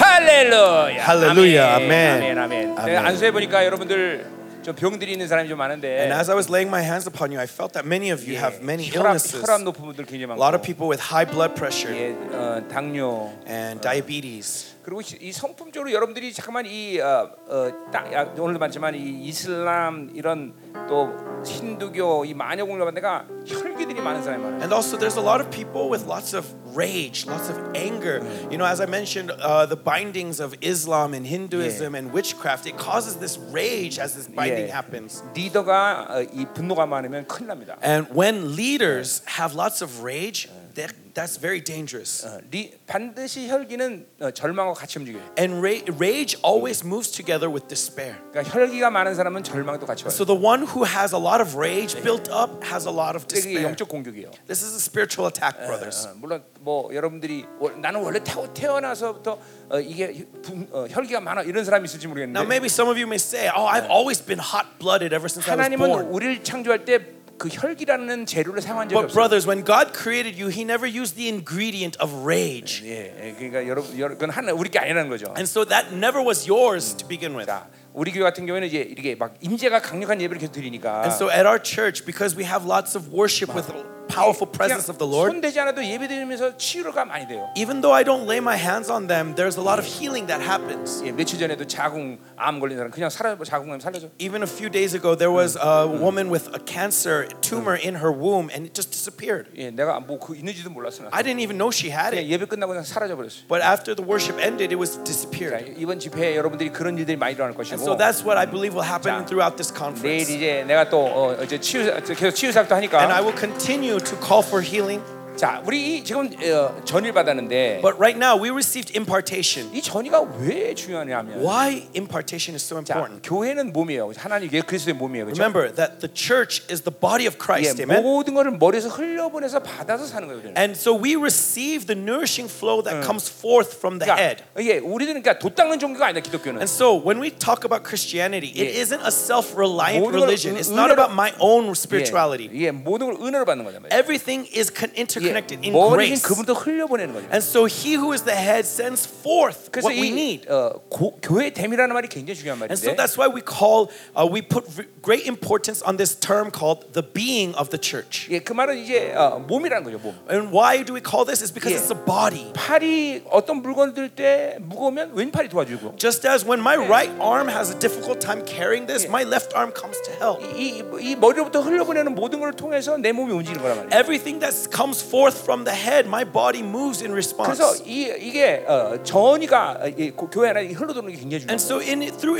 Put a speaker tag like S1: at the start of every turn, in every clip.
S1: 할렐루야.
S2: Hallelujah.
S1: 아멘.
S2: Amen.
S1: 아멘.
S2: Amen.
S1: 내가 안수해 보니까 여러분들 좀 병들이 있는 사람이 좀 많은데
S2: And as I was laying my hands upon you, I felt that many of you
S1: 예,
S2: have many
S1: 혈압,
S2: illnesses.
S1: 혈압 높은 분들 굉장히
S2: A
S1: 많고
S2: lot of people with high blood pressure
S1: 예, 어, 당뇨
S2: and diabetes.
S1: 그리고 이 성품적으로 여러분들이 잠깐만 이 어, 어, 딱, 아, 오늘도 봤지만 이 이슬람 이런 또 힌두교 이 마녀 공격한 데가 혈기들이 많은 사람이 많아요.
S2: And also, there's a lot of people with lots of rage, lots of anger. You know, as I mentioned, uh, the bindings of Islam and Hinduism and witchcraft, it causes this rage as this binding
S1: Yeah.
S2: happens.
S1: 리더가 어, 이 분노가 많으면 큰일 납니다.
S2: And when leaders have lots of rage, that, that's very dangerous.
S1: 어, 리, 반드시 혈기는 어, 절망과 같이 움직여요.
S2: And ra- rage always moves together with despair.
S1: 그러니까 혈기가 많은 사람은 절망도 같이 와요.
S2: So the one who has a lot of rage built up has a lot of
S1: 이게
S2: despair.
S1: 영적 공격이에요.
S2: This is a spiritual attack, brothers.
S1: 어, 물론 뭐 여러분들이 월- 나는 원래 태어, 태어나서부터 어, 이게 혈- 분, 어, 혈기가 많아 이런 사람이 있을지
S2: Now,
S1: 모르겠는데
S2: maybe some of you may say, "Oh, I've always been hot-blooded ever since I was
S1: 하나님은
S2: born."
S1: 우리를 창조할 때 그 혈기라는 재료를 사용한 적이
S2: But
S1: 없어요.
S2: brothers, when God created you, He never used the ingredient of rage,
S1: 예, 예, 그러니까 여러분, 여러분 그건 하나 우리 게 아니라는 거죠.
S2: and so that never was yours to begin with.
S1: 자, 우리 교회 같은 경우에는 이제 이렇게 막 임재가 강력한 예배를 계속 드리니까
S2: And so at our church, because we have lots of worship with the powerful presence of the Lord,
S1: 손 대지 않아도 예배 드리면서 치유가 많이 돼요.
S2: even though I don't lay my hands on them, there's a lot of healing that happens.
S1: 예, 며칠 전에도 자궁 암 걸린 사람 그냥 살아 자궁암 살려줘.
S2: Even a few days ago, there was a woman with a cancer tumor in her womb, and it just disappeared.
S1: 예, 내가 뭐 그 있는지도 몰랐어. 나.
S2: I didn't even know she had
S1: 그냥
S2: it.
S1: 예배 끝나고 그냥 사라져 버렸어.
S2: But after the worship ended, it was
S1: 자,
S2: disappeared.
S1: 아, 이번 집회에 여러분들이 그런 일들이 많이 일어날
S2: And
S1: 것이고
S2: so that's what I believe will
S1: 자,
S2: happen throughout this
S1: 내일
S2: conference.
S1: 이제 내가 또 어, 이제 치유 계속 치유 사역도
S2: And I
S1: 하니까
S2: will continue to call for healing.
S1: 자 우리 이 지금 어, 전일 받았는데
S2: But right now, we received impartation.
S1: 이 전이가 왜 중요하냐면
S2: Why impartation is so
S1: 자,
S2: important?
S1: 교회는 몸이에요. 하나님 예 그리스도의 몸이에요. 그렇죠?
S2: Remember that the church is the body of Christ,
S1: 예,
S2: amen?
S1: 모든 거를 머리에서 흘려보내서 받아서 사는 거예요. 우리는.
S2: And so we receive the nourishing flow that comes forth from the head.
S1: 그러니까 이게 우리들은 그러니까 돛 닦는 종교가 아니라 기독교는
S2: And so when we talk about Christianity, it
S1: Yeah.
S2: isn't a self-reliant
S1: 모든 걸
S2: religion.
S1: 은-
S2: It's not
S1: 은혜로-
S2: about my
S1: 예,
S2: own spirituality.
S1: 예, 모든 걸 은혜로 받는 거잖아요.
S2: Everything is con- interconnected
S1: 예,
S2: in
S1: 머리는
S2: grace.
S1: 그분도 흘려보내는 거죠.
S2: And so he who is the head sends forth
S1: 그래서
S2: what we
S1: 이
S2: need.
S1: 어, 고, 교회 됨이라는 말이 굉장히 중요한
S2: And so
S1: 말인데
S2: that's why we call, uh, we put v- great importance on this term called the being of the church.
S1: 예, 그 말은 이제 어, 몸이라는 거죠. 몸.
S2: And why do we call this? It's because
S1: Yeah.
S2: it's a body.
S1: 팔이 어떤 물건 들 때 무거우면 왼팔이 도와주고
S2: Just as when my right arm has a difficult time carrying this,
S1: Yeah.
S2: my left arm comes to help.
S1: 이, 이, 이 머리로부터 흘러보내는 모든 걸 통해서 내 몸이 움직이는 거란 말이에요.
S2: Everything that comes forth from the head, my body moves in
S1: 그래서
S2: response.
S1: 이, 이게 어, 전이가 어, 이 고- 교회 안에 흘러도는 게 굉장히
S2: And
S1: 중요해요.
S2: so in it, through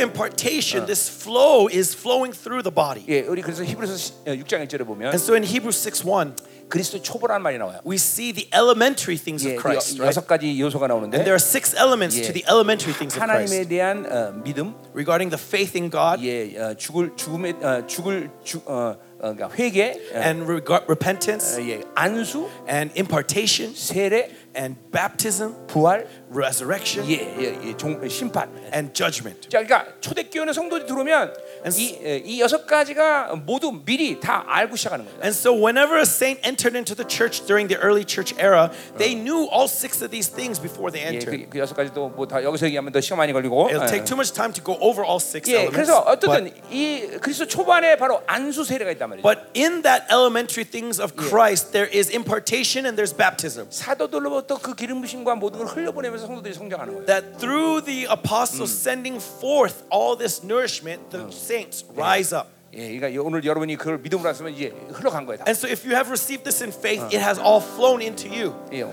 S1: Uh.
S2: impartation, this flow is flowing through the body.
S1: 예, 우리 그래서 히브리서 6장 1절에 보면
S2: And so in Hebrews 6:1,
S1: 그리스도 초보라는 말이 나와요.
S2: we see the elementary things
S1: 예,
S2: of Christ,
S1: 여,
S2: right?
S1: 여섯 가지 요소가 나오는데
S2: There are six elements
S1: Yeah.
S2: to the elementary things of
S1: 하나님에
S2: Christ
S1: 대한 어, 믿음,
S2: regarding the faith in God
S1: 예, 어, 죽을 죽음에 어, 죽을 주, 어, 어, 그러니까 회개, 어,
S2: and rega- repentance
S1: 어, 예, 안수,
S2: and impartation
S1: 세례,
S2: and baptism,
S1: 부활,
S2: resurrection
S1: 예, 예, 예, 종, 심판.
S2: and judgment.
S1: 자, 그러니까 초대교회는 성도들이 들어오면
S2: And
S1: 이, 예, 이 여섯 가지가 모두 미리 다 알고 시작하는 거예요.
S2: And so, whenever a saint entered into the church during the early church era, they knew all six of these things before they
S1: 예,
S2: entered.
S1: 그, 그 여섯 가지 또 뭐 다 여기서 얘기하면 더 시간 많이 걸리고.
S2: It'll
S1: 예.
S2: take too much time to go over uh. all six
S1: 예,
S2: elements.
S1: 그래서 어쨌든
S2: But,
S1: 이 그리스도 초반에 바로 안수 세례가 있단 말이죠.
S2: but in that elementary things of Christ, there is impartation and there's baptism.
S1: 사도들로부터 그 기름 부심과 모든 걸 흘려보내면서 성도들이 성장하는 거예요.
S2: That through the apostles
S1: Mm.
S2: sending forth all this nourishment,
S1: Oh.
S2: the saints rise up.
S1: 예, 그러니까 오늘 여러분이 그걸 믿음으로 했으면 이제 흘러간 거예요. 다.
S2: And so, if you have received this in faith,
S1: Oh.
S2: it has all flown into you.
S1: 예, 어.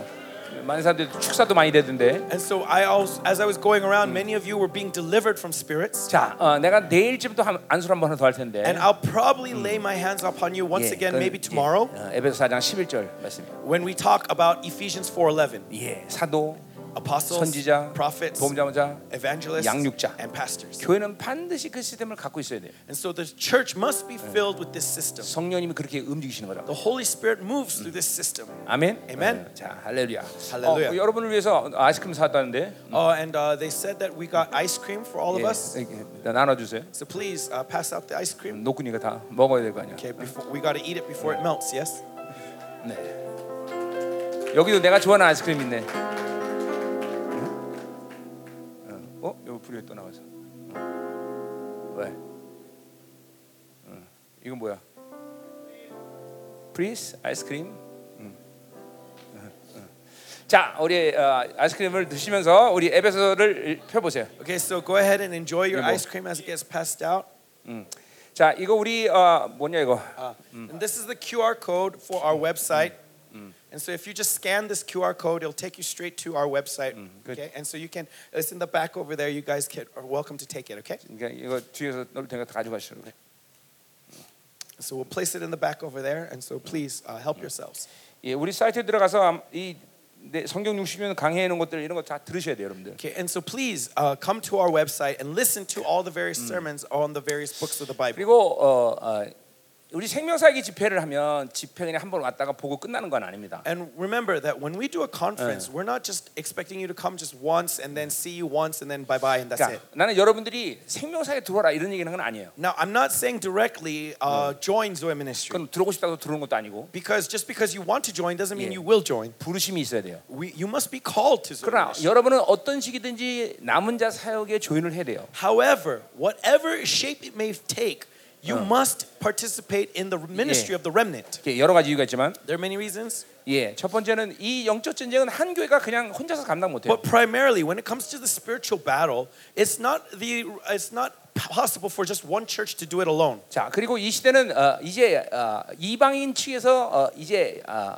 S1: 많은 사람들이 축사도 많이 되던데.
S2: And so, I also, as I was going around,
S1: Mm.
S2: many of you were being delivered from spirits.
S1: 자, 어, 내가 내일쯤부터 한- 안수를 한번 더 할 텐데.
S2: And I'll probably
S1: Mm.
S2: lay my hands upon you once again,
S1: 그-
S2: maybe tomorrow,
S1: 예, 어, 에베소 4장 11절 말씀입니다.
S2: when we talk about Ephesians 4:11,
S1: 예, 사도,
S2: apostles,
S1: 선지자,
S2: prophets,
S1: 보험자자,
S2: evangelists,
S1: 양육자.
S2: and pastors.
S1: 교회는 반드시 그 시스템을 갖고 있어야 돼요.
S2: And so the church must be filled with this system.
S1: 성령님이 그렇게 움직이시는 거라고.
S2: The Holy Spirit moves through this system.
S1: 아멘.
S2: 아멘.
S1: 어, 자, 할렐루야.
S2: 할렐루야.
S1: 어, 여러분을 위해서 아이스크림 사왔다는데.
S2: Oh, and uh, they said that we got ice cream for all of us.
S1: 예, 나눠 주세요.
S2: So please uh, pass out the ice cream.
S1: 노끈이가 다 먹어야 될 거 아니야.
S2: Okay, before, we got to eat it before it melts. Yes.
S1: 네. 여기도 내가 좋아하는 아이스크림 있네. 어, 어? 여기 불이 또 나와서. 어. 왜? 어. 이건 뭐야? 프리스 아이스크림. 음. 어, 어. 자, 우리 어, 아이스크림을 드시면서 우리 에베소를 펴보세요.
S2: Okay, so go ahead and enjoy your
S1: Yeah, boy.
S2: ice cream as it gets passed out.
S1: 자, 이거 우리 어, 뭐냐 이거?
S2: Uh, And this is the QR code for our website. And so if you just scan this QR code, it'll take you straight to our website.
S1: good.
S2: Okay, and so you can, it's in the back over there. You guys can, are welcome to take it, okay?
S1: 그러니까 이거 뒤에서 넣을 테니까 다 가져가시라고 그래.
S2: So we'll place it in the back over there. And so please uh, help yourselves.
S1: 예, 우리 사이트에 들어가서 암- 이 내- 성경 60년 강해해 놓은 것들 이런 거 다 들으셔야 돼요, 여러분들.
S2: Okay, and so please uh, come to our website and listen to all the various
S1: Mm.
S2: sermons on the various books of the Bible.
S1: 그리고 어, 어, 우리 생명사기 집회를 하면 집회 그냥 한 번 왔다가 보고 끝나는 건 아닙니다.
S2: And remember that when we do a conference,
S1: Uh.
S2: we're not just expecting you to come just once and then see you once and then bye bye and that's it.
S1: 그러니까 나는 여러분들이 생명사에 들어와라 이런 얘기는 건 아니에요.
S2: Now, I'm not saying directly uh, join Zoe Ministry.
S1: 그건 들어오고 싶다고 들어오는 것도 아니고
S2: Because just because you want to join doesn't mean
S1: Yeah.
S2: you will join.
S1: 부르심이 있어야 돼요.
S2: We, you must be called to
S1: 그러나
S2: Zoe
S1: 여러분은 어떤 식이든지 남은 자 사역에 조인을 해야 돼요.
S2: However, whatever shape it may take, you must participate in the
S1: Uh.
S2: ministry
S1: Yeah.
S2: of the remnant.
S1: 이게 여러 가지 이유가 있지만,
S2: There are many reasons,
S1: 예, 첫 번째는 이 영적 전쟁은 한 교회가 그냥 혼자서 감당 못해요.
S2: but primarily when it comes to the spiritual battle, it's not the it's not possible for just one church to do it alone.
S1: 자, 그리고 이 시대는 어, 이제 어, 이방인 측에서 어, 이제 어,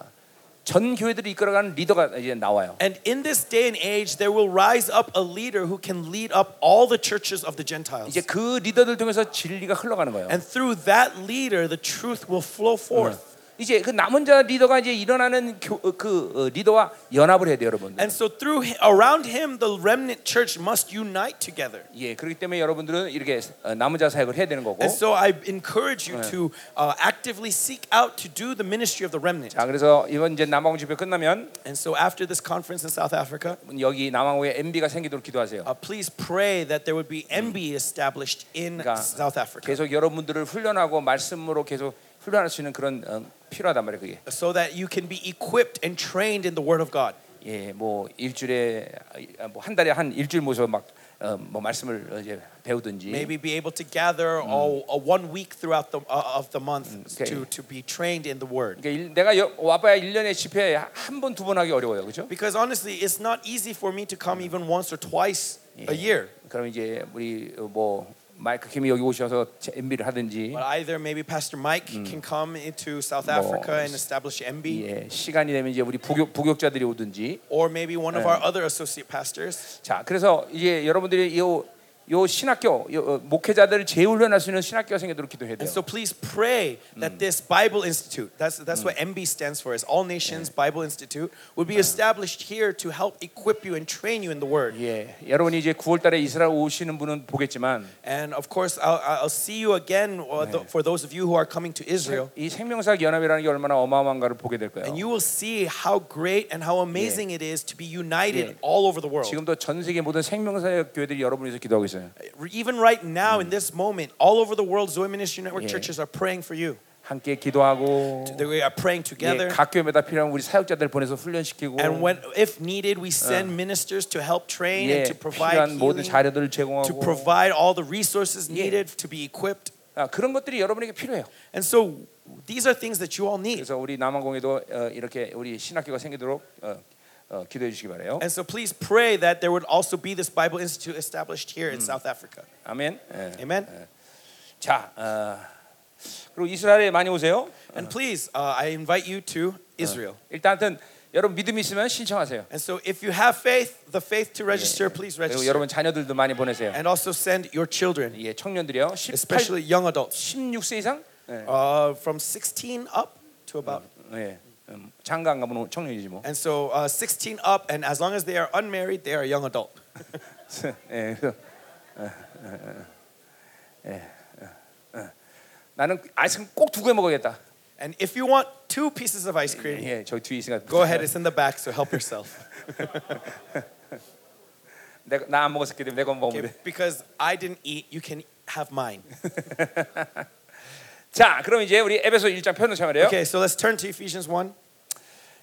S1: 전 교회들이 이끌어가는 리더가 이제 나와요.
S2: And in this day and age, there will rise up a leader who can lead up all the churches of the Gentiles.
S1: 이제 그 리더들 통해서 진리가 흘러가는 거예요.
S2: And through that leader, the truth will flow forth.
S1: 이제 그 남은 자 리더가 이제 일어나는 교, 어, 그 어, 리더와 연합을 해야 돼요, 여러분들.
S2: And so through hi- around him the remnant church must unite together.
S1: 예, 그렇기 때문에 여러분들은 이렇게 어, 남은 자 사역을 해야 되는 거고.
S2: And so I encourage you to uh, actively seek out to do the ministry of the remnant.
S1: 자, 그래서 이번 이제 남아공 집회 끝나면
S2: And so after this conference in South Africa,
S1: 여기 남아공에 MB가 생기도록 기도하세요.
S2: uh, please pray that there would be MB established in
S1: 그러니까
S2: South Africa
S1: 계속 여러분들을 훈련하고 말씀으로 계속 훈련할 수 있는 그런 어, 필요하단 말이에요, 그게.
S2: so that you can be equipped and trained in the word of God.
S1: 예, 뭐 일주일에 아, 뭐한 달에 한 일주일 모셔 막뭐 말씀을 어, 이제 배우든지
S2: Maybe be able to gather all uh, one week throughout the, uh, of the month
S1: Okay.
S2: to, to be trained in the word.
S1: 그러니까 일- 내가 여, 와봐야 1년에 집회 한 번 두 번 하기 어려워요. 그죠?
S2: Because honestly, it's not easy for me to come even once or twice a year.
S1: 그럼 이제 우리 어, 뭐 마이크 김이 여기 오셔서 MB를 하든지
S2: But either maybe Pastor Mike can come into South Africa and establish MB,
S1: 예, 시간이 되면 이제 우리 부교, 부교자들이 오든지
S2: or maybe one of our other associate pastors.
S1: 자, 그래서 이제 여러분들이 요, 요 신학교 요, 어, 목회자들을 재훈련할 수 있는 신학교가 생기도록 기도해야 돼요.
S2: And so please pray that this Bible Institute, that's, that's what MB stands for, is All Nations Bible Institute, would be established here to help equip you and train you in the Word.
S1: 예, 여러분이 이제 9월 달에 이스라엘 오시는 분은 보겠지만
S2: And of course, I'll, I'll see you again uh, th- for those of you who are coming to Israel.
S1: 이 생명사학 연합이라는 게 얼마나 어마어마한가를 보게 될 거예요.
S2: And you will see how great and how amazing it is to be united all over the world.
S1: 지금도 전 세계 모든 생명사역 교회들이 여러분을 위해서 기도하고 있어요.
S2: Even right now, in this moment, all over the world, Zoe Ministry Network
S1: Yeah.
S2: churches are praying for you.
S1: 함께 기도하고
S2: that we are praying
S1: 예,
S2: together.
S1: 각 교회마다 필요한 우리 사역자들 보내서 훈련시키고
S2: And when, if needed, we send ministers to help train
S1: 예,
S2: and to provide
S1: 필요한 모든
S2: healing,
S1: 자료들을
S2: to
S1: 제공하고
S2: provide all the resources
S1: Yeah.
S2: needed to be equipped.
S1: 아, 그런 것들이 여러분에게 필요해요.
S2: And so these are things that you all need.
S1: 그래서 우리 남아공에도 어, 이렇게 우리 신학교가 생기도록 어, 어, 기도해 주시기 바래요.
S2: And so please pray that there would also be this Bible Institute established here in South Africa.
S1: 아멘. 예.
S2: Amen.
S1: 자, 어, 그리고 이스라엘에 많이 오세요.
S2: And please, uh, I invite you to Israel.
S1: 일단은 여러분 믿음이 있으면 신청하세요.
S2: And so if you have faith, the faith to register, please
S1: 그리고
S2: register.
S1: 여러분 자녀들도 많이 보내세요.
S2: And also send your children,
S1: 예, 청년들이요. 18,
S2: especially young adults,
S1: 16세 이상? 예.
S2: uh, from 16 up to about
S1: 예. 음, 장가 안 가면 청년이지 뭐.
S2: And so uh, 16 up, and as long as they are unmarried, they are a young adult.
S1: 예. 그래서, 어, 어, 어, 예, 어, 어. 나는 아이스크림 꼭 두 개 먹어야겠다.
S2: And if you want two pieces of ice cream,
S1: 예, 저기 뒤에 있으니까.
S2: go ahead, it's in the back, so help yourself.
S1: 내가 나 안 먹었기 때문에 내가 먹으면
S2: Okay,
S1: 돼.
S2: because I didn't eat, you can have mine.
S1: 자, 그럼 이제 우리 에베소 1장 표현을 참으래요.
S2: Okay, so let's turn to Ephesians 1.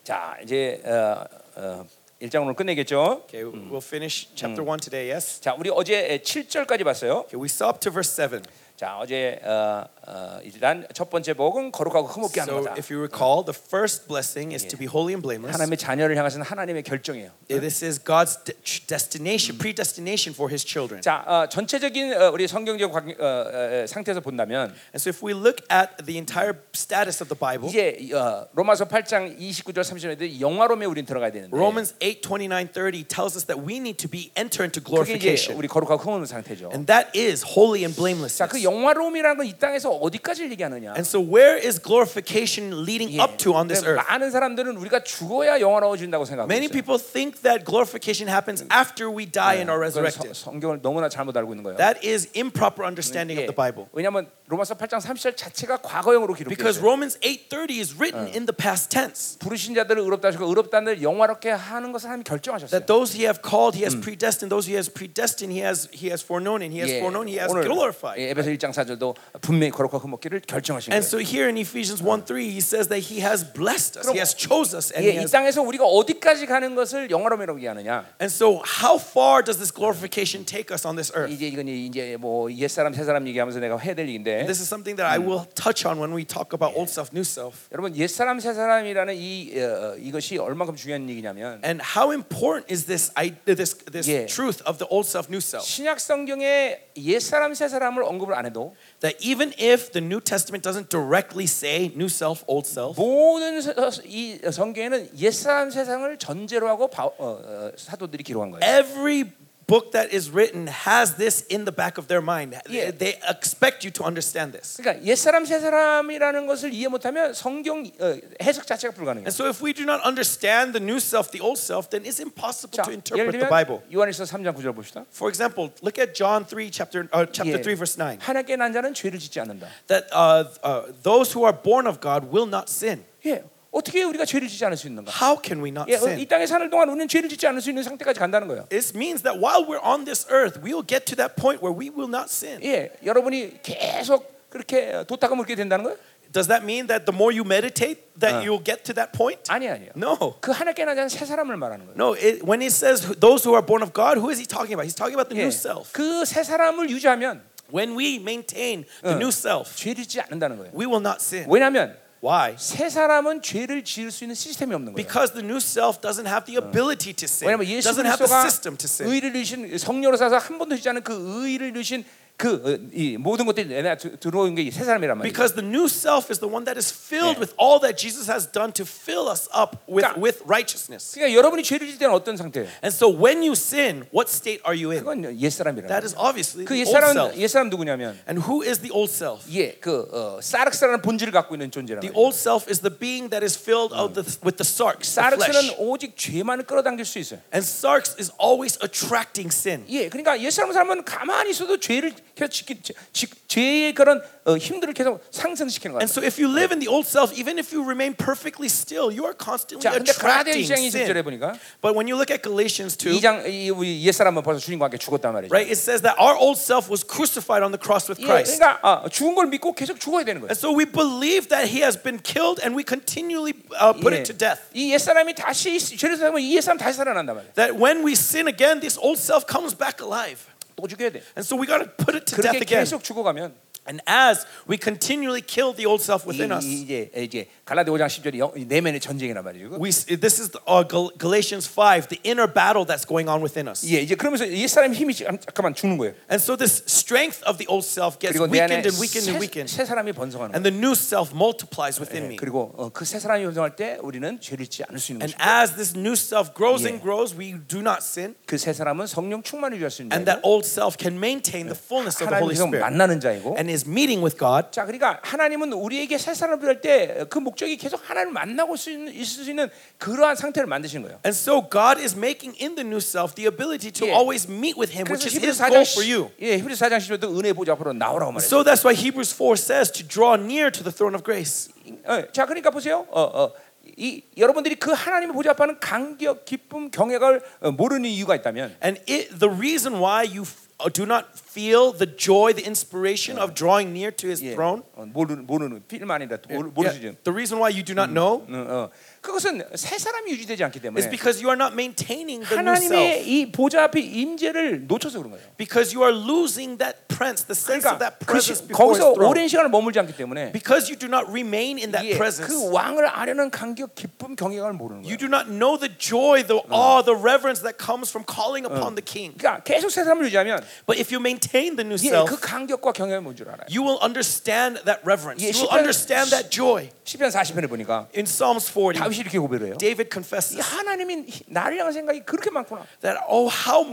S1: 자, 이제 어, 어, 1장 오늘 끝내겠죠.
S2: Okay, we'll finish chapter 1 today, yes?
S1: 자, 우리 어제 7절까지 봤어요.
S2: Okay, we saw up to verse 7.
S1: 자, 어제 어, 어, 일단 첫 번째 복은 거룩하고 흠없게 하는
S2: So,
S1: 거다.
S2: if you recall, the first blessing is to be holy and blameless.
S1: 하나님의 자녀를 향해서는 하나님의 결정이에요.
S2: This is God's de- destination, predestination for his children.
S1: 자, 어, 전체적인 어, 우리 성경적 관- 어, 어, 어, 상태에서 본다면
S2: And so, if we look at the entire status of the Bible,
S1: 이제 어, 로마서 8장 29절 30절에 영화로움에 우린 들어가야 되는데
S2: Romans 8 29 30 tells us that we need to be enter
S1: 그게
S2: into
S1: 이제
S2: glorification.
S1: 우리 거룩하고 흠없는 상태죠.
S2: And that is holy and blameless.
S1: 자, 그 영화로움이라는 건 이 땅에서 어디까지 얘기하느냐?
S2: And so, where is glorification leading
S1: 예.
S2: up to on this
S1: 근데
S2: earth?
S1: 많은 사람들은 우리가 죽어야 영화로워진다고 생각하고
S2: Many
S1: 있어요.
S2: people think that glorification happens after we die and are
S1: 그건 성-
S2: resurrected.
S1: 성경을 너무나 잘못 알고 있는 거예요.
S2: That is improper understanding
S1: 예.
S2: of the Bible.
S1: 왜냐하면 로마서 8장 30절 자체가 과거형으로 기록돼
S2: Because
S1: 있어요.
S2: Romans 8:30 is written in the past tense.
S1: 부르신 자들을 의롭다 하시고 의롭다는 영화롭게 하는 것을 하나님이 결정하셨어요.
S2: That those he have called, he has predestined. Those he has predestined, he has he has foreknown, and he has
S1: 예,
S2: foreknown, he has
S1: 오늘
S2: glorified.
S1: 예, 에베소 1장 4절도 분명히 거룩과 흠없기를 결정하신 거예요.
S2: And so here in Ephesians 1:3, he says that he has blessed us,
S1: 그럼-
S2: he has chose us, and
S1: 예, 이
S2: he has.
S1: 땅에서 우리가 어디까지 가는 것을 영화로움이라고 얘기하느냐?
S2: And so, how far does this glorification take us on this earth?
S1: 이제 이건 이제 뭐옛 사람 새 사람 얘기하면서 내가 해야 될 얘기인데
S2: This is something that I
S1: Mm.
S2: will touch on when we talk about old self, new self,
S1: 여러분 옛 사람 새 사람이라는 이 어, 이것이 얼마큼 중요한 얘기냐면
S2: and how important is this I, this this
S1: Yeah.
S2: truth of the old self, new self?
S1: 신약 성경에 옛 사람 새 사람을 언급을 안 해도
S2: That even if the New Testament doesn't directly say new self, old self.
S1: 모든 서- 서- 이 성경에는 옛 사람 새 사람을 전제로 하고 바, 어, 어, 사도들이 기록한 거예요.
S2: every book that is written has this in the back of their mind.
S1: Yeah.
S2: They expect you to understand this.
S1: 그러니까 옛 사람 새 사람이라는 것을 이해 못하면 성경 어, 해석 자체가 불가능해요.
S2: And so if we do not understand the new self, the old self, then it's impossible
S1: 자,
S2: to
S1: 예를
S2: interpret the Bible.
S1: 들면 요한일서 3장 9절 봅시다.
S2: For example, look at John 3 chapter uh, chapter
S1: 예.
S2: 3 verse 9
S1: 하나님께 난 자는 죄를 짓지 않는다.
S2: that uh, uh, those who are born of God will not sin.
S1: 예, 어떻게 우리가 죄를 짓지 않을 수 있는가?
S2: How can we not
S1: 예, 어, 이
S2: sin?
S1: 땅에 사는 동안 우리는 죄를 짓지 않을 수 있는 상태까지 간다는 거예요.
S2: This means that while we're on this earth, we will get to that point where we will not sin.
S1: 예, 여러분이 계속 그렇게 도타가 물게 된다는 거예요?
S2: Does that mean that the more you meditate, that you'll get to that point?
S1: 아니 아니에요.
S2: No.
S1: 그 하나님께 난 자는 새 사람을 말하는 거예요.
S2: No, it, when he says who- those who are born of God, who is he talking about? He's talking about the
S1: 예,
S2: new self.
S1: 그새 사람을 유지하면
S2: When we maintain
S1: Uh.
S2: the new self,
S1: 죄를 짓지 않는다는 거예요.
S2: we will not sin.
S1: 왜냐하면
S2: Why?
S1: 새 사람은 죄를 지을 수 있는 시스템이 없는 거예요.
S2: Because the new self doesn't have the ability to sin.
S1: 왜냐하면 예수
S2: 네. Doesn't have the
S1: 그리스도가
S2: system to sin.
S1: 의를 이루신 성령으로 사서 한 번도 지지 않은 그 의를 이루신 그 어, 이 모든 것들이 내 안에 들- 들어온 게 새 사람이란 말이에요.
S2: Because the new self is the one that is filled with all that Jesus has done to fill us up with,
S1: 그러니까-
S2: with righteousness.
S1: 그러니까 여러분이 죄를 지을 때는 어떤 상태예요?
S2: And so when you sin, what state are you in?
S1: 그건 옛 사람이라.
S2: That is obviously
S1: 그옛
S2: the old
S1: 사람은
S2: self.
S1: 옛 사람 누구냐면
S2: And who is the old self?
S1: 예, 그 어, 사르스라는 본질을 갖고 있는 존재라는
S2: The
S1: 거예요.
S2: old self is the being that is filled of the, with the sark, the flesh.
S1: 사르스는 오직 죄만을 끌어당길 수 있어요.
S2: And sarx is always attracting sin.
S1: 예, 그러니까 옛사람 사람은 가만히 있어도 죄를 계속 짓기, 죄- 지- 죄의 그런 어, 힘들을 계속 상승시키는 거예요.
S2: And so if you live in the old self, even if you remain perfectly still, you are constantly
S1: 자, 근데 갈라디아
S2: attracting
S1: 2장 20절에
S2: sin.
S1: 보니까
S2: But when you look at Galatians 2,
S1: 2장 이 우리 옛사람은 벌써 주님과 함께 죽었단 말이죠.
S2: right, it says that our old self was crucified on the cross with
S1: 예,
S2: Christ.
S1: 그러니까 아, 죽은 걸 믿고 계속 죽어야 되는 거예요.
S2: And so we believe that he has been killed and we continually uh, put
S1: 예.
S2: it to death.
S1: 이 옛사람이 다시 죄를 사면 이 옛사람 다시 살아난단 말이에요.
S2: That when we sin again, this old self comes back alive.
S1: 또 죽여야 돼.
S2: And so we got to put it to
S1: 그렇게
S2: death again.
S1: 계속 죽어가면
S2: And as we continually kill the old self
S1: 이,
S2: within us,
S1: 이- 이제 이제 갈라디아 5장 10절이 영- 이 내면의 전쟁이란 말이죠.
S2: we, this is the, uh, Gal- Galatians 5, the inner battle that's going on within us.
S1: 예, 이제 그러면서 옛사람 힘이 지금 잠깐만 죽는 거예요.
S2: And so this strength of the old self gets
S1: 그리고 내 안에
S2: weakened and weakened and
S1: 새,
S2: weakened.
S1: 새 사람이 번성하는
S2: And the new self multiplies within
S1: 예,
S2: me.
S1: 그리고 어, 그새 사람이 번성할 때 우리는 죄를 짓지 않을 수 있는
S2: And
S1: 것이고
S2: as this new self grows
S1: Yeah.
S2: and grows, we do not sin.
S1: 그새 사람은 성령 충만을 유지할 수 있는
S2: And that old self can maintain the fullness of the
S1: 하나님
S2: Holy
S1: 계속
S2: Spirit
S1: 만나는 자이고
S2: and is meeting with God.
S1: 자 그러니까 하나님은 우리에게 새 사람을 부를 때그 목적이 계속 하나님을 만나고 수 있는, 있을 수 있는 그러한 상태를 만드신 거예요
S2: And so God is making in the new self the ability to
S1: Yeah.
S2: always meet with Him, which
S1: 그래서
S2: is
S1: 히브리서
S2: His goal
S1: 4장
S2: for
S1: 10,
S2: you.
S1: 예, 히브리서 4장 10절도 은혜 보좌 앞으로 나오라고 말해요
S2: So that's why Hebrews 4 says to draw near to the throne of grace.
S1: 어, 자 그러니까 보세요 어, 어, 이, 여러분들이 그 하나님의 보좌 앞에는 간격, 기쁨, 경외를 어, 모르는 이유가 있다면
S2: And it, the reason why you f- uh, do not feel the joy, the inspiration of drawing near to His
S1: 예.
S2: throne.
S1: 어, 모르는 모르는 필만 아니라 모르,
S2: Yeah,
S1: 모르지 지금.
S2: The reason why you do not know
S1: 어, 어. 그것은 새 사람이 유지되지 않기
S2: is
S1: 때문에
S2: because you are not maintaining the new self.
S1: 하나님의 이 보좌 앞에 임재를 놓쳐서 그런 거예요.
S2: Because you are losing that prince, the sense
S1: 그러니까
S2: of that
S1: 그
S2: presence
S1: 시,
S2: before His
S1: 거기서
S2: throne.
S1: 오랜 시간을 머물지 않기 때문에
S2: Because you do not remain in that
S1: 예,
S2: presence,
S1: 그 왕을 아려는 간격, 기쁨, 경외감을 모르는 거예요.
S2: you do not know the joy, the awe, the reverence that comes from calling upon the King.
S1: 그러니까 계속 새 사람을 유지하면
S2: But if you maintain the new
S1: 예,
S2: self,
S1: 그 간격과 경외감을 뭔줄 알아요.
S2: you will understand that reverence.
S1: 예,
S2: You will
S1: 시편-
S2: understand that joy.
S1: 시편 40편에 보니까
S2: In Psalms 40,
S1: 다윗이 이렇게 고백을 해요.
S2: David
S1: 이
S2: confesses
S1: 하나님이 나를 향한 생각이 그렇게 많구나.
S2: that, oh, how,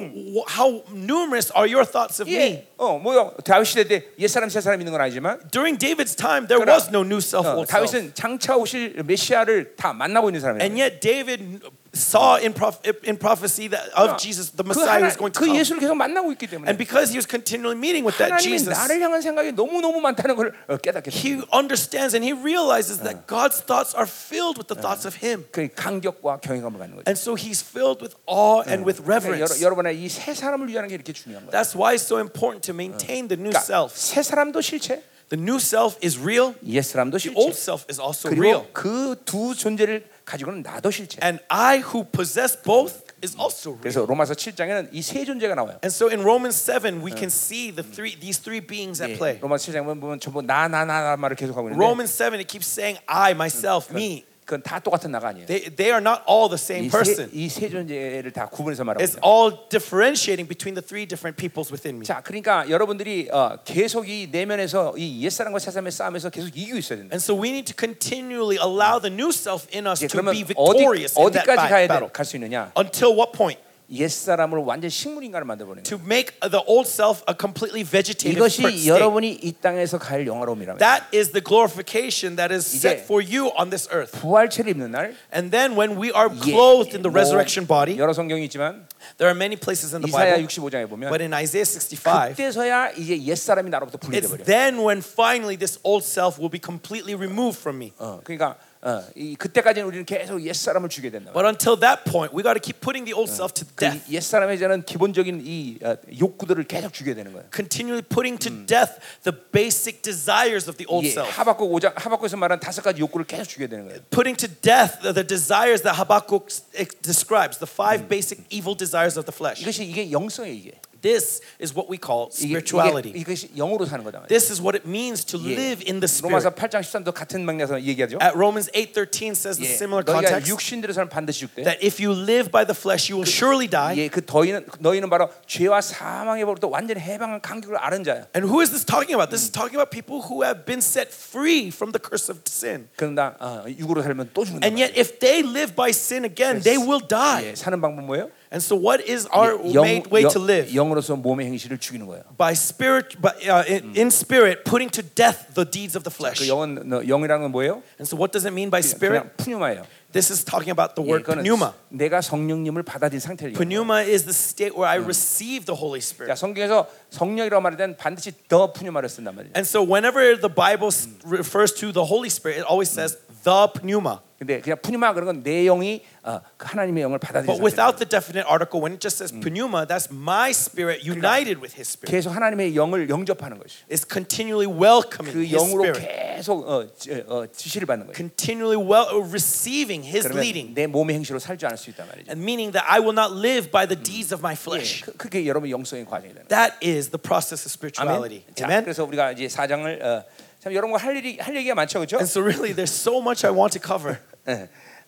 S2: how numerous are your thoughts of me.
S1: 예, 어, 뭐요? 다윗 시대 때옛 사람 새 사람 있는 건 아니지만
S2: During David's time, there
S1: 그러나-
S2: was no new self,
S1: 어,
S2: old self.
S1: 다윗은 장차 오실 메시아를 다 만나고 있는 사람이에요.
S2: And yet, David saw in, proph- in prophecy that of Jesus, the Messiah,
S1: 그,
S2: was going to
S1: 그
S2: come.
S1: 예수를 계속 만나고 있기 때문에
S2: And because he was continually meeting with that
S1: 하나님이
S2: Jesus,
S1: 나를 향한 생각이 너무 너무 많다는 걸 어, 깨닫게
S2: he understands and he realizes that God's thoughts are filled with the thoughts of him.
S1: 그 간격과 경외감을 갖는 거죠.
S2: And so he's filled with awe and with
S1: 그러니까
S2: reverence.
S1: 여러, 여러분의 이 새 사람을 위하는 게 이렇게 중요한 거예요.
S2: That's why it's so important to maintain the new
S1: 그러니까
S2: self.
S1: 새 사람도 실체,
S2: The new self is real,
S1: 옛 사람도
S2: the
S1: 실체.
S2: old self is also real.
S1: 그리고 그 두 존재를 가지고는 나도 실체.
S2: And I who possess both is also real.
S1: 그래서 로마서 7장에는 이 세 존재가 나와요.
S2: And so in Romans 7, we can see the three these three beings at play.
S1: 예, 로마서 7장 보면 전부 나 나 나 나 말을 계속하고 있는데
S2: Romans 7, it keeps saying I, myself, me.
S1: 그건 다 똑같은 나가 아니에요.
S2: They, they are not all the same person.
S1: 이세 존재를 다 구분해서 말하고
S2: It's
S1: 있어요.
S2: all differentiating between the three different peoples within me.
S1: 자, 그러니까 여러분들이 어, 계속 이 내면에서 이 옛사람과 새사람의 싸움에서 계속 이기고 있어야 된다.
S2: And so we need to continually allow the new self in us
S1: 예,
S2: to
S1: 그러면
S2: be
S1: 어디,
S2: victorious in that
S1: 어디까지 가야
S2: ba-
S1: 돼?
S2: battle.
S1: 갈수 있느냐?
S2: Until what point?
S1: 옛사람을 완전 식물 인간을 만들어버리는 거예요.
S2: To make the old self a completely vegetative
S1: 이것이
S2: state.
S1: 여러분이 이 땅에서 갈 영화로움이라면
S2: That is the glorification that is set
S1: 이제-
S2: for you on this earth.
S1: 부활체를 입는 날
S2: And then when we are
S1: 예,
S2: clothed in the
S1: 뭐
S2: resurrection body,
S1: 여러 성경이 있지만
S2: there are many places in the
S1: 이사야
S2: Bible,
S1: 65장에
S2: but
S1: 보면
S2: in Isaiah 65,
S1: 그때서야 이제 옛사람이 나로부터
S2: it's
S1: 분리돼버려.
S2: then when finally this old self will be completely removed from me.
S1: 어, 그러니까 어, 이 그때까지는 우리는 계속 옛사람을 죽여야 된다.
S2: But until that point, we got to keep putting the old self to death.
S1: 그 옛사람의 저는 기본적인 이 어, 욕구들을 계속 죽여야 되는 거예요.
S2: continually putting to death the basic desires of the old
S1: 예,
S2: self.
S1: 하박국 5장 하박국에서 말한 다섯 가지 욕구를 계속 죽여야 되는 거예요.
S2: Putting to death the, the desires that Habakkuk s- ex- describes, the five basic evil desires of the flesh.
S1: 이것이 이게 영성이에요, 이게.
S2: This is what we call
S1: 이게,
S2: spirituality.
S1: 이게 이것이 영으로 사는 거다.
S2: This is what it means to
S1: 예.
S2: live in the spirit.
S1: 로마서 8장 13도 같은 맥락에서 얘기하죠.
S2: At Romans 8:13 says the
S1: 예,
S2: similar
S1: 너희가
S2: context
S1: 육신대로서는 반드시 죽되
S2: that if you live by the flesh you will surely die.
S1: 예, 그 너희는 너희는 바로 죄와 사망의 벌로부터 완전히 해방한 간격을 아는 자야.
S2: And who is this talking about? This is talking about people who have been set free from the curse of sin.
S1: 그러나 어, 육으로 살면 또 죽는다.
S2: And yet if they live by sin again they will die.
S1: 예, 사는 방법 뭐예요?
S2: And so, what is our
S1: 영,
S2: made way to live?
S1: 영으로서 몸의 행실을 죽이는 거예요.
S2: By spirit, by, uh, in, in spirit, putting to death the deeds of the
S1: 그
S2: flesh.
S1: 영은 너- 영이라는 건 뭐예요?
S2: And so, what does it mean by spirit?
S1: 그냥 푸뉴마예요.
S2: This is talking about
S1: 예,
S2: the word
S1: 그거는
S2: pneuma.
S1: 내가 성령님을 받아들인 상태를 얘기해요.
S2: Pneuma is the state where I receive the Holy
S1: 자,
S2: Spirit.
S1: 성경에서 성령이라고 말할 때는 반드시 더 푸뉴마를 쓴단 말이에요.
S2: And so, whenever the Bible s- refers to the Holy Spirit, it always says the pneuma.
S1: 근데 그냥 푸뉴마 그런 건 내 영이 어, 그 하나님의 영을 받아들인
S2: But
S1: 상태.
S2: without the definite article, when it just says pneuma, that's my spirit united with His Spirit.
S1: 계속 하나님의 영을 영접하는 것이.
S2: It's continually welcoming
S1: 그
S2: His
S1: 영으로
S2: Spirit,
S1: 계속 어, 지- 어, 지시를 받는 거예요.
S2: continually well receiving His leading.
S1: 그러면 내 몸의 행실로 살지 않을 수 있단 말이죠.
S2: and meaning that I will not live by the deeds of my
S1: 예,
S2: flesh.
S1: 그, 그게 여러분 영성의 과정이 되는 거예요.
S2: That is the process of
S1: 아멘.
S2: spirituality.
S1: 자,
S2: Amen.
S1: 그래서 우리가 이제 사장을 어, 참 여러분과 할 일이 할 얘기가 많죠, 그렇죠?
S2: And so, really, there's so much I want to cover.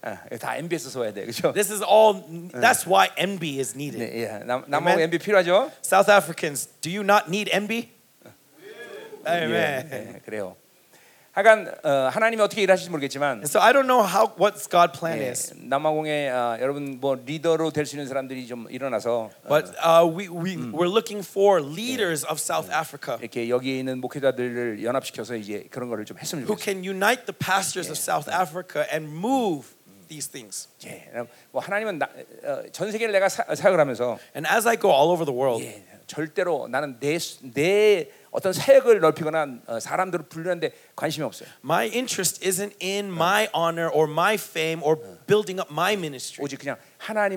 S1: 아, 다 MBS에서 와야 돼, 그렇죠?
S2: This is all. That's why MB is
S1: 네,
S2: needed.
S1: 예, 남, 남하고
S2: Amen.
S1: MB 필요하죠?
S2: South Africans, do you not need MB? Amen.
S1: 예, 예, 그래요. 하간 어, 하나님이 어떻게 일하실지 모르겠지만
S2: And so I don't know how what God's plan
S1: 예,
S2: is,
S1: 남아공에 어, 여러분 뭐 리더로 될 수 있는 사람들이 좀 일어나서
S2: but uh, we we we're looking for leaders of South Africa
S1: 이렇게 여기에 있는 목회자들을 연합시켜서 이제 그런 거를 좀 했으면
S2: who
S1: 좋겠어요.
S2: can unite the pastors of South Africa and move these things.
S1: 예, 뭐 하나님은 나, 어, 전 세계를 내가 사, 사역을 하면서
S2: And as I go all over the world,
S1: 예, 절대로 나는 내, 수- 내 어떤 사역을 넓히거나 어, 사람들을 불리는데 관심이 없어요.
S2: My interest isn't in my honor or my fame or building up my ministry.
S1: 오직 그냥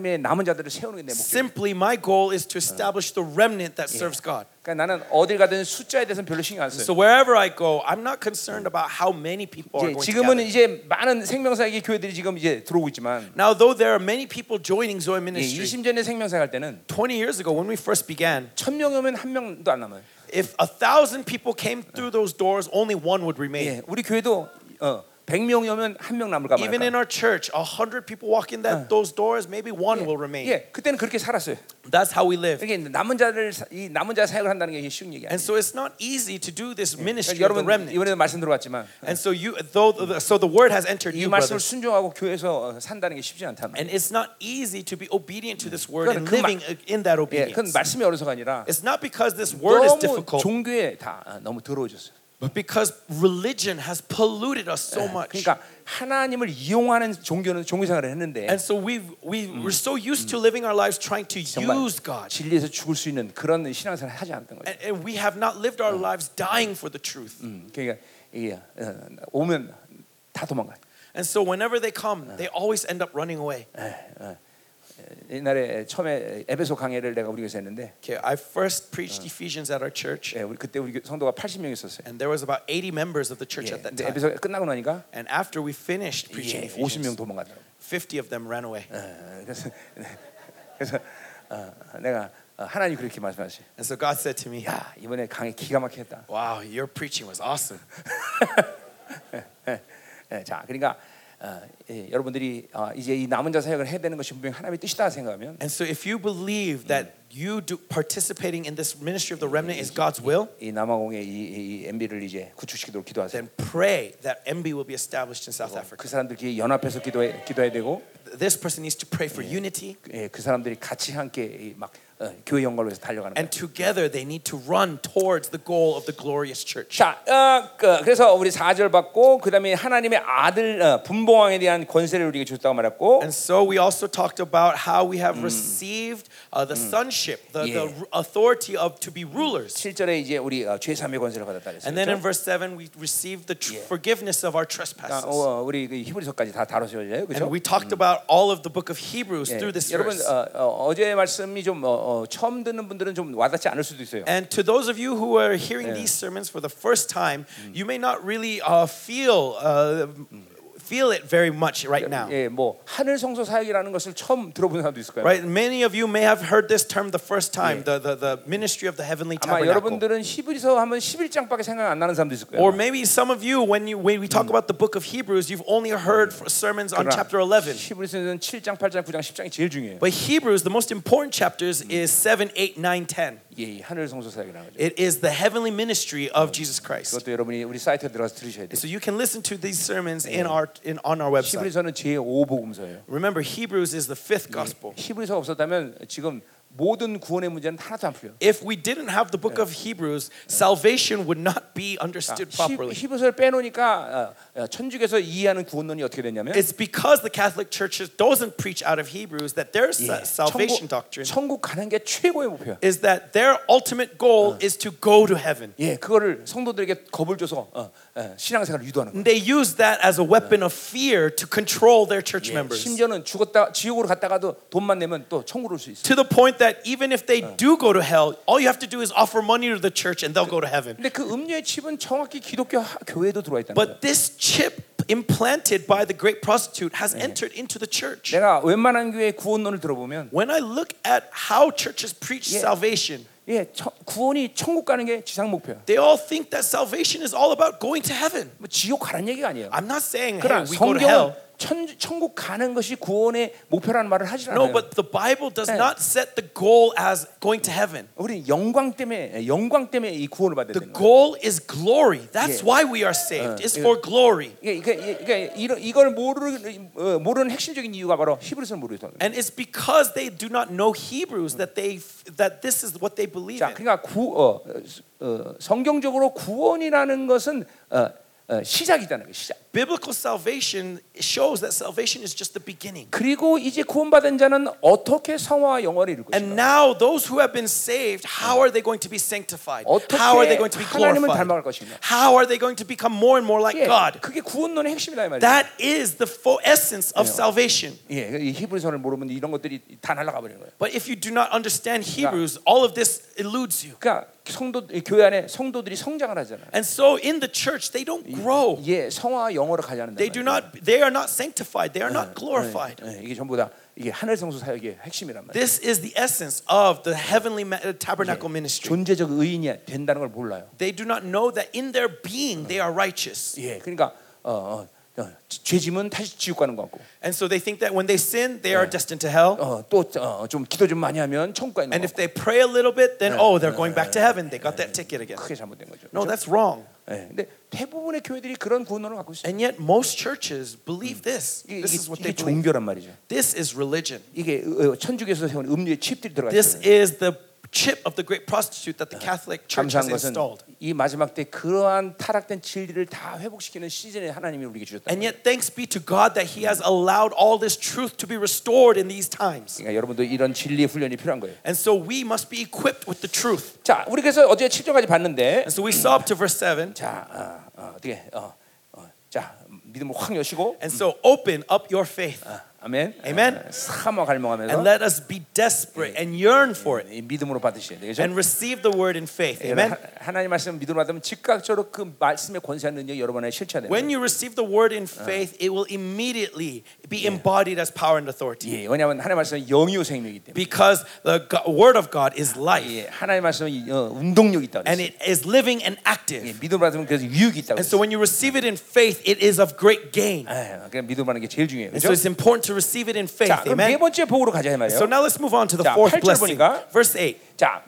S1: 하나님의 남은 자들을 세우는 게 내 목표.
S2: Simply, my goal is to establish the remnant that serves God.
S1: 그러니까 나는 어딜 가든 숫자에 대해서는 별로 신경 안 써요.
S2: So wherever I go, I'm not concerned about how many people are
S1: 이제
S2: going to
S1: 지금은
S2: gather.
S1: 이제 많은 생명사의 교회들이 지금 이제 들어오고 있지만
S2: Now, though there are many people joining
S1: 예,
S2: Zoe Ministry,
S1: 20년 전에 생명사 갈 때는
S2: 20 years ago when we first began,
S1: 천 명이면 한 명도 안 남아요.
S2: if a thousand people came through those doors, only one would remain.
S1: 예, 우리 교회도 어, 100명이면 한 명 남을까 말까.
S2: Even in our church, a hundred people walk in
S1: Uh.
S2: that those doors, maybe one will remain.
S1: 예, 그때는 그렇게 살았어요. 그러니까
S2: That's how we live.
S1: 이게 남은 자를 사- 이 남은 자 사역을 한다는 게 이게 쉬운 얘기 아니에요.
S2: And so it's not easy to do this ministry
S1: 그러니까
S2: of
S1: 여러분
S2: the remnant.
S1: 이번에도 말씀 들어봤지만
S2: And so you, though, the, so the word has entered
S1: 이
S2: you,
S1: 말씀을
S2: brothers.
S1: 순종하고 교회에서 어, 산다는 게 쉽지 않다.
S2: And it's not easy to be obedient to this word
S1: 그건
S2: and
S1: 그 말-
S2: living in that
S1: 예, 그건
S2: obedience.
S1: 말씀이 어려서가 아니라
S2: It's not because this word is
S1: 너무
S2: difficult,
S1: 종교에 다 아, 너무 더러워졌어요.
S2: but because religion has polluted us so much.
S1: 그러니까 하나님을 이용하는 종교는 종교생활을 했는데
S2: And so we've, we, we're so used to living our lives trying to
S1: 정말
S2: use God.
S1: 진리에서 죽을 수 있는 그런 신앙생활을 하지 않았던 거예요.
S2: And, and we have not lived our lives dying for the truth.
S1: 음, 그러니까 이게 어, 오면 다 도망가.
S2: And so whenever they come, they always end up running away.
S1: 옛날에 처음에 에베소 강해를 내가 우리 교회에서 했는데
S2: Okay, I first preached Ephesians at our church,
S1: 예, 우리 그때 우리 성도가 80명 있었어요.
S2: and there was about 80 members of the
S1: 예,
S2: church at that
S1: 근데
S2: time.
S1: 에베소 끝나고 나니까
S2: And after we finished preaching
S1: 예,
S2: Ephesians,
S1: 50명 도망가더라고.
S2: 50 of them ran away.
S1: 어, 그래서 그래서 어, 내가 어, 하나님 그렇게 말씀하시.
S2: And so God said to me,
S1: 야 이번에 강해 기가 막히겠다
S2: Wow, your preaching was awesome.
S1: 예, 자 그러니까 어, 예, 여러분들이 어, 이제 이 남은 자 사역을 해야 되는 것이 분명히 하나님의 뜻이다 생각하면
S2: And so if you believe that you do participating in this ministry of the remnant is God's will,
S1: 이 남아공의 이, 이 MB를 이제 구축시키도록 기도하세요.
S2: then pray that MB will be established in South
S1: 그
S2: Africa.
S1: 사람들끼리 연합해서 기도해 기도해야 되고
S2: This person needs to pray for unity,
S1: 예, 그 사람들이 같이 함께 이막 어, 교회 연결로 해서 달려가는 거예요.
S2: and together they need to run towards the goal of the glorious church.
S1: 자, 어, 그, 그래서 우리 4절 받고 그다음에 하나님의 아들 어, 분봉왕에 대한 권세를 우리에게 줬다고 말했고
S2: And so we also talked about how we have received uh, the sonship, the,
S1: Mm.
S2: the
S1: Yeah.
S2: r- authority of to be rulers.
S1: 7절에 이제 우리 어, 죄 사함의 권세를 받았다 그랬어요.
S2: And then in
S1: 그렇죠?
S2: verse 7, we received the tr-
S1: Yeah. Uh, oh,
S2: forgiveness of our
S1: 그러니까,
S2: trespasses.
S1: 어, 우리 그 히브리서까지 다 다뤘어요.
S2: And
S1: 그렇죠?
S2: we talked about all of the book of Hebrews
S1: 예,
S2: through this
S1: 여러분
S2: verse.
S1: 어, 어, 어제 말씀이 좀 어, 어, 처음 듣는 분들은 좀 와닿지 않을 수도 있어요.
S2: And to those of you who are hearing these sermons for the first time, you may not really uh, feel uh, feel it very much right now.
S1: 예, 뭐 하늘 성소 사역이라는 것을 처음 들어본 사람도 있을 거예요.
S2: Right? Many of you may have heard this term the first time,
S1: Yeah.
S2: the, the the ministry of the heavenly
S1: 아마
S2: tabernacle.
S1: 여러분들은 히브리서 하면 11장밖에 생각 안 나는 사람도 있을 거예요.
S2: Or maybe some of you, when you when we talk about the book of Hebrews, you've only heard f- sermons on chapter 11.
S1: 히브리서는 7장, 8장, 9장, 10장이 제일 중요해요.
S2: But Hebrews, the most important chapters is 7, 8, 9, 10.
S1: 예, 이 하늘 성소 사역이라는 거죠.
S2: It is the heavenly ministry of Jesus Christ.
S1: 그것도 여러분이 우리 사이트에 들어가서 들으셔야 돼요.
S2: So you can listen to these sermons in our in on our website.
S1: 히브리서는 제5 복음서예요.
S2: Remember, Hebrews is the fifth gospel.
S1: 히브리서 없었다면 지금 모든 구원의 문제는 하나도 안 풀려.
S2: If we didn't have the book of Hebrews, salvation would not be understood properly.
S1: 히브리서를 아, 빼놓으니까 어, 어, 천주교에서 이해하는 구원론이 어떻게 됐냐면
S2: It's because the Catholic Church doesn't preach out of Hebrews that their
S1: 예,
S2: sa- salvation
S1: 천국,
S2: doctrine
S1: 천국 가는 게 최고의 목표야.
S2: is that their ultimate goal is to go to heaven.
S1: 예, 그거를 성도들에게 겁을 줘서 어, 어, 신앙생활을 유도하는 거예요.
S2: And they use that as a weapon of fear to control their church Mm, members.
S1: 예, 심지어는 죽었다 지옥으로 갔다가도 돈만 내면 또 천국으로 올 수 있어.
S2: To the point that even if they do go to hell, all you have to do is offer money to the church and they'll go to heaven.
S1: 근데 그 음료의 칩은 정확히 기독교 하- 교회에도 들어와 있다는 거예요.
S2: But this chip implanted by the great prostitute has entered into the church.
S1: 내가 웬만한 교회 구원론을 들어보면
S2: When I look at how churches preach
S1: Yeah.
S2: salvation,
S1: 예, 처- 구원이 천국 가는 게 지상 목표야.
S2: they all think that salvation is all about going to heaven.
S1: 뭐 지옥 가란 얘기가 아니에요.
S2: I'm not saying hey,
S1: 그러나
S2: we go to hell.
S1: 성경은 천, 천국 가는 것이 구원의 목표라는 말을 하지
S2: No,
S1: 않아요.
S2: but the Bible does
S1: Yeah.
S2: not set the goal as going to heaven.
S1: 우리는 영광 때문에 예, 영광 때문에 이 구원을 받아야
S2: The
S1: 되는 거예요.
S2: goal is glory. That's
S1: Yeah.
S2: why we are saved.
S1: Uh,
S2: It's
S1: yeah.
S2: for glory.
S1: 이게 이게 이게 이런 이걸 모르는 어, 모르는 핵심적인 이유가 바로 히브리서를 모르죠.
S2: And it's because they do not know Hebrews that they that this is what
S1: 그러니까
S2: they believe
S1: 자,
S2: in.
S1: 그러니까 구, 어, 어, 성경적으로 구원이라는 것은 어, 어, 시작이잖아요. 시작.
S2: Biblical salvation shows that salvation is just the beginning.
S1: 그리고 이제 구원받은 자는 어떻게 성화와 영화를 이룰 것인가?
S2: And now those who have been saved, how are they going to be sanctified?
S1: 어떻게
S2: How are they going to be
S1: 하나님을 닮아갈
S2: glorified?
S1: 것인가?
S2: How are they going to become more and more like
S1: 예,
S2: God?
S1: 그게 구원론의 핵심이다 이 말이에요.
S2: That is the full essence of salvation.
S1: 예, 이 히브리서를 모르면 이런 것들이 다 날아가 버리는 거예요.
S2: But if you do not understand Hebrews, all of this eludes you.
S1: 그러니까 성도 이 교회 안에 성도들이 성장을 하잖아요.
S2: And so in the church, they don't grow.
S1: 예, 성화와 영어로 가지 않는다.
S2: They do not they are not sanctified. They are not glorified.
S1: 예, 이게 전부 다 이게 하늘 성소 사역의 핵심이란 말이에요.
S2: This is the essence of the heavenly ma- uh, tabernacle ministry.
S1: 존재적 의인이 된다는 걸 몰라요.
S2: They do not know that in their being they are righteous.
S1: 예, 그러니까 어, 어, 어, 죄짐은 다시 지옥 가는 것 같고,
S2: And so they think that when they sin, they are destined to hell.
S1: 어, 또좀 기도 좀 많이 하면 천국 가는 것
S2: And if
S1: 같고,
S2: they pray a little bit, then oh, they're going back to heaven. They got that ticket again.
S1: 크게 잘못된 거죠.
S2: No, that's wrong.
S1: 예, 근데 대부분의 교회들이 그런 구원론을 갖고 있어요.
S2: And yet most churches believe this.
S1: 이게,
S2: This is what
S1: 이게,
S2: they
S1: 이게
S2: believe.
S1: 종교란 말이죠.
S2: This is religion.
S1: 이게 어, 천주교에서 세운 음료의 칩들이 들어가
S2: This
S1: 있어요.
S2: is the chip of the great prostitute that the Catholic Church has
S1: 감사한 것은
S2: installed.
S1: 이 마지막 때 그러한 타락된 진리를 다 회복시키는 시즌에 하나님이 우리에게 주셨다.
S2: And yet, thanks be to God that He has allowed all this truth to be restored in these times.
S1: 그러니까 여러분도 이런 진리의 훈련이 필요한 거예요.
S2: And so we must be equipped with the truth.
S1: 자, 우리 그래서 어제 7절까지 봤는데
S2: And so we saw up to verse 7.
S1: 자, 어, 어, 어떻게 어, 어, 자, 믿음을 확 여시고
S2: And so open up your faith
S1: 아, 아멘.
S2: Amen.
S1: 아, 삼아
S2: and
S1: 갈망하면서
S2: let us be desperate and yearn for it
S1: 이 믿음으로 받으셔야 되겠죠?
S2: and receive the word in faith.
S1: 여러분,
S2: Amen.
S1: 하- 하나님 말씀 믿음으로 받으면 즉각적으로 그 말씀의 권세한 능력이 여러분의 실체가 됩니다.
S2: When you receive the word in faith, it will immediately be embodied as power and authority
S1: 예, 왜냐하면 하나님 말씀은 영이요 생명이기 때문에.
S2: because the God, word of God is
S1: 예,
S2: life
S1: 하나님 말씀은 어, 운동력이 있다고
S2: and
S1: 그랬어요.
S2: it is living and
S1: 예,
S2: active.
S1: 믿음으로 받으면 그래서 유익이 있다고
S2: And so
S1: 그랬어요.
S2: when you receive it in faith, it is of great gain.
S1: 예, 그냥 믿음으로 하는 게 제일 중요해요.
S2: And
S1: 그죠?
S2: so it's important to receive it in faith.
S1: 자, 그럼 네
S2: Amen.
S1: 번째 복으로 가자 이 말이에요.
S2: So now let's move on to the
S1: 자,
S2: fourth
S1: 8절
S2: blessing.
S1: 보니까.
S2: Verse 8.
S1: 자,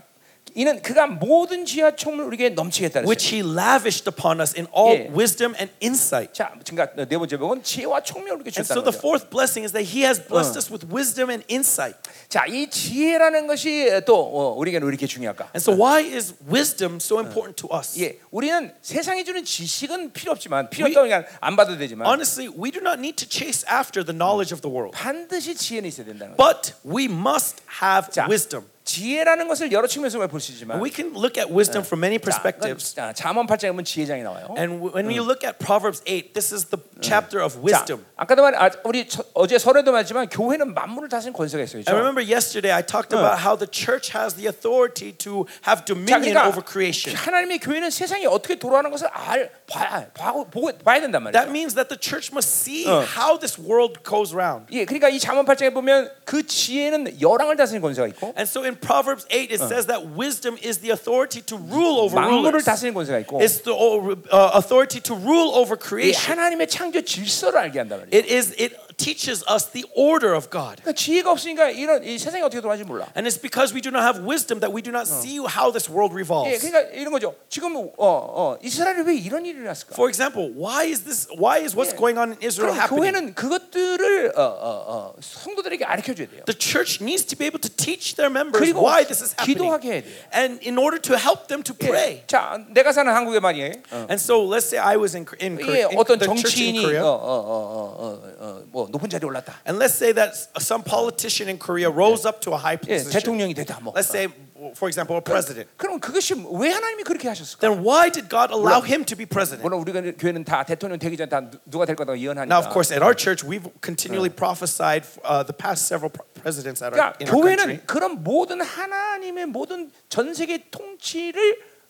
S1: 이는 그가 모든 지하 총을 우리에게 넘치게 했다 그랬어요.
S2: Which he lavished upon us in all
S1: Yeah.
S2: wisdom and insight.
S1: 자, 그러니까 네 번째 복은 지혜와 총명을 우리에게
S2: And so
S1: 주었다는
S2: the
S1: 거죠.
S2: fourth blessing is that he has blessed us with wisdom and insight.
S1: 자, 이 지혜라는 것이 또 어, 우리에게는 왜 이렇게 중요할까?
S2: And so why is wisdom so important to us?
S1: 예, 우리는 세상이 주는 지식은 필요 없지만 필요 없다고 그냥 안 받아도 되지만
S2: Honestly, we do not need to chase after the knowledge of the world,
S1: 반드시 지혜는 있어야 된다는 거죠.
S2: but we must have
S1: 자,
S2: wisdom.
S1: 지혜라는 것을 여러 측면에서 볼 수 있지만
S2: And we can look at wisdom from
S1: 자,
S2: many
S1: 그건,
S2: perspectives.
S1: 자, 잠언 8장에 보면 지혜장이 나와요.
S2: And w- when we look at Proverbs 8, this is the chapter of
S1: 자,
S2: wisdom.
S1: 아까도 말 아, 우리 저, 어제 설에도 말했지만 교회는 만물을 다스리는 권세가 있어요.
S2: I
S1: 그렇죠?
S2: remember yesterday I talked about how the church has the authority to have
S1: 자,
S2: dominion
S1: 그러니까
S2: over creation.
S1: 하나님의 교회는 세상이 어떻게 돌아가는 것을 알 봐, 봐, 보고 봐야 된단 말이에요.
S2: That means that the church must see
S1: Uh.
S2: how this world goes round.
S1: 예, 그러니까 이 잠언 8장에 보면 그 지혜는 열왕을 다스리는 권세가 있고
S2: And so in Proverbs 8 it says that wisdom is the authority to rule over
S1: 만물을
S2: rulers.
S1: 다스리는 권세가 있고
S2: It's the uh, authority to rule over
S1: 이
S2: creation.
S1: 하나님의 창조 질서를 알게 한단 말이에요.
S2: It is it teaches us the order of God.
S1: 그러니까 지혜가 없으니까 이런 이 세상이 어떻게 돌아가는지 몰라.
S2: And it's because we do not have wisdom that we do
S1: Oh.
S2: not see how this world
S1: 예,
S2: revolves.
S1: 그러니까 이런 거죠. 지금 어, 어, 이스라엘이 왜 이런 일이 일어났을까?
S2: For example, why is this why is what's
S1: Yeah.
S2: going on in
S1: 그럼
S2: Israel happening?
S1: 교회는 그것들을 어, 어, 어, 성도들에게 가르쳐 줘야 돼요.
S2: The church needs to be able to teach their members
S1: 그리고
S2: why this is
S1: 기도하게 해야
S2: happening.
S1: 돼요.
S2: And in order to help them to
S1: 예.
S2: pray.
S1: 자, 내가 사는 한국에 말이에요.
S2: And so let's say I was in, Kor- in, Kor-
S1: 예,
S2: in
S1: Oh. 어떤
S2: the church in
S1: 정치인이
S2: Korea.
S1: 어, 어, 어, 어, 어, 어, 뭐 높은 자리에 올랐다.
S2: And let's say that s- some politician in Korea rose up to a high
S1: 예,
S2: position.
S1: 대통령이 됐다 뭐.
S2: Let's say, for example, a president.
S1: 그럼 그것이 왜 하나님이 그렇게 하셨을까?
S2: Then why did God allow him to be president?
S1: 물론 우리가 교회는 다 대통령 되기 전에 다 누- 누가 될 거다고 예언하니까.
S2: Now, of course, at our church, we've continually prophesied uh, the past several pro- presidents at our,
S1: 그러니까
S2: in our country.
S1: 교회는 그런 모든 하나님의 모든 전 세계 통치를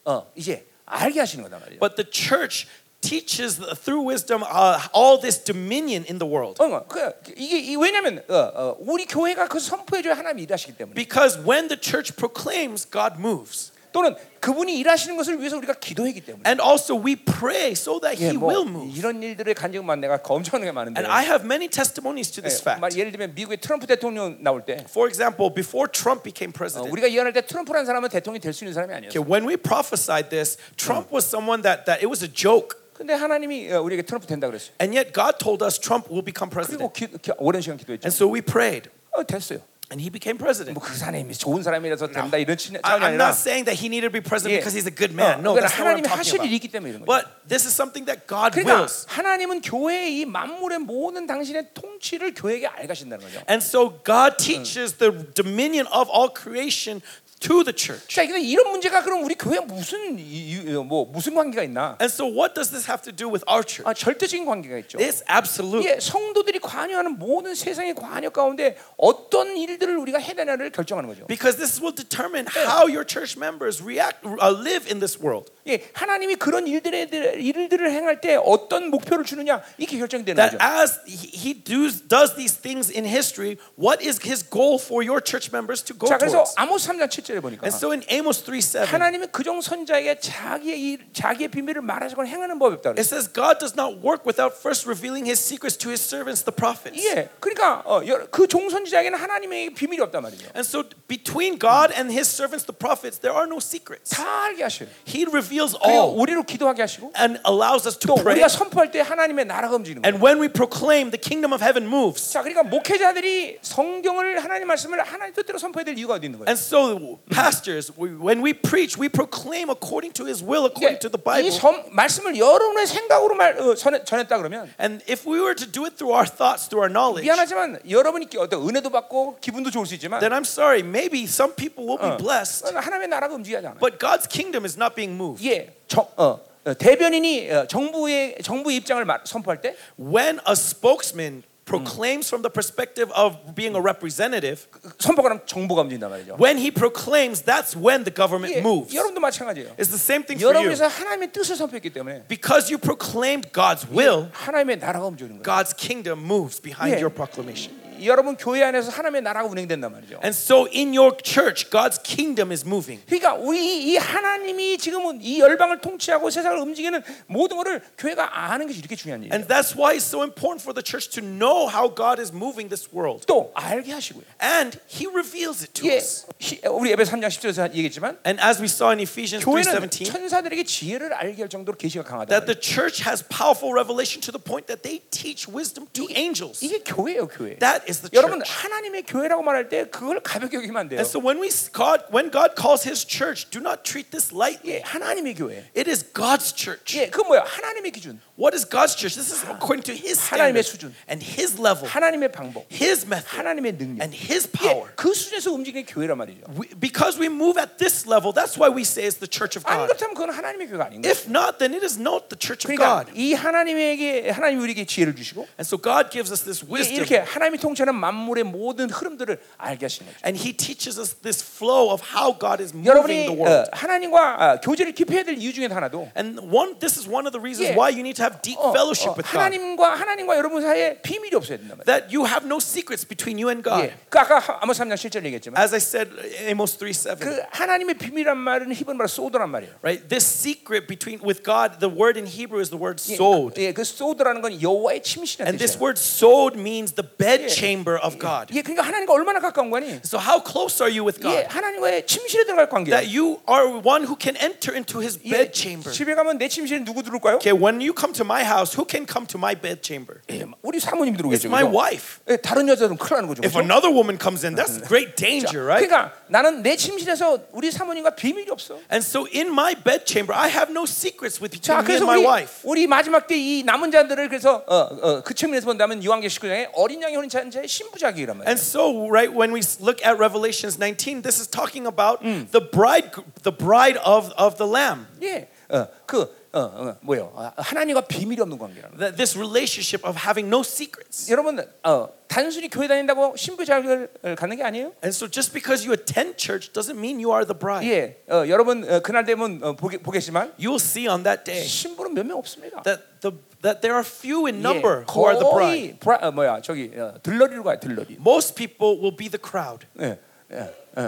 S1: 어, 이제 알게 하시는 거단 말이에요.
S2: But the church teaches the- through wisdom uh, all this dominion in the world.
S1: 어, 그, 이게 이, 왜냐면 어, 어, 우리 교회가 그 선포해줘야 하나님이 일하시기 때문에
S2: Because when the church proclaims, God moves.
S1: 또는 그분이 일하시는 것을 위해서 우리가 기도했기 때문에
S2: And also we pray so that
S1: 예,
S2: he
S1: 뭐
S2: will move.
S1: 이런 일들의 간증만 내가 엄청나게 많은데
S2: And I have many testimonies to this
S1: 예, 말-
S2: fact.
S1: 예를 들면 미국의 트럼프 대통령 나올 때
S2: For example, before Trump became
S1: 어,
S2: president,
S1: 우리가 예언할 때 트럼프라는 사람은 대통령이 될 수 있는 사람이 아니었어요.
S2: okay, when we prophesied this, Trump was someone that, that it was a joke.
S1: 근데 하나님이 어, 우리에게 트럼프 된다 그랬어요.
S2: And yet God told us Trump will become
S1: 그리고
S2: president.
S1: 기, 기, 오랜 시간 기도했죠.
S2: And so we prayed.
S1: 어, 됐어요.
S2: and he became president.
S1: 뭐 그 사람이 좋은 사람이라서 된다 이런 친-
S2: I,
S1: 차원이
S2: am
S1: 아니라
S2: not saying that he needed to be
S1: 예.
S2: president because he's a good
S1: 어,
S2: man. No,
S1: 그러니까
S2: that's not what I'm
S1: 하나님이
S2: talking
S1: 하실 일이
S2: about.
S1: 있기 때문에 이런 거예요.
S2: But this is something that God
S1: 그러니까
S2: wills.
S1: 하나님은 교회의 이 만물의 모든 당신의 통치를 교회에게 알가신다는 거죠.
S2: And so God teaches the dominion of all creation to the church.
S1: 자, 근데 이런 문제가 그럼 우리 교회 무슨 이- 이- 뭐 무슨 관계가 있나?
S2: And so what does this have to do with our church?
S1: 아, 절대적인 관계가 있죠.
S2: It's absolute.
S1: 예, 성도들이 관여하는 모든 세상의 관여 가운데 어떤 일들을 우리가 해내냐를 결정하는 거죠.
S2: Because this will determine how your church members react, uh, live in this world.
S1: 예, 하나님이 그런 일들에 대- 일들을 행할 때 어떤 목표를 주느냐 이게 결정이 되는 거죠.
S2: That as he he does, does these things in history, what is his goal for your church members to go
S1: 자, 그래서
S2: towards?
S1: 아모스 3장 7절에 보니까
S2: And so in Amos 3 7,
S1: 하나님은 그정 선자에게 자기의 일, 자기의 비밀을 말하시거나 행하는 법이 없다.
S2: It
S1: 그랬어요.
S2: says God does not work without first revealing his secrets to his servants, the prophets.
S1: 예, 그러니까 어, 여- 그 종선지자에게는 하나님의 비밀이 없단 말이죠.
S2: And so between God and his servants, the prophets, there are no secrets.
S1: 다 알게 하셔요.
S2: He reveals
S1: 그리고
S2: all
S1: 우리로 기도하게 하시고
S2: 어. and allows us
S1: 또
S2: to pray.
S1: 우리가 선포할 때 하나님의 나라가 움직이는 거예요.
S2: And when we proclaim, the kingdom of heaven moves.
S1: 자, 그러니까 목회자들이 성경을 하나님 말씀을 하나님 뜻대로 선포해야 될 이유가 어디 있는 거예요?
S2: And so, pastors, we, when we preach, we proclaim according to his will, according to the
S1: 이
S2: Bible.
S1: 선- 말씀을 여러분의 생각으로 말 어, 전, 전했다 그러면
S2: And if we were to do it through our thoughts, through our knowledge,
S1: 미안하지만 여러분이 어떤 은혜도 받고 기분도 좋을 수 있지만 어,
S2: then I'm sorry, maybe some people will be blessed,
S1: 하나님의 나라가 움직이지 않아요.
S2: but God's kingdom is not being moved.
S1: 예, 정- 어, 어, 대변인이 어, 정부의 정부 입장을 말- 선포할 때
S2: when a spokesman proclaims from the perspective of being a representative,
S1: 그- 선포가 하면 정부가 움직인단 말이죠.
S2: when he proclaims, that's when the government
S1: 예,
S2: moves.
S1: 여러분도 마찬가지예요.
S2: It's the same thing for you.
S1: 여러분에서 하나님의 뜻을 선포했기 때문에
S2: Because you proclaimed God's will,
S1: 하나님의 나라가 움직이는 거예요.
S2: God's kingdom moves behind
S1: Yeah.
S2: your proclamation.
S1: 여러분 교회 안에서 하나님의 나라가 운행된단 말이죠.
S2: And so in your church, God's kingdom is moving.
S1: 그러니까 우리 이- 이 하나님이 지금은 이 열방을 통치하고 세상을 움직이는 모든 것을 교회가 아는 것이 이렇게 중요한 일이에요.
S2: And that's why it's so important for the church to know how God is moving this world.
S1: 또 알게 하시고요.
S2: And he reveals it to
S1: 예,
S2: us.
S1: 히- 우리 에베소 3장 10절에서 얘기했지만
S2: And as we saw in Ephesians
S1: 교회는
S2: 3:17,
S1: 천사들에게 지혜를 알게 할 정도로 계시가 강하다.
S2: that the church has powerful revelation to the point that they teach wisdom to angels.
S1: 이게 교회예요, 교회.
S2: That is the
S1: 여러분
S2: church.
S1: 하나님의 교회라고 말할 때 그걸 가볍게 여기면 안 돼요.
S2: And so when we God when God calls his church, do not treat this
S1: 예,
S2: lightly.
S1: 하나님의 교회.
S2: It is God's church.
S1: 예, 그 뭐야? 하나님의 기준,
S2: What is God's church? This is according to his
S1: 하나님의
S2: standard
S1: 수준.
S2: and his level,
S1: 하나님의 방법,
S2: his method
S1: 하나님의 능력.
S2: and his
S1: 예,
S2: 그 power.
S1: 그 수준에서 움직이는 게 교회란 말이죠.
S2: We- because we move at this level, that's why we say it's the church of
S1: 안
S2: God.
S1: 그렇다면 그건 하나님의 교회가 아닌 거예요.
S2: If not, then it is not the church of
S1: 그러니까
S2: God.
S1: 이 하나님에게 하나님 우리에게 지혜를 주시고
S2: And so God gives us this
S1: 이- 이렇게
S2: wisdom
S1: 하나님이 통치하는 만물의 모든 흐름들을 알게 하시는 거죠.
S2: and he teaches us this flow of how God is moving
S1: 여러분이
S2: the
S1: 어,
S2: world.
S1: 하나님과 어, 교제를 깊이 해야 될 이유 중에 하나도
S2: And one this is one of the reasons
S1: Yeah.
S2: why you need to have deep
S1: 어, 어,
S2: fellowship with God.
S1: 하나님과 하나님과 여러분 사이에 비밀이 없어야 된단 말이에요.
S2: that you have no secrets between you and God.
S1: 예. 그 아까 하- 아모스 3장 7절 얘기했지만
S2: As I said, Amos 3 7.
S1: 그 하나님의 비밀이란 말은 히브리 말로 소드란 말이에요.
S2: Right? This secret between with God, the word in Hebrew is the word
S1: 예,
S2: sod.
S1: 예, 그 소드라는 건 여호와의 침실이라는
S2: And this
S1: 뜻이에요.
S2: word sod means the bedchamber of God.
S1: 예, 그러니까 하나님과 얼마나 가까운 거니?
S2: So how close are you with
S1: 예,
S2: God?
S1: 하나님과의 침실에 들어갈 관계예요.
S2: That you are one who can enter into his
S1: 예,
S2: bedchamber.
S1: 집에 가면 내 침실에 누구 들어올까요?
S2: Okay, when you come to my house, who can come to my bedchamber?
S1: 예, 우리 사모님
S2: It's
S1: 들어오겠죠.
S2: my
S1: 그죠?
S2: wife.
S1: 예, 다른 여자들은 큰일 나는 거죠.
S2: If
S1: 그죠?
S2: another woman comes in, that's great
S1: 자,
S2: danger, right?
S1: 그러니까 나는 내 침실에서 우리 사모님과 비밀이 없어.
S2: And so in my bedchamber, I have no secrets with
S1: 자,
S2: between
S1: 그래서
S2: me and my
S1: 우리,
S2: wife.
S1: 우리 마지막 때 이 남은 자들을 그래서 어, 어, 그 측면에서 본다면 요한계시 9장에 어린 양의 혼인찬 자의 신부작이란 말이에요.
S2: And so, right when we look at Revelations 19, this is talking about the bride, the bride of, of the Lamb.
S1: 예, 어, 그 어, 어, 뭐요? 아, 하나님과 비밀이 없는 관계라는. 거예요.
S2: That this relationship of having no secrets.
S1: 여러분, 어, 단순히 교회 다닌다고 신부작을 갖는 게 아니에요.
S2: And so, just because you attend church doesn't mean you are the bride.
S1: 예, 어, 여러분 어, 그날 되면 어, 보게, 보겠지만
S2: You will see on that day
S1: 신부는 몇 명 없습니다.
S2: that 예. the that there are few
S1: 예,
S2: in number who are the
S1: 거의
S2: bride.
S1: 브라, 어, 뭐야 저기 어, 들러리로 가요 들러리.
S2: Most people will be the crowd.
S1: 예, 예, 예.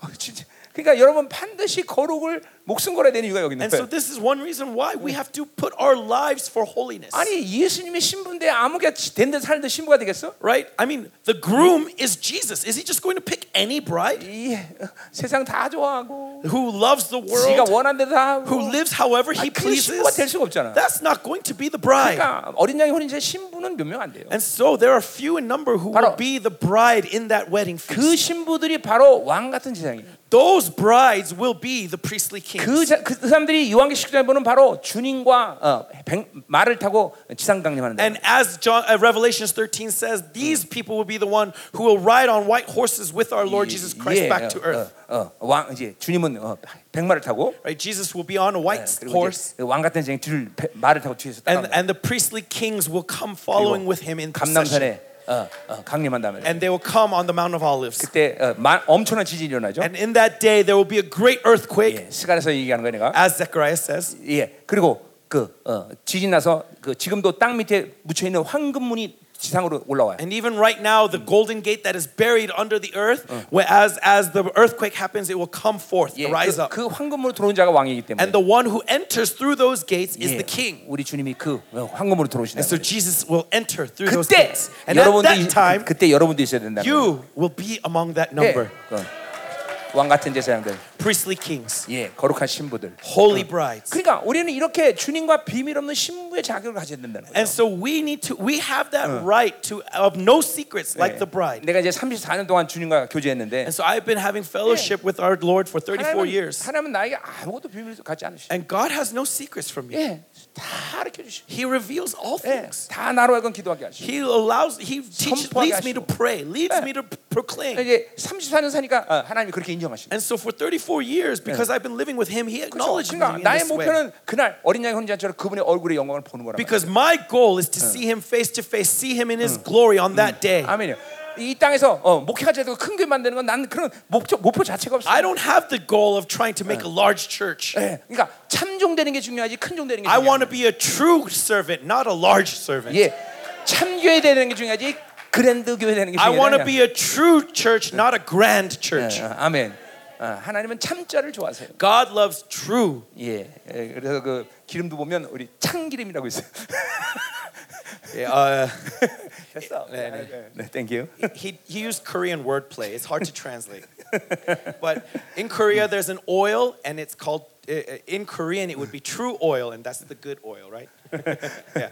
S1: 어, 진짜. 그러니까 여러분 반드시 거룩을 목숨 걸어야 되는 이유가 여기 있는
S2: And so,
S1: 거예요.
S2: this is one reason why we have to put our lives for holiness.
S1: 아니 예수님의 신부인데 아무게 된듯 살듯 신부가 되겠어?
S2: Right? I mean, the groom is Jesus. Is he just going to pick any bride
S1: 이 어, 세상 다 좋아하고
S2: who loves the
S1: 지가
S2: world?
S1: 원하는 대로 다 하고
S2: who lives however
S1: 아니,
S2: he
S1: 그 신부가 될
S2: pleases.
S1: 수가 없잖아.
S2: That's not going to be the bride.
S1: 그러니까 어린 양이 혼인제 신부 신부는 몇 명 안 돼요.
S2: And so there are few in number who will
S1: 바로-
S2: be the bride in that wedding
S1: 그
S2: feast.
S1: 신부들이 바로 왕 같은 세상이에요.
S2: Those brides will be the priestly
S1: 그,
S2: kings.
S1: 자- 그 사람들이 요한계시 19장에 보는 바로 주님과 어, 백- 말을 타고 지상 강림하는 데.
S2: And as John, uh, Revelations 13 says, these people will be the one who will ride on white horses with our Lord Jesus
S1: 예,
S2: Christ back to earth.
S1: 어, 어, 어, 왕 이제 주님은 어, 백마를 타고
S2: Right? Jesus will be on a white
S1: 그리고
S2: horse,
S1: 이제 그왕 같은 세상 뒤를 배- 말을 타고 뒤에서
S2: and,
S1: 따라가고
S2: and the priestly kings will come following with him in procession.
S1: 감남산에 어, 어, 강림한다면
S2: And they will come on the Mount of Olives.
S1: 그때 어, 마- 엄청난 지진이 일어나죠.
S2: And in that day, there will be a great earthquake,
S1: 예, 스가랴서 얘기하는 거 내가.
S2: as Zechariah says.
S1: 예. 그리고 그 어, 지진 나서 그 지금도 땅 밑에 묻혀 있는 황금문이 지상으로 올라와요.
S2: And even right now, the golden gate that is buried under the earth, whereas as the earthquake happens, it will come forth,
S1: 예,
S2: rise
S1: 그,
S2: up.
S1: 그 황금문으로 들어온 자가 왕이기 때문에
S2: And the one who enters through those gates is
S1: 예,
S2: the king.
S1: 우리 주님이 그 황금문으로 들어오신다.
S2: And so Jesus will enter through those
S1: 그때
S2: gates. And at
S1: 여러분도
S2: that time,
S1: 그때 여러분도 있어야 된다.
S2: you will be among that
S1: 예,
S2: number,
S1: 그 왕 같은 제사장들,
S2: priestly kings,
S1: 예, 거룩한 신부들.
S2: holy brides.
S1: 그러니까 우리는 이렇게 주님과 비밀 없는 신부의 자격을 가져야 된다는 거예요.
S2: And so we need to, we have that right to, of no secrets like the
S1: 예,
S2: bride.
S1: 내가 이제 34년 동안 주님과 교제했는데
S2: And so I've been having fellowship with our Lord for 34
S1: 하나님은,
S2: years.
S1: 하나님은 나에게 아무것도 비밀 갖지 않으시죠.
S2: And God has no secrets from you.
S1: 예, 다 가르쳐 주시고,
S2: He reveals all
S1: 예,
S2: things.
S1: 다 나로 하여금 기도하게 하시고.
S2: He allows, He teaches,
S1: 선포하게
S2: leads me to
S1: 하시고.
S2: pray, leads
S1: 예.
S2: me to proclaim.
S1: 이제 34년 사니까 어, 하나님이 그렇게 인정하시죠.
S2: And so for 34 years, because I've been living with Him, He
S1: 그렇죠?
S2: acknowledges me
S1: 그러니까
S2: in
S1: 나의
S2: this way.
S1: 목표는 그날 어린 양의 혼자처럼 그분의 얼굴의 영광을 보는 거라고.
S2: Because my goal is to see Him face to face, see Him in His glory on that day.
S1: 아멘이요. 이 땅에서 어, 목회가 되고 큰 교회 만드는 건 나는 그런 목표, 목표 자체가 없어.
S2: I don't have the goal of trying to make a large church.
S1: 예, 그러니까 참종되는 게 중요하지 큰 종되는 게
S2: I want
S1: 중요해.
S2: to be a true servant, not a large servant.
S1: 예, 참교회 되는 게 중요하지 그랜드 교회 되는 게
S2: I want
S1: 중요해.
S2: to be a true church, not a grand church.
S1: 아, 아멘. 아, 하나님은 참자를 좋아하세요.
S2: God loves true.
S1: 예, 예, 그래서 그 기름도 보면 우리 참기름이라고 있어요.
S2: Uh,
S1: 됐어. 네, 네, 네, 땡큐.
S2: he, he used Korean wordplay. It's hard to translate. but in Korea, there's an oil, and it's called, uh, uh, in Korean, it would be true oil, and that's the good oil, right? yeah.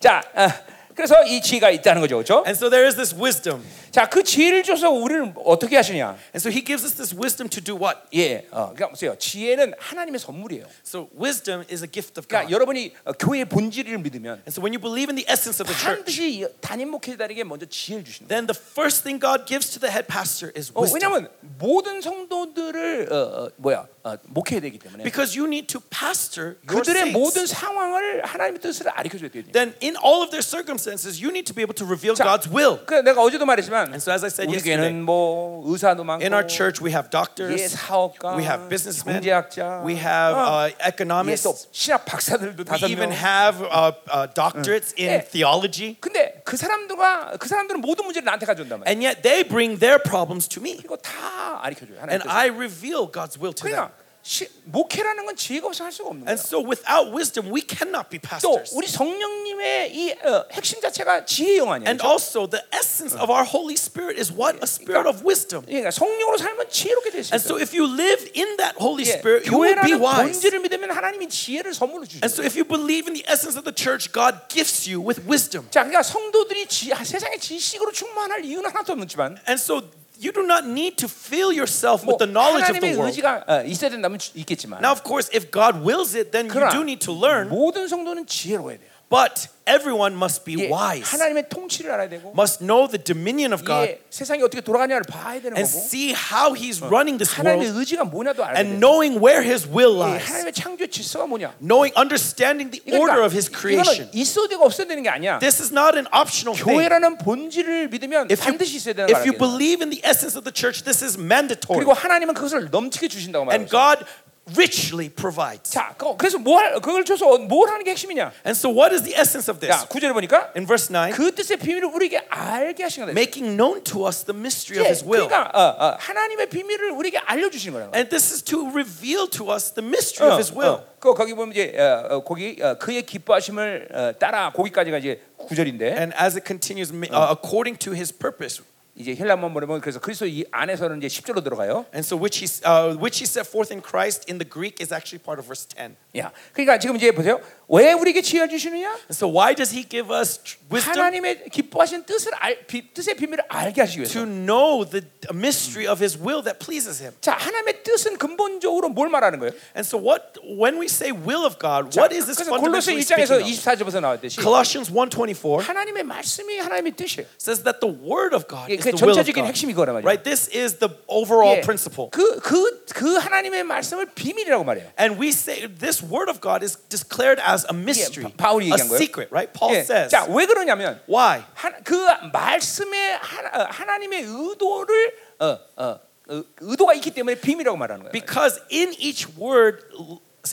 S1: 자, 아, 그래서 이 지혜가 있다는 거죠, 그렇죠?
S2: And so there is this wisdom.
S1: 자, 그 지혜를 줘서 우리를 어떻게 하시냐?
S2: And so he gives us this wisdom to do what?
S1: 예, 어, 그러니까 보세요. 지혜는 하나님의 선물이에요.
S2: So wisdom is a gift of
S1: 그러니까
S2: God.
S1: 여러분이 어, 교회의 본질을 믿으면
S2: And so when you believe in the essence of the church,
S1: 반드시 단임 목회자에게 먼저 지혜를 주신다.
S2: then the first thing God gives to the head pastor is
S1: 어,
S2: wisdom.
S1: 왜냐하면 모든 성도들을 어, 어, 뭐야 어, 목회해야 되기 때문에
S2: Because you need to pastor your
S1: 그들의 모든
S2: saints.
S1: 상황을 하나님의 뜻을 알려줘야 돼요.
S2: Then in all of their circumstances, you need to be able to reveal
S1: 자,
S2: God's will.
S1: 그 내가 어제도 말했지만
S2: And so as I said
S1: 우리
S2: yesterday,
S1: 교회는 뭐 의사도 많고
S2: In our church, we have
S1: 예,
S2: doctors,
S1: 사업가,
S2: we have businessmen,
S1: 경제학자,
S2: we
S1: Oh.
S2: have uh,
S1: 어, 예,
S2: economists,
S1: 또 신학 박사들도 다섯
S2: we even
S1: 명.
S2: have uh, uh, doctorates
S1: Yeah.
S2: in theology,
S1: 근데 그 사람들과 그 사람들은 모든 문제를 나한테 가져온단 말이야.
S2: and yet they bring their problems to me,
S1: 이거 다 알려줘요. 하나님
S2: and
S1: 뜻을.
S2: I reveal God's will to
S1: 그러니까
S2: them.
S1: 시, 목회라는 건 지혜가 없어 할 수가 없는 거야.
S2: And so, without wisdom, we cannot be
S1: 또
S2: pastors.
S1: 우리 성령님의 이 어, 핵심 자체가 지혜의 영 아니에요.
S2: And also, the essence of our Holy Spirit is what? A spirit of wisdom.
S1: 그러니까 성령으로 살면 지혜롭게 될수
S2: And
S1: 있어요.
S2: so, if you live in that Holy
S1: 예,
S2: Spirit, you will be
S1: 교회라는
S2: wise.
S1: 본질을 믿으면 하나님이 지혜를 선물로 주죠.
S2: And so, if you believe in the essence of the church, God gifts you with wisdom.
S1: 자, 그러니까 성도들이 지, 아, 세상의 지식으로 충만할 이유는 하나도 없지만
S2: And so you do not need to fill yourself
S1: 뭐
S2: with the knowledge of
S1: 하나님의
S2: the world.
S1: 의지가 어, 있어야 된다면 주- 있겠지만
S2: Now, of course, if God wills it, then you
S1: 그러나
S2: do need to learn,
S1: 모든 성도는 지혜로워야 돼요.
S2: but everyone must be
S1: 예,
S2: wise,
S1: 하나님의 통치를 알아야 되고
S2: must know the dominion of God,
S1: 이게 세상이 어떻게 돌아가냐를 봐야 되는
S2: and
S1: 거고
S2: see how He's running this
S1: 하나님의
S2: world,
S1: 의지가 뭐냐도 알아야
S2: and
S1: 돼요.
S2: knowing where His will
S1: 예,
S2: lies,
S1: 하나님의 창조 질서가 뭐냐. 그러니까
S2: knowing, understanding the order of His creation.
S1: 이거는 있어야 되고 없어야 되는 게 아니야.
S2: This is not an optional thing.
S1: 교회라는 본질을 믿으면
S2: If you,
S1: 반드시 있어야 되는
S2: if you
S1: 거야.
S2: believe in the essence of the church, this is
S1: 그리고
S2: mandatory,
S1: 하나님은 그것을 넘치게 주신다고
S2: 어. and
S1: 말해요.
S2: God richly provides.
S1: 자, 그거- 그래서 뭘 그걸 줘서 뭘 하는 게 핵심이냐?
S2: And so, what is the essence of this?
S1: 자, 구절을 보니까
S2: In verse 9,
S1: 그 뜻의 비밀을 우리에게 알게 하신 거다.
S2: making known to us the mystery of
S1: 예,
S2: his will.
S1: 그러니까 어, 어, 하나님의 비밀을 우리에게 알려주신 거라는 거야.
S2: And this is to reveal to us the mystery of his
S1: 어,
S2: will.
S1: 어, 그 거기 보면 이제 어, 어, 거기 어, 그의 기뻐하심을 어, 따라 거기까지가 이제 구절인데
S2: And as it continues, ma-
S1: Oh.
S2: uh, according to his purpose.
S1: 이제 헬라만 보면 그래서 그리스도 이 안에서는 이제 10절로 들어가요.
S2: And so, which he, s- uh, which he set forth in Christ in the Greek is actually part of verse 10.
S1: 야, 그러니까 지금 이제 보세요. 왜 우리에게 지혜 주시느냐?
S2: And so why does he give us tr- wisdom?
S1: 하나님의 기뻐하신 뜻을 알, 비, 뜻의 비밀을 알게 하시기
S2: To
S1: 위해서.
S2: know the mystery of his will that pleases him.
S1: 자, 하나님의 뜻은 근본적으로 뭘 말하는 거예요?
S2: And so what when we say will of God,
S1: 자,
S2: what is this
S1: 그래서 골로새
S2: fundamentally
S1: 1장에서
S2: speaking of?
S1: 24절부터 나왔듯이
S2: Colossians 1:24
S1: 하나님의 말씀이 하나님의 뜻이에요.
S2: says that the word of God
S1: 예,
S2: is
S1: 그게
S2: the will of
S1: 전체적인
S2: God.
S1: 핵심이거나 말이야.
S2: Right? This is the overall
S1: 예,
S2: principle.
S1: 그, 그, 그 하나님의 말씀을 비밀이라고 말해요.
S2: And we say this word of God is declared as a mystery,
S1: 바- 바울이
S2: a
S1: 얘기한 거예요.
S2: secret, right? Paul
S1: 예.
S2: says.
S1: 자, 왜 그러냐면
S2: Why?
S1: 하, 그 말씀의 하나, 어, 하나님의 의도를 어, 어, 어, 의도가 있기 때문에 비밀이라고 말하는 거예요.
S2: Because in each word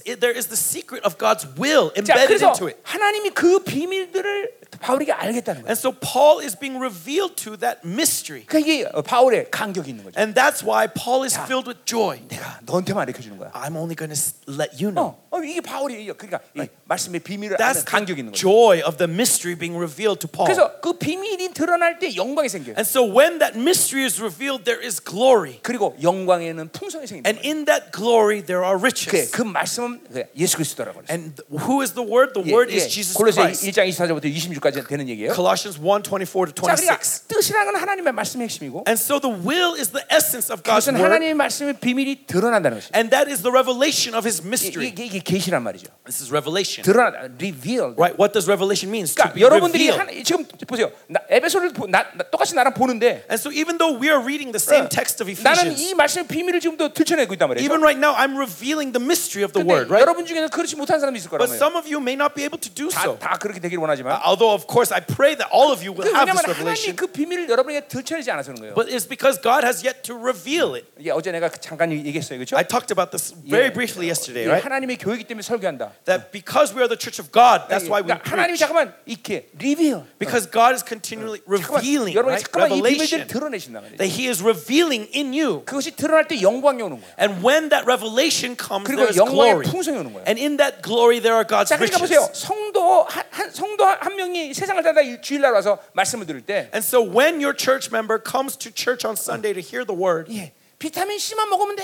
S2: it- there is the secret of God's will
S1: 자,
S2: embedded
S1: 그래서
S2: into it.
S1: 하나님이 그 비밀들을 바울에게 알겠다는 거예요.
S2: And so Paul is being revealed to that mystery.
S1: 그러니까 이게 어, 바울의 간격이 있는 거죠.
S2: And that's why Paul is
S1: 자.
S2: filled with joy.
S1: 내가 너한테만 알려 주는 거야.
S2: I'm only going to let you know.
S1: 어, 어, 이게 바울이 그러니까 이 말씀의 비밀을 아는
S2: That's
S1: Oh.
S2: the
S1: 간격이 있는 거죠.
S2: joy of the mystery being revealed to Paul.
S1: 그래서 그 비밀이 드러날 때 영광이 생겨요.
S2: And so when that mystery is revealed, there is glory.
S1: 그리고 영광에는 풍성이 생긴다.
S2: And in that glory, there are
S1: 그,
S2: riches.
S1: 그 말씀은 그 예수 그리스도라고 그랬어요. 예,
S2: And th- who is the word? The word is Jesus
S1: 골로새
S2: Christ.
S1: 1장 24절부터 26까지 되는 얘기예요.
S2: Colossians 1 24 to
S1: 자, 그러니까
S2: 26.
S1: 뜻이라는 건 하나님의 말씀의 핵심이고
S2: And so the will is the essence of God's
S1: 그것은
S2: word,
S1: 하나님의 말씀의 비밀이 드러난다는 것이죠.
S2: and that is the revelation of his
S1: 이게-
S2: mystery.
S1: 이게 이게 계시란 말이죠.
S2: This is revelation.
S1: 드러나다, reveal.
S2: Right? What does revelation mean? To
S1: 그러니까
S2: be
S1: 여러분들이
S2: revealed.
S1: 하나, 지금 보세요. 나, 에베소를 보, 나, 나, 똑같이 나랑 보는데
S2: And so even though we are reading the same
S1: 어,
S2: text of
S1: 나는
S2: Ephesians,
S1: 이 말씀의 비밀을 지금도 들춰내고 있단 말이에요.
S2: even right now I'm revealing the mystery of the
S1: 근데
S2: word, right?
S1: 여러분 중에는 그렇지 못한 사람이 있을 거란
S2: But
S1: 말이에요.
S2: some of you may not be able to do
S1: 다,
S2: so. 아,
S1: 다 그렇게 되길 원하지만
S2: Although of course I pray that all of you
S1: 그
S2: will have
S1: 왜냐하면
S2: this
S1: 하나님
S2: revelation.
S1: 그 비밀을 여러분에게 들춰내지 않아서 그런 거예요.
S2: But it's because God has yet to reveal it.
S1: 이게 어제 내가 그 잠깐 얘기했어요, 그렇죠?
S2: I talked about this very briefly yesterday, right?
S1: 하나님의 교회이기 때문에 설교한다.
S2: That because we are the church of God, that's why we
S1: 그러니까 하나님이
S2: preach.
S1: 잠깐만 이렇게 리뷰.
S2: Because God is continually revealing,
S1: 여러분
S2: right?
S1: 잠깐만 이 비밀들을
S2: Revelation
S1: 드러내신다 말이에요.
S2: that He is revealing in you.
S1: 그것이 드러날 때 영광이 오는 거야.
S2: And when that revelation comes,
S1: 그리고
S2: there is
S1: 영광의
S2: glory.
S1: 풍성이 오는 거야.
S2: And in that glory, there are God's
S1: 자, 그러니까
S2: riches.
S1: 보세요. 성도 한, 한 성도 한 명이 세상을 다다 이 주일날 와서 말씀을 들을 때,
S2: And so when your church member comes to church on Sunday to hear the word,
S1: 예, 비타민 C만 먹으면 돼.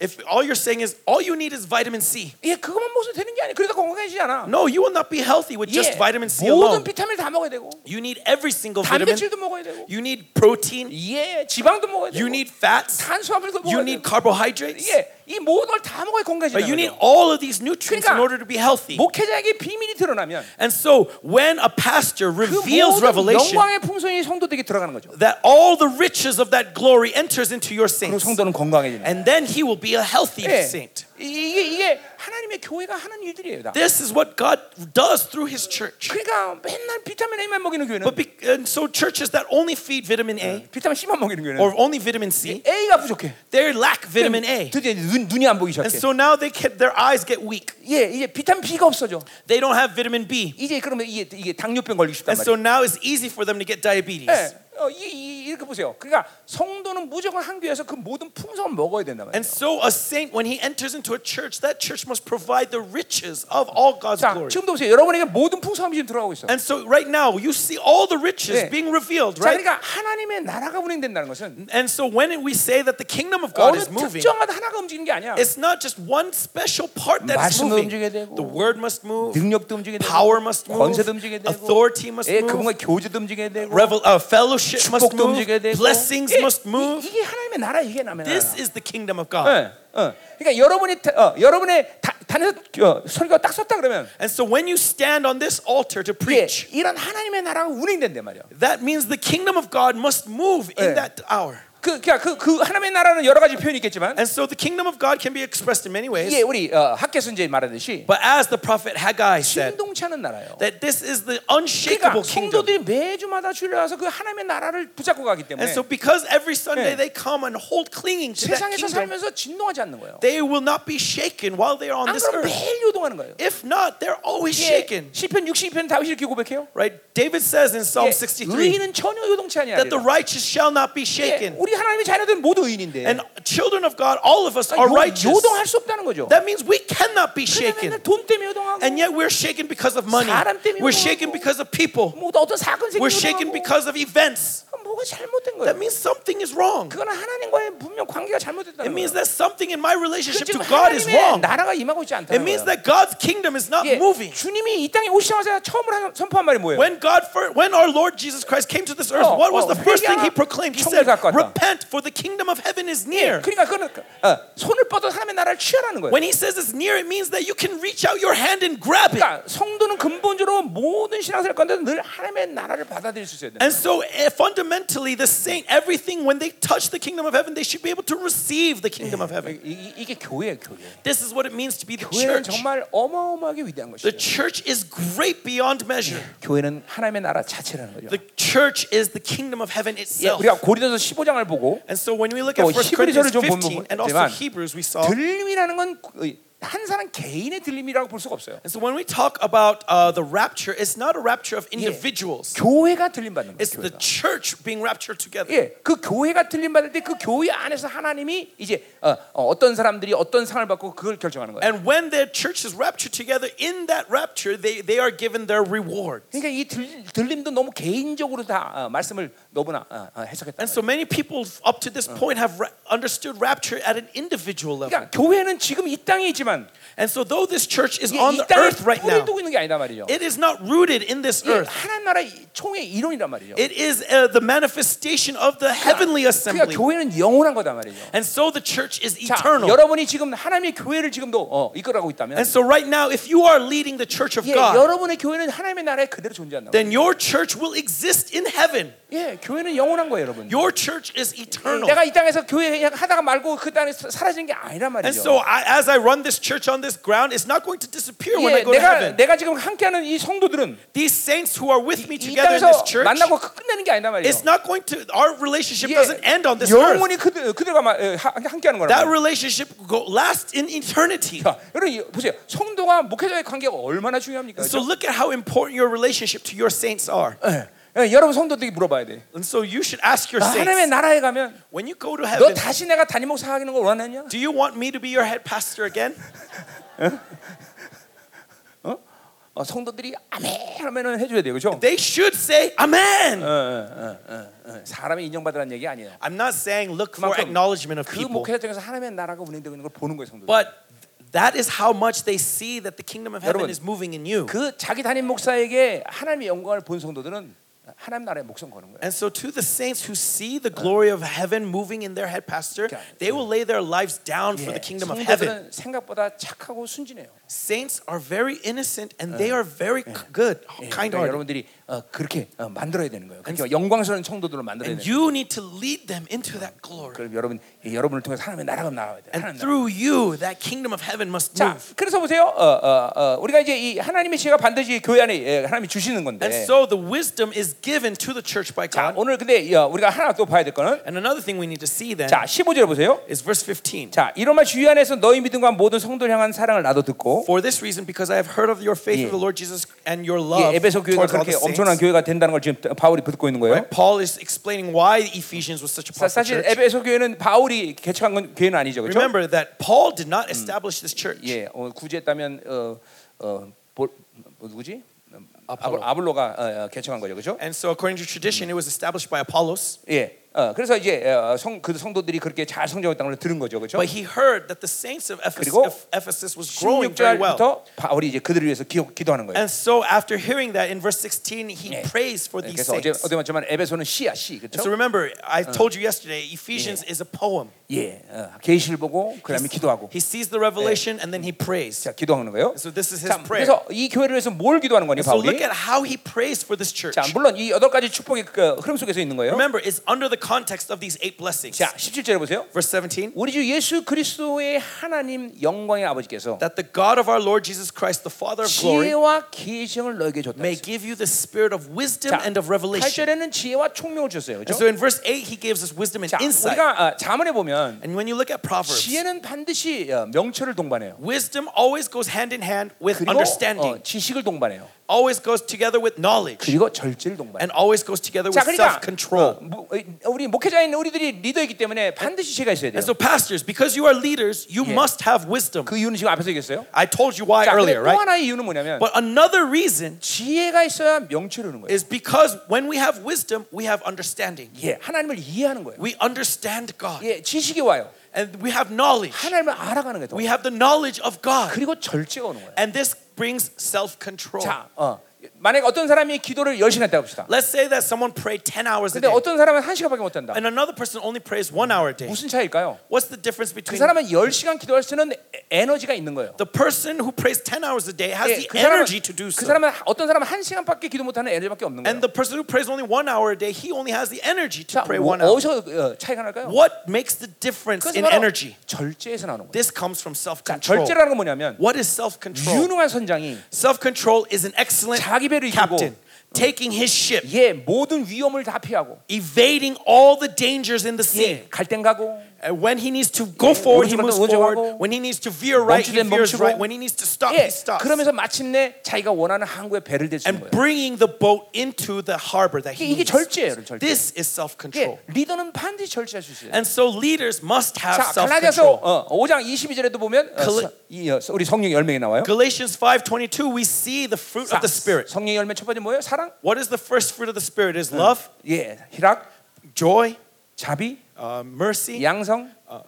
S2: if all you're saying is all you need is vitamin C,
S1: 예, 그것만 먹어서 되는 게 아니야. 그러다 건강해지지 않아.
S2: no, you will not be healthy with
S1: 예,
S2: just vitamin C
S1: 모든
S2: alone.
S1: 비타민을 다 먹어야 되고,
S2: You need every single vitamin.
S1: 단백질도 먹어야 되고,
S2: You need protein.
S1: 예, 지방도 먹어야 되고,
S2: You need fats.
S1: 탄수화물도
S2: You
S1: 먹어야
S2: need
S1: 되고,
S2: carbohydrates.
S1: 예, 이 모든 걸 다 먹어야
S2: But you
S1: 건강해지는
S2: need
S1: 거죠.
S2: all of these nutrients in
S1: 그러니까
S2: order to be healthy.
S1: 목회자에게 비밀이 드러나면
S2: And so when a pastor
S1: 그
S2: reveals
S1: 모든
S2: revelation,
S1: 영광의 풍성이 성도들에게 들어가는 거죠.
S2: that all the riches of that glory enters into your
S1: 그리고
S2: saints.
S1: 성도는 건강해지는 거예요.
S2: And then he will be a healthy
S1: 예.
S2: saint.
S1: 이- 이게 이게 하나님의 교회가 하는 일들이에요. 다.
S2: This is what God does through his church.
S1: 그러니까 맨날 비타민 A만 먹이는 교회는
S2: But be, and so churches that only feed vitamin A
S1: 비타민 C만 먹이는 교회는
S2: or only vitamin C,
S1: A가 부족해.
S2: they lack vitamin A.
S1: 드디어 이제 눈, 눈이 안 보기
S2: And
S1: 시작해.
S2: so now they can, their eyes get weak.
S1: 예, 이제 비타민 B가 없어져.
S2: They don't have vitamin B.
S1: 이제 그러면 이게, 이게 당뇨병 걸리기 쉽단
S2: And so
S1: 말이에요.
S2: now it's easy for them to get diabetes.
S1: 예, 어, 이, 이, 이렇게 보세요. 그러니까 성도는 무조건 한 교회에서 그 모든 풍성을 먹어야 된단 말이에요.
S2: And so a saint, when he enters into a church, that church must provide the riches of all God's
S1: 자,
S2: glory.
S1: 지금도 보세요. 여러분에게 모든 풍성함이 지금 들어가고 있어. 요
S2: And so right now, you see all the riches
S1: 네.
S2: being revealed,
S1: 자,
S2: right?
S1: 그러니까 하나님의 나라가 운행된다는 것은
S2: And so when we say that the kingdom of God
S1: 어느
S2: is moving,
S1: 특정한 하나가 움직이는 게 아니야.
S2: It's not just one special part that's
S1: 말씀도
S2: moving.
S1: 움직여야 되고,
S2: The word must move.
S1: 능력도 움직여야 되고,
S2: Power must move.
S1: 권세도 움직여야 되고,
S2: Authority must
S1: 예,
S2: move.
S1: 그분과 교제도 움직여야 되고,
S2: Revel, uh, fellowship must
S1: 축복도
S2: move.
S1: 움직여야 되고,
S2: Blessings
S1: 예,
S2: must move.
S1: 이, 이게 하나님의 나라 이게 남의 나라.
S2: This is the kingdom of God.
S1: 예, 어. 그러니까 여러분이 다- 어, 여러분의 다- 단에서 어, 설교 딱 썼다 그러면
S2: And so when you stand on this altar to
S1: 예,
S2: preach,
S1: 이런 하나님의 나라가 운행된단 말이야.
S2: that means the kingdom of God must move
S1: 예.
S2: in that hour.
S1: 그, 그러니까 그, 그 하나님의 나라는 여러 가지 표현이 있겠지만,
S2: And so the kingdom of God can be expressed in many ways.
S1: 예, 우리 어, 학계서 이제 말하듯이
S2: But as the prophet Haggai said,
S1: 진동치 않은 나라요.
S2: that this is the
S1: 그러니까
S2: unshakable kingdom.
S1: 성도들이 매주마다 주일에 와서 그 하나님의 나라를 붙잡고 가기 때문에
S2: And so because every Sunday
S1: 예.
S2: they come and hold clinging to that
S1: 세상에서
S2: kingdom,
S1: 살면서 진동하지 않는 거예요.
S2: they will not be shaken while they are on
S1: 안
S2: this
S1: 그러면
S2: earth.
S1: 매일 요동하는 거예요. 예,
S2: If not, they're always shaken.
S1: 시편 60편 다윗이 이렇게 고백해요.
S2: Right? David says in Psalm
S1: 예,
S2: 63
S1: 의인은 전혀 요동치 아니하리라.
S2: that the righteous shall not be
S1: 예,
S2: shaken.
S1: 우리 하나님의 자녀들은 모두 의인인데
S2: And children of God, all of us
S1: 그러니까
S2: are
S1: 요-
S2: righteous.
S1: 요동할 수 없다는 거죠.
S2: That means we cannot be
S1: 그냥
S2: shaken.
S1: 맨날 돈 때문에 요동하고
S2: And yet we're shaken because of money.
S1: 사람 때문에
S2: We're shaken
S1: 요동하고,
S2: because of people.
S1: 뭐 어떤 사건 생기고
S2: We're shaken because of events.
S1: 뭐가 그건 잘못된
S2: that
S1: 거예요.
S2: means something is wrong.
S1: 그건 하나님과의 분명 관계가 잘못됐다는
S2: It
S1: 거예요.
S2: means that something in my
S1: 그
S2: relationship to
S1: 지금
S2: God is
S1: 하나님의
S2: wrong.
S1: 나라가 임하고 있지
S2: It
S1: 않다는
S2: means
S1: 거예요.
S2: that God's kingdom is not
S1: 이게
S2: moving.
S1: 주님이 이 땅에 오시자마자 처음으로 한- 선포한 말이 뭐예요?
S2: When God first, when our Lord Jesus Christ came to this earth,
S1: 어,
S2: what was
S1: 어,
S2: the first thing he
S1: 회개하라.
S2: proclaimed? He
S1: 천국
S2: said,
S1: 갖고 왔다.
S2: "Repent, for the kingdom of heaven is near."
S1: 그러니까 그거는 어, 손을 뻗어 하나님의 나라를 취하라는 거예요.
S2: When he says it's near, it means that you can reach out your hand and grab it.
S1: 그러니까 성도는 근본적으로 모든 신앙생활 가운데 늘 하나님의 나라를 받아들일 수 있어야 돼.
S2: And so, eh, fundamentally, the saint, everything when they touch the kingdom of heaven, they should be able to receive the kingdom of heaven.
S1: 이- 이- 이게 교회예요, 교회.
S2: This is what it means to be the
S1: 교회는
S2: church.
S1: 정말 어마어마하게 위대한
S2: The
S1: 것이죠.
S2: church is great beyond measure.
S1: 교회는 하나님의 나라 자체라는 거죠.
S2: The church is the kingdom of heaven
S1: 예,
S2: itself.
S1: 우리가 고린도서 15장을 보고
S2: And so when we look at
S1: 또
S2: 1
S1: 히브리서를
S2: Corinthians
S1: 좀
S2: 15
S1: 보면
S2: and also
S1: 보지만
S2: Hebrews, we saw.
S1: 들림이라는 건 그, 한 사람 개인의 들림이라고 볼 수가 없어요.
S2: And so when we talk about uh, the rapture, it's not a rapture of individuals.
S1: 교회가 들림 받는
S2: It's
S1: 거예요.
S2: the
S1: 교회가.
S2: church being raptured together.
S1: 예, 그 교회가 들림 받을 때 그 교회 안에서 하나님이 이제 어, 어, 떤 사람들이 어떤 상을 받고 그걸 결정하는 거예요.
S2: And when the church is raptured together, in that rapture, they, they are given their reward.
S1: 그러니까 이 들, 림도 너무 개인적으로 다 어, 말씀을 너무나 어, 어, 해석했다.
S2: And so many people up to this point have ra- understood rapture at an individual level.
S1: 그러니까 교회는 지금 이 땅에 있지만
S2: And so though this church is
S1: 이게
S2: on
S1: 이
S2: the
S1: 땅에
S2: earth right
S1: 뿌리를
S2: now,
S1: 두고 있는 게 아니다 말이죠.
S2: it is not rooted in this
S1: 이게
S2: earth.
S1: 하나님 나라 의 총의 이론이란 말이죠.
S2: It is uh, the manifestation of the heavenly
S1: 그러니까
S2: assembly.
S1: 교회는 영원한 거다 말이죠.
S2: And so the church is
S1: 자,
S2: eternal.
S1: 여러분이 지금 하나님의 교회를 지금도 어, 이끌어가고 있다면
S2: And so right now, if you are leading the church of
S1: 예,
S2: God,
S1: 여러분의 교회는 하나님의 나라에 그대로 존재한다.
S2: then your church will exist in heaven.
S1: 예, 교회는 영원한 거예요, 여러분.
S2: Your church is eternal.
S1: 내가 이 땅에서 교회 그냥 하다가 말고 그 땅에 사- 사라지는 게 아니란
S2: And
S1: 말이죠.
S2: so I, as I run this church on this ground, it's not going to disappear when I
S1: 예,
S2: go to
S1: 내가
S2: heaven.
S1: 내가 지금 함께하는 이 성도들은
S2: These saints who are with me
S1: 이
S2: together in this
S1: 땅에서
S2: church,
S1: 만나고 그- 끝내는 게 아니란 말이죠.
S2: it's not going to, our relationship
S1: 예,
S2: doesn't end on this earth.
S1: 영원히 그들 그들과 마- 예, 하- 함께하는 거란
S2: That
S1: 말이에요.
S2: relationship go, lasts in eternity.
S1: 자, 여러분 이- 보세요. 성도와 목회자의 관계가 얼마나 중요합니까?
S2: So look at how important your relationship to your saints are.
S1: 예, 예, 여러분 성도들이 물어봐야 돼.
S2: And so you should ask your
S1: 하나님의
S2: saints,
S1: 나라에 가면
S2: when you go to
S1: 너
S2: heaven,
S1: 다시 내가 단임 목사 하는 걸 원하냐?
S2: do you want me to be your head pastor again?
S1: 어, 성도들이 아멘 하면은 해줘야 돼요, 그렇죠?
S2: They should say, Amen.
S1: 예, 사람의 인정받으라는 얘기 아니에요.
S2: I'm not saying look for
S1: 그만큼
S2: acknowledgement of
S1: 그
S2: people,
S1: 목회자 중에서 하나님의 나라가 운행되고 있는 걸 보는 거예요, 성도들.
S2: but that is how much they see that the kingdom of heaven
S1: 여러분,
S2: is moving in you.
S1: 그 자기 담임 목사에게 하나님의 영광을 본 성도들은 하나님 나라에 목숨 거는 거예요.
S2: And so, to the saints who see the glory of heaven moving in their head pastor,
S1: 그러니까,
S2: they will lay their lives down for the kingdom of heaven.
S1: 성도들은 생각보다 착하고 순진해요.
S2: Saints are very innocent and they are very c- good,
S1: 예,
S2: kind
S1: 그러니까
S2: hearted.
S1: 여러분들이 어, 그렇게 어, 만들어야 되는 거예요. 그러니까 영광스러운 성도들을 만들어야 되는 거예요.
S2: And you need to lead them into that glory.
S1: 그럼 여러분 이 여러분을 통해서 하나님의 나라가 나와야 돼요.
S2: And
S1: 하나님 나라.
S2: through you, that kingdom of heaven must
S1: 자,
S2: move.
S1: 그래서 보세요. 어, 어, 어, 우리가 이제 이 하나님의 지혜가 반드시 교회 안에 예, 하나님이 주시는
S2: And
S1: 건데.
S2: so, the wisdom is given to the church by
S1: 자,
S2: God.
S1: 오늘 근데 어, 우리가 하나 또 봐야 될 거는
S2: And another thing we need to see then
S1: 자, 15절 보세요.
S2: is verse 15.
S1: 자, 이로마 주의 안에서 너희 믿음과 모든 성도를 향한 사랑을 나도 듣고
S2: For this reason, because I have heard of your faith
S1: 예.
S2: of the Lord Jesus and your
S1: 예,
S2: love
S1: 에베소 교회가
S2: towards all
S1: 그렇게
S2: the saints.
S1: 엄청난 교회가 된다는 걸 지금 바울이 듣고 있는 거예요.
S2: Right? Paul is explaining why Ephesians was such a
S1: 사-
S2: powerful
S1: 사실
S2: 네? church.
S1: 에베소 교회는 바울이 개척한 건 교회는 아니죠, 그렇죠?
S2: Remember that Paul did not establish this church.
S1: 예, 어, 굳이 했다면 어, 어, 볼, 뭐 누구지?
S2: 아폴로.
S1: 아볼로. 가 어, 어, 개척한 거죠, 그렇죠?
S2: And so, according to tradition, it was established by Apollos.
S1: 예, 어, 그래서 이제 어, 성, 그 성도들이 그렇게 잘 성장했다는 걸 들은 거죠, 그렇죠?
S2: But he heard that the saints of Ephes-
S1: 그리고
S2: of Ephesus was growing very well.
S1: 16절부터 바울이 이제 그들을 위해서 기, 기도하는 거예요.
S2: And so, after hearing that in verse 16, he
S1: 예.
S2: prays for
S1: 예,
S2: these
S1: 그래서 어제
S2: saints.
S1: 어제 맞지만 에베소는 시야 시,
S2: And so,
S1: 그렇죠?
S2: remember, I
S1: Uh.
S2: told you yesterday, Ephesians is a poem.
S1: 예, 어, 계시를 보고 그다음에 기도하고.
S2: He sees the revelation and then he prays.
S1: 자, 기도하는 거예요.
S2: So, this is his
S1: 자,
S2: prayer.
S1: 그래서 이 교회를 위해서 뭘 기도하는 거니
S2: So, look
S1: 바울이?
S2: at how he prays for this church.
S1: 자, 물론 이 여덟 가지 축복의 그 흐름 속에서 있는 거예요.
S2: Remember, it's under the context of these eight blessings.
S1: 자, 17절에 보세요.
S2: Verse 17.
S1: 우리 주 예수 그리스도의 하나님 영광의 아버지께서
S2: that the God of our Lord Jesus Christ, the Father of glory,
S1: 지혜와 계시형을 너에게 줬다.
S2: may give you the spirit of wisdom and of revelation.
S1: 8절에는 지혜와 총명을 줬어요.
S2: And so
S1: 그렇죠?
S2: in verse 8, he gives us wisdom and
S1: 자,
S2: insight.
S1: 우리가 아, 자문에 보면
S2: And when you look at Proverbs,
S1: 지혜는 반드시 어, 명철을 동반해요.
S2: wisdom always goes hand in hand with
S1: 그리고
S2: understanding.
S1: 어, 지식을 동반해요.
S2: always goes together with knowledge
S1: 그리고 절제를 동반.
S2: and always goes together
S1: 자,
S2: with
S1: 그러니까
S2: self
S1: 어,
S2: control.
S1: 뭐, 우리 목회자인 우리들이 리더이기 때문에 반드시 제가 있어야 돼요.
S2: And so, pastors, because you are leaders, you
S1: Yeah.
S2: must have wisdom.
S1: 그 이유는 지금 앞에서 얘기했어요.
S2: I told you why
S1: 자, 근데 또
S2: earlier, right?
S1: 하나의 이유는 뭐냐면
S2: But another reason
S1: 지혜가 있어야 명철을 오는 거예요.
S2: is because when we have wisdom, we have understanding.
S1: 예, 하나님을 이해하는 거예요.
S2: We understand God
S1: 예, 지식이 와요.
S2: and we have knowledge.
S1: 하나님을 알아가는 거예요.
S2: We have the knowledge of God.
S1: 그리고 절제가 오는 거예요.
S2: And this brings self control.
S1: 자, 어. 만약에 어떤 사람이 기도를 열심히 했다고 합시다.
S2: Let's say that someone prayed 10 hours a
S1: 근데
S2: day
S1: 어떤 사람은 한 시간밖에 못 한다.
S2: and another person only prays one hour a day.
S1: 무슨 차이일까요?
S2: What's the difference
S1: 그
S2: between
S1: 사람은 10시간 기도할 수 있는 에- 에너지가 있는 거예요.
S2: the person who prays 10 hours a day has
S1: 예,
S2: the
S1: 그 사람은,
S2: energy to do
S1: 그
S2: so?
S1: 사람은 어떤 사람은 한 시간밖에 기도 못하는 에너지밖에 없는 거예요.
S2: And the person who prays only one hour a day, he only has the energy to
S1: 자,
S2: pray
S1: 뭐,
S2: one hour.
S1: 어디서 어, 차이가 날까요?
S2: What makes the difference
S1: 그것은
S2: in
S1: 바로
S2: energy?
S1: 절제에서 나오는 거예요.
S2: This comes from self control.
S1: 절제라는 건 뭐냐면
S2: What is self control?
S1: 유능한 선장이
S2: Self control is an excellent
S1: 자기 배를 이기고
S2: captain taking his ship,
S1: 예 모든 위험을 다 피하고
S2: evading all the dangers in the sea.
S1: 예 갈땐 가고
S2: And when he needs to go forward, he
S1: 오른쪽은
S2: moves
S1: 또
S2: forward.
S1: 오른쪽하고,
S2: When he needs to veer right, he
S1: 멈추든
S2: veers
S1: 멈추고.
S2: right. When he needs to stop,
S1: 예
S2: he stops.
S1: 그러면서 마침내 자기가 원하는 항구에 배를 대주는
S2: And
S1: 거예요.
S2: bringing the boat into the harbor that
S1: 이게,
S2: he
S1: 이게
S2: needs.
S1: 절제예요, 절제.
S2: This is self control.
S1: 예, 리더는 반드시 절제할 수 있어요.
S2: And so leaders must have
S1: 자,
S2: self
S1: 갈라디아서
S2: control.
S1: 어, 5장 22절에도 보면 어,
S2: Gal-
S1: 서- 이, 어, 우리 성령 열매가 나와요.
S2: Galatians 5:22 we see the fruit of the spirit.
S1: 성령 열매 첫 번째 뭐예요? 사랑,
S2: What is the first fruit of the spirit? Is love,
S1: 예, 희락,
S2: joy,
S1: 자비,
S2: uh, mercy,
S1: 양성,
S2: uh,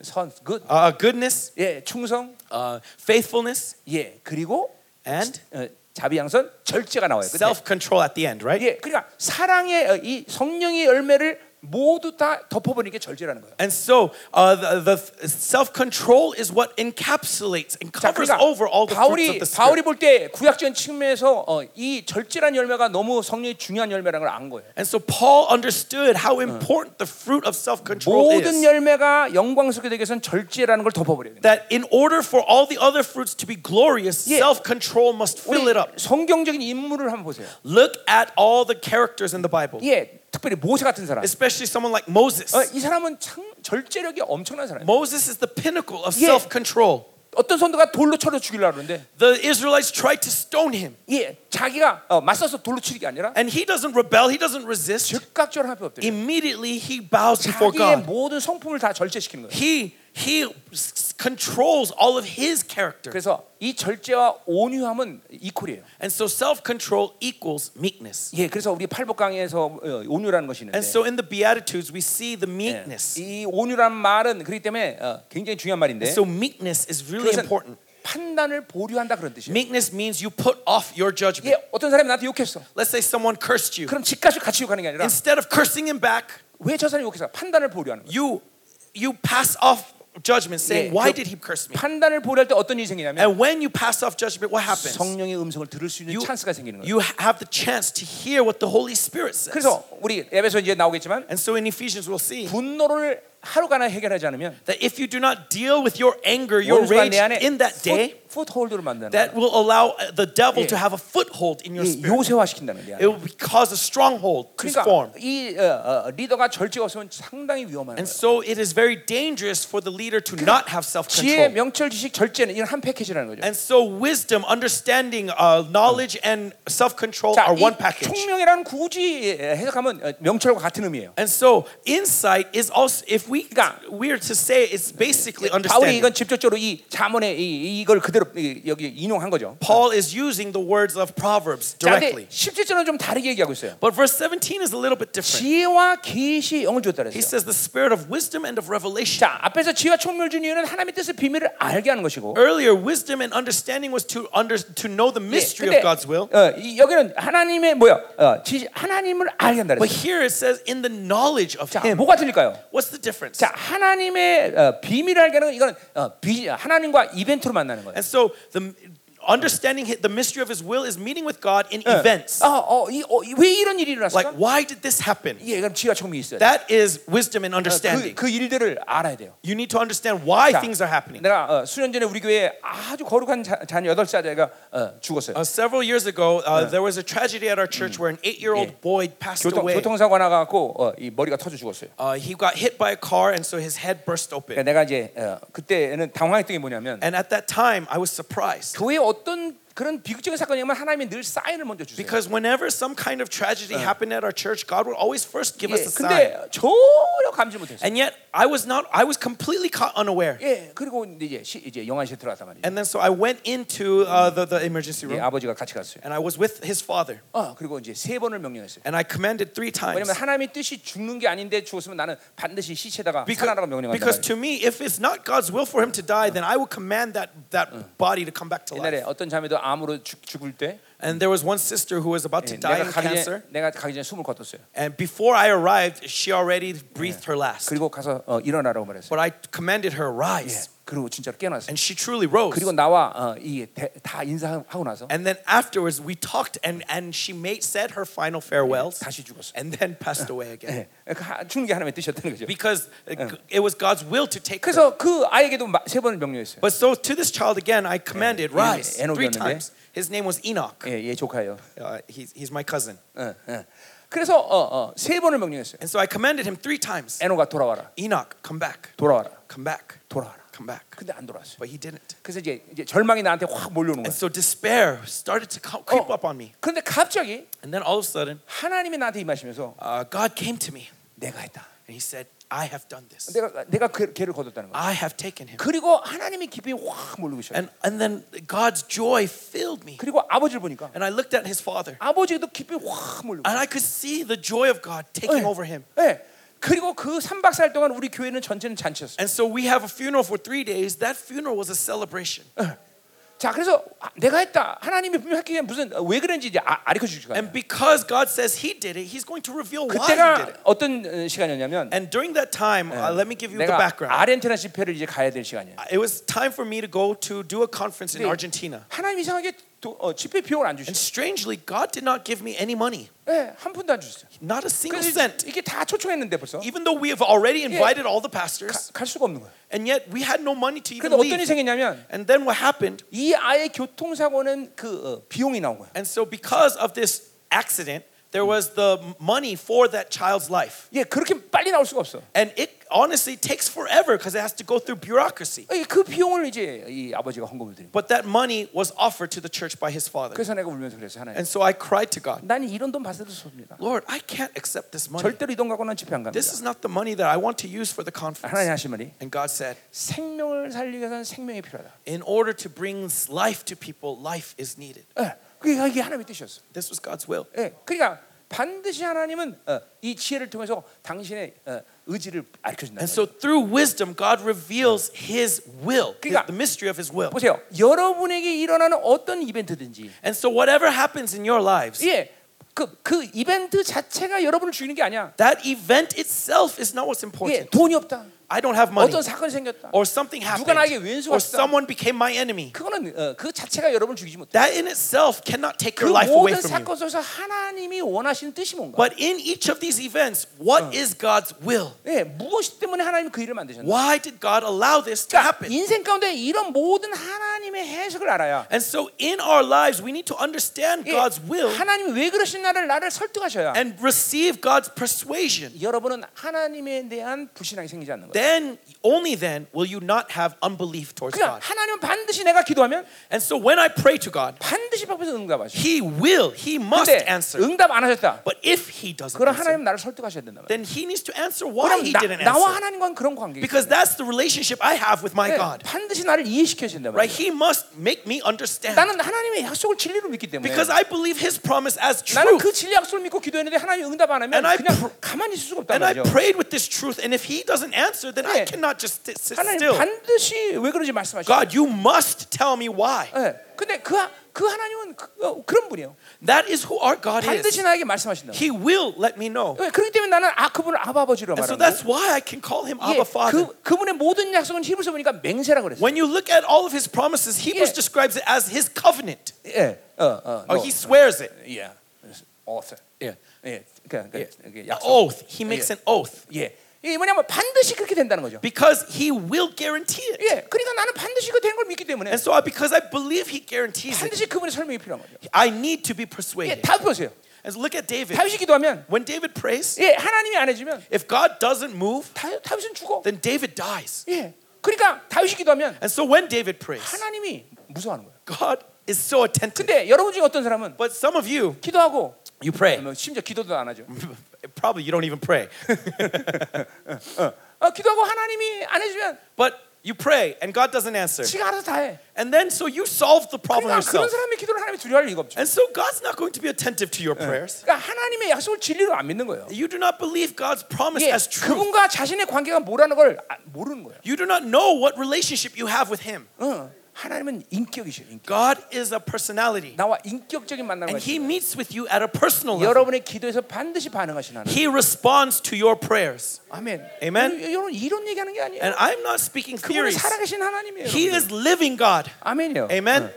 S1: 선, 굿,
S2: uh, goodness,
S1: 예, 충성,
S2: uh, faithfulness,
S1: 예, 그리고
S2: and
S1: 어, 자비, 양선, 절제가 나와요. 끝에.
S2: self-control at the end, right?
S1: 예, 그러니까 사랑의 어, 이 성령의 열매를 모두 다 덮어버리는 게 절제라는 거예요.
S2: And so uh, the, the self-control is what encapsulates and
S1: 자,
S2: covers
S1: 그러니까
S2: over all the
S1: 바울이
S2: fruits of the
S1: 바울이
S2: spirit.
S1: 볼 때 구약적인 측면에서 어, 이 절제란 열매가 너무 성령의 중요한 열매라는 걸 안 거예요.
S2: And so Paul understood how important the fruit of self-control
S1: 모든
S2: is.
S1: 열매가 영광스럽게 되기 위해서는 절제라는 걸 덮어버려야 돼요.
S2: That in order for all the other fruits to be glorious,
S1: Yeah.
S2: self-control must
S1: 우리
S2: fill it up.
S1: 성경적인 인물을 한번 보세요.
S2: Look at all the characters in the Bible,
S1: 예, 특별히 모세 같은 사람.
S2: especially someone like Moses.
S1: 어, 이 사람은 참 절제력이 엄청난 사람이에요.
S2: Moses is the pinnacle of
S1: Yeah.
S2: self-control.
S1: 어떤 선도가 돌로 쳐서 죽이려고 그러는데
S2: The Israelites tried to stone him,
S1: 예, 자기가 어, 맞서서 돌로 치는 게 아니라
S2: and he doesn't rebel, he doesn't resist.
S1: 즉각적으로 하나님 엎드려.
S2: Immediately he bows before
S1: 자기의
S2: God.
S1: 모든 성품을 다 절제시키는 거예요.
S2: He he s- s- controls all of his character.
S1: 그래서 이 절제와 온유함은 이퀄이에요.
S2: And so self-control equals meekness.
S1: 예, 그래서 우리 팔복강에서 어, 온유라는 것이 있는데
S2: And so in the beatitudes we see
S1: 예,
S2: the meekness.
S1: 이 온유란 말은 그렇기 때문에 어, 굉장히 중요한 말인데
S2: So meekness is really
S1: 그것은
S2: important.
S1: 판단을 보류한다 그런 뜻이에요.
S2: Meekness means you put off your judgment.
S1: 예, 어떤 사람이 나한테 욕했어.
S2: Let's say someone cursed you.
S1: 그럼 집까지 같이 욕하는 게 아니라
S2: Instead of cursing him back,
S1: 왜 저 사람이 욕했어? 판단을 보류하는 거예요.
S2: you you pass off judgment
S1: 예,
S2: saying, "Why
S1: 그
S2: did he curse me?"
S1: 판단을 보류할 때 어떤 일이 생기냐면
S2: And when you pass off judgment, what happens?
S1: 성령의 음성을 들을 수 있는
S2: You-
S1: 찬스가 생기는 거예요.
S2: You have the chance to hear what the Holy Spirit says.
S1: 그래서 우리 에베소 이제 나오겠지만
S2: and so in Ephesians we'll see
S1: 분노를 하루가나 해결하지 않으면
S2: that if you do not deal with your anger, your
S1: 원수가
S2: rage
S1: 내 안에
S2: in that day,
S1: 풋홀드를 만드는
S2: that will allow uh, the
S1: 예.
S2: devil to have a foothold in your
S1: 이
S2: spirit.
S1: 요새화시킨다는 게
S2: It
S1: 아니에요.
S2: will be- cause a stronghold to form.
S1: 그러니까 이 어, 어, 리더가 절제가 없으면 상당히 위험한 거예요.
S2: And so it is very dangerous for the leader to not have
S1: 지혜,
S2: self-control.
S1: 명철, 지식, 절제는 이런 한 패키지라는 거죠.
S2: And so wisdom, understanding, uh, knowledge, and self-control
S1: 자,
S2: are
S1: 이
S2: one package.
S1: 총명이라는 굳이 해석하면 어, 명철과 같은 의미예요.
S2: And so insight is also if we
S1: 그러니까
S2: we are to say it's basically
S1: 바울이
S2: understanding.
S1: 이건 직접적으로 이 자문의 이, 이걸 그대로 이- 여기 인용한 거죠.
S2: Paul is using the words of Proverbs
S1: 자, 근데
S2: directly.
S1: 17절은 좀 다르게 얘기하고 있어요.
S2: But verse 17 is a little bit different.
S1: 지혜와 계시 영을 주었다 그랬어요.
S2: He says the spirit of wisdom and of revelation.
S1: 자, 앞에서 지혜와 총명을 준 이유는 하나님의 뜻을 비밀을 알게 하는 것이고
S2: Earlier wisdom and understanding was to under to know the
S1: 예,
S2: mystery
S1: 근데,
S2: of God's will.
S1: 어, 이- 여기는 하나님의 뭐야? 어, 지, 하나님을 알게 한다
S2: But
S1: 그랬어요.
S2: here it says in the knowledge of
S1: 자,
S2: him.
S1: 뭐가 틀릴까요?
S2: What's the difference?
S1: 자, 하나님의 어, 비밀을 알게 하는 건 이거는 어, 비, 하나님과 이벤트로 만나는 거예요.
S2: And so the understanding hi- the mystery of his will is meeting with God in events.
S1: 어, 어, 이, 어, 이- 왜 이런 일이
S2: Like
S1: 일어났을까?
S2: why did this happen?
S1: 예, 그럼 지혜와 총명이 있어요.
S2: That is wisdom and
S1: 그,
S2: understanding.
S1: 그 일들을 알아야 돼요.
S2: You need to understand why
S1: 자,
S2: things are happening.
S1: 내가 어, 수년 전에 우리 교회에 아주 거룩한 자, 자녀 8살짜리가 어, 죽었어요.
S2: Uh, several years ago, uh, there was a tragedy at our church where an eight-year-old
S1: Yeah.
S2: boy passed
S1: 교통,
S2: away.
S1: 교통사고가 나갖고 어, 이 머리가 터져 죽었어요.
S2: Uh, he got hit by a car, and so his head burst open.
S1: 그러니까 내가 이제 어, 그때는 당황했던 게 뭐냐면
S2: And at that time, I was surprised.
S1: 교회 어떤 그런 비극적인 사건이면 하나님이 늘 사인을 먼저 주세요.
S2: Because whenever some kind of tragedy happened at our church, God would always first give
S1: 예,
S2: us a sign.
S1: 근데 전혀 감지 못했어요.
S2: And yet, I was not, I was completely caught unaware.
S1: 예, 그리고 이제 시, 이제 영화실 들어갔단 말이죠.
S2: And then so I went into uh, the, the emergency
S1: 예,
S2: room
S1: 아버지가 같이 갔어요.
S2: and I was with his father.
S1: 아, 그리고 이제 세 번을 명령했어요.
S2: And I commanded three times.
S1: 왜냐면 하나님의 뜻이 죽는 게 아닌데 죽었으면 나는 반드시 시체다가
S2: Because,
S1: 살아나라고 명령한다.
S2: because
S1: 말이에요.
S2: to me, if it's not God's will for him to die, then I will command that, that body to come back to
S1: 옛날에
S2: life.
S1: 어떤 자매도 암으로 죽, 죽을 때
S2: And there was one sister who was about
S1: 예,
S2: to die
S1: 내가
S2: of
S1: 가기 전에
S2: cancer.
S1: 내가 가기 전에 숨을 거뒀어요.
S2: And before I arrived, she already breathed her last.
S1: 그리고 가서 어, 일어나라고 말했어요. 예,
S2: But I commanded her, rise.
S1: 그리고 진짜로 깨어났어요.
S2: And she truly rose.
S1: 그리고 나와 어, 이다 인사하고 나서
S2: And then afterwards, we talked, and, and she made, said her final farewells,
S1: 다시 죽었어.
S2: and then passed away again.
S1: 예, 그러니까 죽는 게 하나님의 뜻이었다는 거죠.
S2: Because it was God's will to take her.
S1: 그래서 그 아이에게도 마- 세 번을 명령했어요.
S2: But so to this child again, I commanded,
S1: 예,
S2: rise
S1: 예,
S2: three
S1: 에녹이었는데.
S2: times. His name was Enoch.
S1: 예, 예 조카예요.
S2: Uh, he's, he's my cousin.
S1: 예, 예. 그래서 어, 어, 세 번을 명령했어요.
S2: And so I commanded him three times
S1: 에노가 돌아와라,
S2: Enoch, come back,
S1: 돌아와라,
S2: come back,
S1: 돌아와라.
S2: come back.
S1: 근데 안 돌아왔어요.
S2: But he didn't.
S1: 그래서 이제, 이제 절망이 나한테 확 몰려오는
S2: And
S1: 거예요.
S2: so despair started to co- creep
S1: Oh.
S2: up on me.
S1: 그런데 갑자기
S2: And then all of a sudden,
S1: 하나님이 나한테 임하시면서
S2: uh, God came to me
S1: 내가 했다.
S2: and he said, I have done this.
S1: 내가 내가 그- 걔를 거뒀다는 거예요.
S2: I have taken him.
S1: 그리고 하나님이 깊이 확 몰리고 있어요.
S2: And, and then God's joy filled me.
S1: 그리고 아버지를 보니까
S2: And I looked at his father
S1: 아버지도 깊이 확 몰리고
S2: and I could see the joy of God taking over him.
S1: 예. 그리고 그 3박 4일 동안 우리 교회는 전체는 잔치였어요.
S2: And so we have a funeral for three days. That funeral was a celebration.
S1: 자, 그래서 아, 내가 했다. 하나님이 분명히 했기 때문에 무슨 어, 왜 그런지 이제 아, 아리켜 주실 거예요.
S2: And because God says he did it, he's going to reveal why he did
S1: 그때가
S2: it.
S1: 어떤 어, 시간이었냐면
S2: And during that time, uh, let me give you the
S1: 내가
S2: background.
S1: 아르헨티나 집회를 이제 가야 될 시간이에요.
S2: It was time for me to go to do a conference
S1: 네.
S2: in Argentina.
S1: 하나님 이상하게 도, 어, 집회 비용을 안
S2: And
S1: 주셨어요.
S2: strangely, God did not give me any money,
S1: 예, 한 푼도 안 주셨어요.
S2: not a single
S1: 그래서
S2: cent.
S1: 이제 이게 다 초청했는데 벌써
S2: Even though we have already invited all the pastors,
S1: 가- 갈 수가 없는 거예요.
S2: and yet we had no money to even
S1: 그런데 어떤 일이
S2: leave.
S1: 생겼냐면
S2: And then what happened?
S1: 이 아이의 교통사고는 그 어, 비용이 나온 거예요.
S2: And so, because of this accident, there was the money for that child's life.
S1: 예, 그렇게 빨리 나올 수가 없어.
S2: And it honestly takes forever because it has to go through bureaucracy.
S1: 예, 그 비용을 이제 이 아버지가 헌금을 드린 거예요.
S2: But that money was offered to the church by his father.
S1: 그래서 내가 울면서 그랬어요. 하나님.
S2: And so I cried to God,
S1: 나는 이런 돈 받아도 습니다
S2: Lord, I can't accept this money.
S1: 절대로 이 돈 갖고 난 집회 안 갑니다.
S2: This is not the money that I want to use for
S1: 하나님
S2: the conference.
S1: 하신 말이
S2: And God said,
S1: 생명을 살리기 위해서는 생명이 필요하다.
S2: in order to bring life to people, life is needed.
S1: 예, 그게 이게 하나님의 뜻이었어.
S2: This was God's will.
S1: 예, 그러니까 반드시 하나님은 어, 이 지혜를 통해서 당신의 어, 의지를 알려 준다.
S2: And so through wisdom, God reveals his will, his-
S1: 그러니까-
S2: the mystery of his will.
S1: 보세요. 여러분에게 일어나는 어떤 이벤트든지
S2: And so whatever happens in your lives,
S1: 예. 그, 그 이벤트 자체가 여러분을 죽이는 게 아니야.
S2: that event itself is not what's
S1: 예,
S2: important.
S1: 돈이 없다.
S2: I don't have money.
S1: 어떤 사건이 생겼다.
S2: Or something happened.
S1: 나에게 왼수가
S2: Or
S1: 있다.
S2: someone became my enemy.
S1: 그거는 어, 그 자체가 여러분을 죽이지 못해.
S2: That in itself cannot take
S1: 그
S2: your life away
S1: 모든
S2: from you.
S1: 사건 속에서 하나님이 원하시는 뜻이 뭔가?
S2: But in each of these events, what is God's will?
S1: 예, 무엇 때문에 하나님이 그 일을 만드셨나?
S2: Why did God allow this to
S1: 그러니까
S2: happen?
S1: 인생 가운데 이런 모든 하나님의 해석을 알아야
S2: And so in our lives, we need to understand
S1: 예,
S2: God's will
S1: 하나님이 왜 그러시나를 나를 설득하셔야
S2: and receive God's persuasion.
S1: 여러분은 하나님에 대한 불신앙이 생기지 않는 거예요.
S2: Then, only then, will you not have unbelief towards
S1: 그러니까
S2: God.
S1: 하나님은 반드시 내가 기도하면
S2: And so when I pray to God,
S1: 반드시 밖에서 응답하셔.
S2: He will, He must
S1: 근데
S2: answer.
S1: 응답 안 하셨다.
S2: But if He doesn't
S1: 그럼
S2: answer,
S1: 하나님 나를 설득하셔야 된다 말이야.
S2: then He needs to answer why
S1: 그럼
S2: He
S1: 나,
S2: didn't
S1: 나와
S2: answer.
S1: 하나님과는 그런 관계.
S2: Because that's the relationship I have with my God.
S1: 반드시 나를 이해시켜야 된다
S2: Right?
S1: 말이야.
S2: He must make me understand.
S1: 나는 하나님의 약속을 진리로 믿기 때문에.
S2: Because I believe His promise as
S1: 나는
S2: truth.
S1: 그 진리 약속을 믿고 기도했는데 하나님 응답 안 하면
S2: And I
S1: 그냥
S2: pr-
S1: 가만히 있을 수가 없단
S2: And I
S1: 말이죠.
S2: prayed with this truth. And if he doesn't answer, then I
S1: Yeah.
S2: cannot just sit, sit
S1: 하나님
S2: still.
S1: 반드시 왜 그런지 말씀하시죠.
S2: God, you must tell me why.
S1: 예. 근데 그, 하- 그 하나님은 그, 어, 그런 분이에요.
S2: That is who our God
S1: 반드시
S2: is.
S1: 나에게 말씀하신다.
S2: He will let me know.
S1: 예, 그렇기 때문에 나는 아 그분을 아바 아버지로
S2: And so
S1: 말하는
S2: that's why I can call him
S1: 예,
S2: Abba Father.
S1: 그, 그분의 모든 약속은 히브리서 보니까 맹세라고 그랬어요.
S2: When you look at all of his promises,
S1: Yeah.
S2: Hebrews describes it as his covenant,
S1: 예. 어, 어.
S2: or
S1: 너-
S2: he swears it.
S1: 예. author.
S2: Yeah.
S1: 예. 그러니까, 그러니까 이게
S2: An
S1: 약속.
S2: oath. He makes
S1: Yeah.
S2: an oath
S1: 예. 이게 뭐냐면 반드시 그렇게 된다는 거죠.
S2: because he will guarantee it.
S1: 예. 그러니까 나는 반드시 그 된 걸 믿기 때문에
S2: And so, I- because I believe he guarantees it,
S1: 반드시 그분의 설명이 필요한 거죠.
S2: I need to be
S1: 예.
S2: persuaded.
S1: 다 보세요.
S2: And look at David.
S1: 다윗이 기도하면
S2: When David prays,
S1: 예, 하나님이 안 해주면
S2: if God doesn't move,
S1: 다, 다윗은 죽어.
S2: then David dies.
S1: 예. 그러니까 다윗이 기도하면
S2: And so when David prays,
S1: 하나님이 무서워하는 거예요.
S2: God is so attentive.
S1: 근데 여러분 중에 어떤 사람은
S2: But some of you,
S1: 기도하고
S2: you pray.
S1: 뭐 심지어 기도도 안 하죠.
S2: Probably you don't even pray.
S1: 어, 기도하고 하나님이 안 해주면
S2: But you pray and God doesn't answer.
S1: 지가 알아서 다 해.
S2: And then so you solve the problem
S1: 그러니까 그런
S2: yourself.
S1: 사람의 기도를 하나님이 두려워할 리가 없죠.
S2: And so God's not going to be attentive to your prayers.
S1: 그러니까 하나님의 약속을 진리로 안 믿는 거예요.
S2: You do not believe God's promise
S1: 이게
S2: as true.
S1: 그분과 자신의 관계가 뭐라는 걸 아- 모르는 거예요.
S2: You do not know what relationship you have with Him.
S1: 어, 하나님은 인격이셔요. 인격.
S2: God is a personality,
S1: 나와 인격적인 만남을
S2: and He
S1: 가지고
S2: meets with you at a personal level.
S1: 여러분의 기도에서 반드시 반응하신 하나님.
S2: He responds to your prayers.
S1: 아멘.
S2: Amen.
S1: 여- 여러분 이런 얘기하는 게 아니에요.
S2: And I'm not speaking
S1: 그분은
S2: theories.
S1: 살아계신 하나님이에요.
S2: He
S1: 여러분들.
S2: is living God.
S1: 아멘이요.
S2: Amen.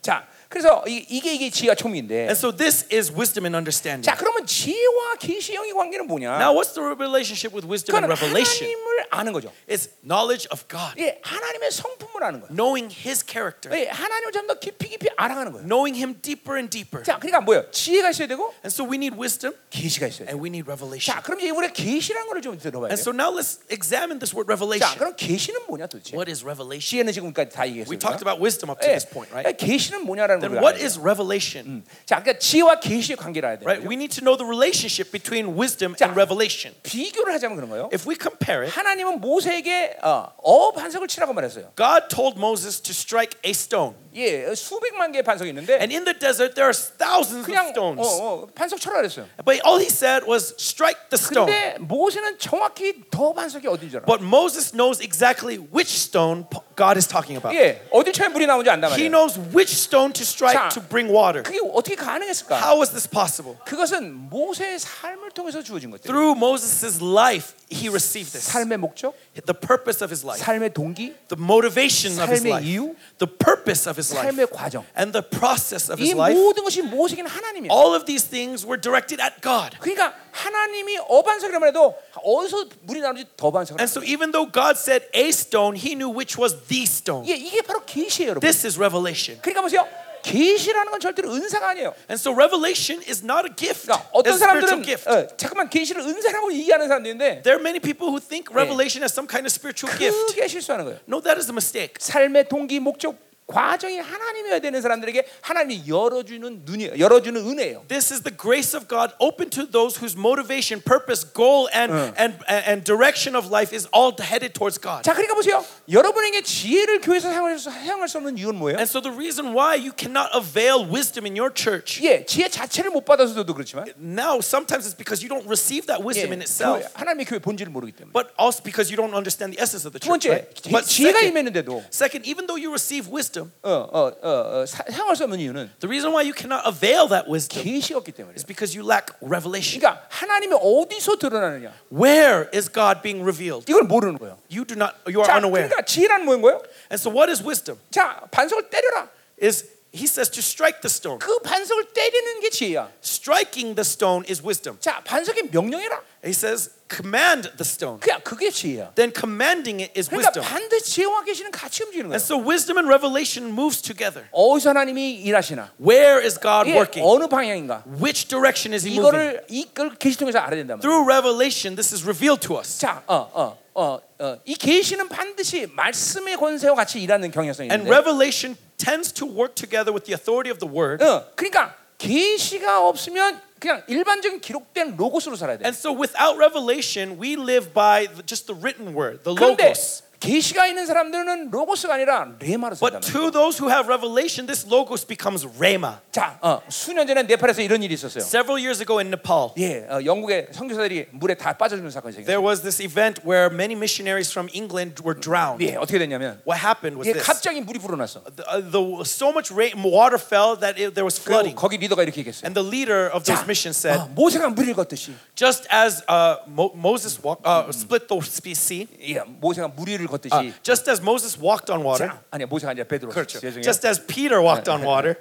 S1: 자, 그래서 이, 이게 이게 지혜와 총리인데.
S2: And so this is wisdom and understanding.
S1: 자, 그러면 지혜와 계시 영의 관계는 뭐냐?
S2: Now, what's the relationship with wisdom and
S1: 그건
S2: revelation?
S1: 하나님을 아는 거죠.
S2: It's knowledge of God,
S1: 예, 하나님의 성품을 아는 거예요.
S2: knowing His character,
S1: 예, 하나님을 좀 더 깊이 깊이 알아가는 거예요.
S2: knowing Him deeper and deeper.
S1: 자, 그러니까 뭐예요? 지혜가 있어야 되고
S2: And so we need wisdom
S1: 계시가 있어야 돼요.
S2: and we need revelation.
S1: 자, 그럼 이제 우리가 계시라는 걸 좀 들어봐야
S2: And
S1: 돼요.
S2: so now let's examine this word
S1: 자,
S2: revelation.
S1: 그럼 계시는 뭐냐 도대체?
S2: What is revelation?
S1: 지혜는 지금까지 다
S2: We
S1: 얘기했습니다.
S2: talked about wisdom up to
S1: 예,
S2: this point, right?
S1: 계시는 뭐냐라는 걸
S2: Then
S1: 우리가
S2: what
S1: 알아야 돼요.
S2: is revelation?
S1: 자, 그러니까 지혜와 계시의 관계를 알아야 돼요.
S2: Right? We need to know the relationship between wisdom
S1: 자.
S2: and revelation.
S1: 비교를 하자면 그런 거예요.
S2: If we compare it,
S1: 하나님은 모세에게 어, 어업 반석을 치라고 말했어요.
S2: God told Moses to strike a stone.
S1: 예, 수백만 개의 반석이 있는데
S2: And in the desert there are thousands of
S1: 그냥
S2: stones.
S1: 어, 어, 반석 쳐라 그랬어요.
S2: But all he said was strike the stone.
S1: 근데 모세는 정확히 더 반석이 어딘 줄 알아.
S2: Oh. But Moses knows exactly which stone p- God is talking about.
S1: 예, 어디 쳐야 물이 나오는지 안단
S2: He
S1: 말이에요.
S2: knows which stone to strike
S1: 자.
S2: to bring water.
S1: 그게 어떻게 가능했을까?
S2: How is this possible?
S1: 그것은 모세의 삶을 통해서 주어진 것들.
S2: Through Moses' life, he received this.
S1: 삶의 목적,
S2: The purpose of his life,
S1: 삶의 동기,
S2: the motivation of his
S1: 삶의
S2: life,
S1: 이유,
S2: the purpose of his life,
S1: 삶의 과정.
S2: and the process of
S1: 이
S2: his life.
S1: 모든 것이 모세에게는 하나님이에요.
S2: All of these things were directed at God.
S1: 그러니까 하나님이 어반석이라고 해도 어디서 물이 나오는지 더 반석을.
S2: And so, even though God said a stone, he knew which was the stone.
S1: 예, 이게 바로 계시예요, 여러분.
S2: This is revelation.
S1: 그러니까 보세요. 계시라는 건 절대로 은사가 아니에요.
S2: And so, revelation is not a gift,
S1: 그러니까
S2: it's
S1: 어떤
S2: a spiritual
S1: 사람들은
S2: gift.
S1: 어, 잠깐만 계시를 은사라고 얘기하는 사람도 있는데
S2: There are many people who think revelation is some kind of spiritual gift.
S1: 크게 실수하는 거예요.
S2: No, that is a mistake.
S1: 삶의 동기, 목적, 과정이 하나님이어야 되는 사람들에게 하나님이 열어주는 눈이 열어주는 은혜예요.
S2: This is the grace of God open to those whose motivation, purpose, goal, and, and, and, and direction of life is all headed towards God.
S1: 자, 그러니까 보세요. 여러분에게 지혜를 교회에서 사용할 수, 사용할 수 없는 이유는 뭐예요?
S2: And so the reason why you cannot avail wisdom in your church
S1: 예, 지혜 자체를 못 받아서도 그렇지만
S2: now sometimes it's because you don't receive that
S1: 예,
S2: wisdom in itself,
S1: 교회, 하나님의 교회 본질을 모르기 때문에.
S2: but also because you don't understand the essence of the
S1: 두 번째,
S2: church. Right?
S1: 지-
S2: But
S1: 지혜가
S2: second,
S1: 임했는데도
S2: second, even though you receive wisdom,
S1: 어, 어, 어, 어, 사- 사용할 수 없는 이유는
S2: the reason why you cannot avail that wisdom
S1: 계시였기 때문에.
S2: is because you lack revelation.
S1: 그러니까 하나님이 어디서 드러나느냐
S2: Where is God being revealed?
S1: 이걸 모르는 거예요.
S2: You do not. You are
S1: 자,
S2: unaware.
S1: 그러니까 지혜란 뭐인 거예요?
S2: And so, what is wisdom?
S1: 자, 반석을 때려라.
S2: Is he says to strike the stone.
S1: 그 반석을 때리는 게 지혜야.
S2: Striking the stone is wisdom.
S1: 자, 반석에 명령해라.
S2: He says command the stone.
S1: 그냥 그게 지혜야.
S2: Then commanding it is
S1: 그러니까
S2: wisdom.
S1: 반드시 지혜와 계시는 같이 움직이는 거예요.
S2: And so wisdom and revelation moves together.
S1: 어디서 하나님이 일하시나?
S2: Where is God
S1: 이게
S2: working?
S1: 어느 방향인가?
S2: Which direction is he moving?
S1: 이거를 이걸 계시 통해서 알아야 된다 말이야.
S2: Through revelation, this is revealed to us.
S1: 자, 어, 어, 어, 어, 이 계시는 반드시 말씀의 권세와 같이 일하는 경향성이
S2: And
S1: 있는데.
S2: revelation tends to work together with the authority of the word.
S1: 어, 그러니까 계시가 없으면 그냥 일반적인 기록된 로고스로 살아야 돼.
S2: And so without revelation, we live by the- just the written word, the
S1: 그런데
S2: logos.
S1: 계시가 있는 사람들은 로고스가 아니라 레마로 산다.
S2: But to those who have revelation, this logos becomes rhema.
S1: 자, 어, 수년 전에 네팔에서 이런 일이 있었어요.
S2: Several years ago in Nepal,
S1: 예, 어, 영국의 선교사들이 물에 다 빠져주는 사건이 생겼어요.
S2: there was this event where many missionaries from England were drowned.
S1: 예, 어떻게 됐냐면
S2: What happened was
S1: 예,
S2: this.
S1: 갑자기 물이 불어났어.
S2: The, uh, the- so much rain, water fell that it, there was
S1: 그리고
S2: flooding.
S1: 거기 리더가 이렇게 얘기했어요.
S2: And the leader of
S1: 자,
S2: this mission said,
S1: 어, 모세가 물을 걷듯이
S2: just as uh, Mo- Moses walk, uh, split the sea- sea,
S1: 예, 모세가 물 위를 걷듯이
S2: uh, just as Moses walked on water,
S1: 자, 아, 아니야 모세가 아니라 베드로
S2: Kurt,
S1: 죄송해요
S2: just as Peter walked on water,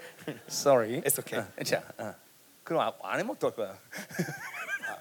S1: sorry
S2: It's okay.
S1: 어, 자 어. 그럼 아- 안 해먹 될 거야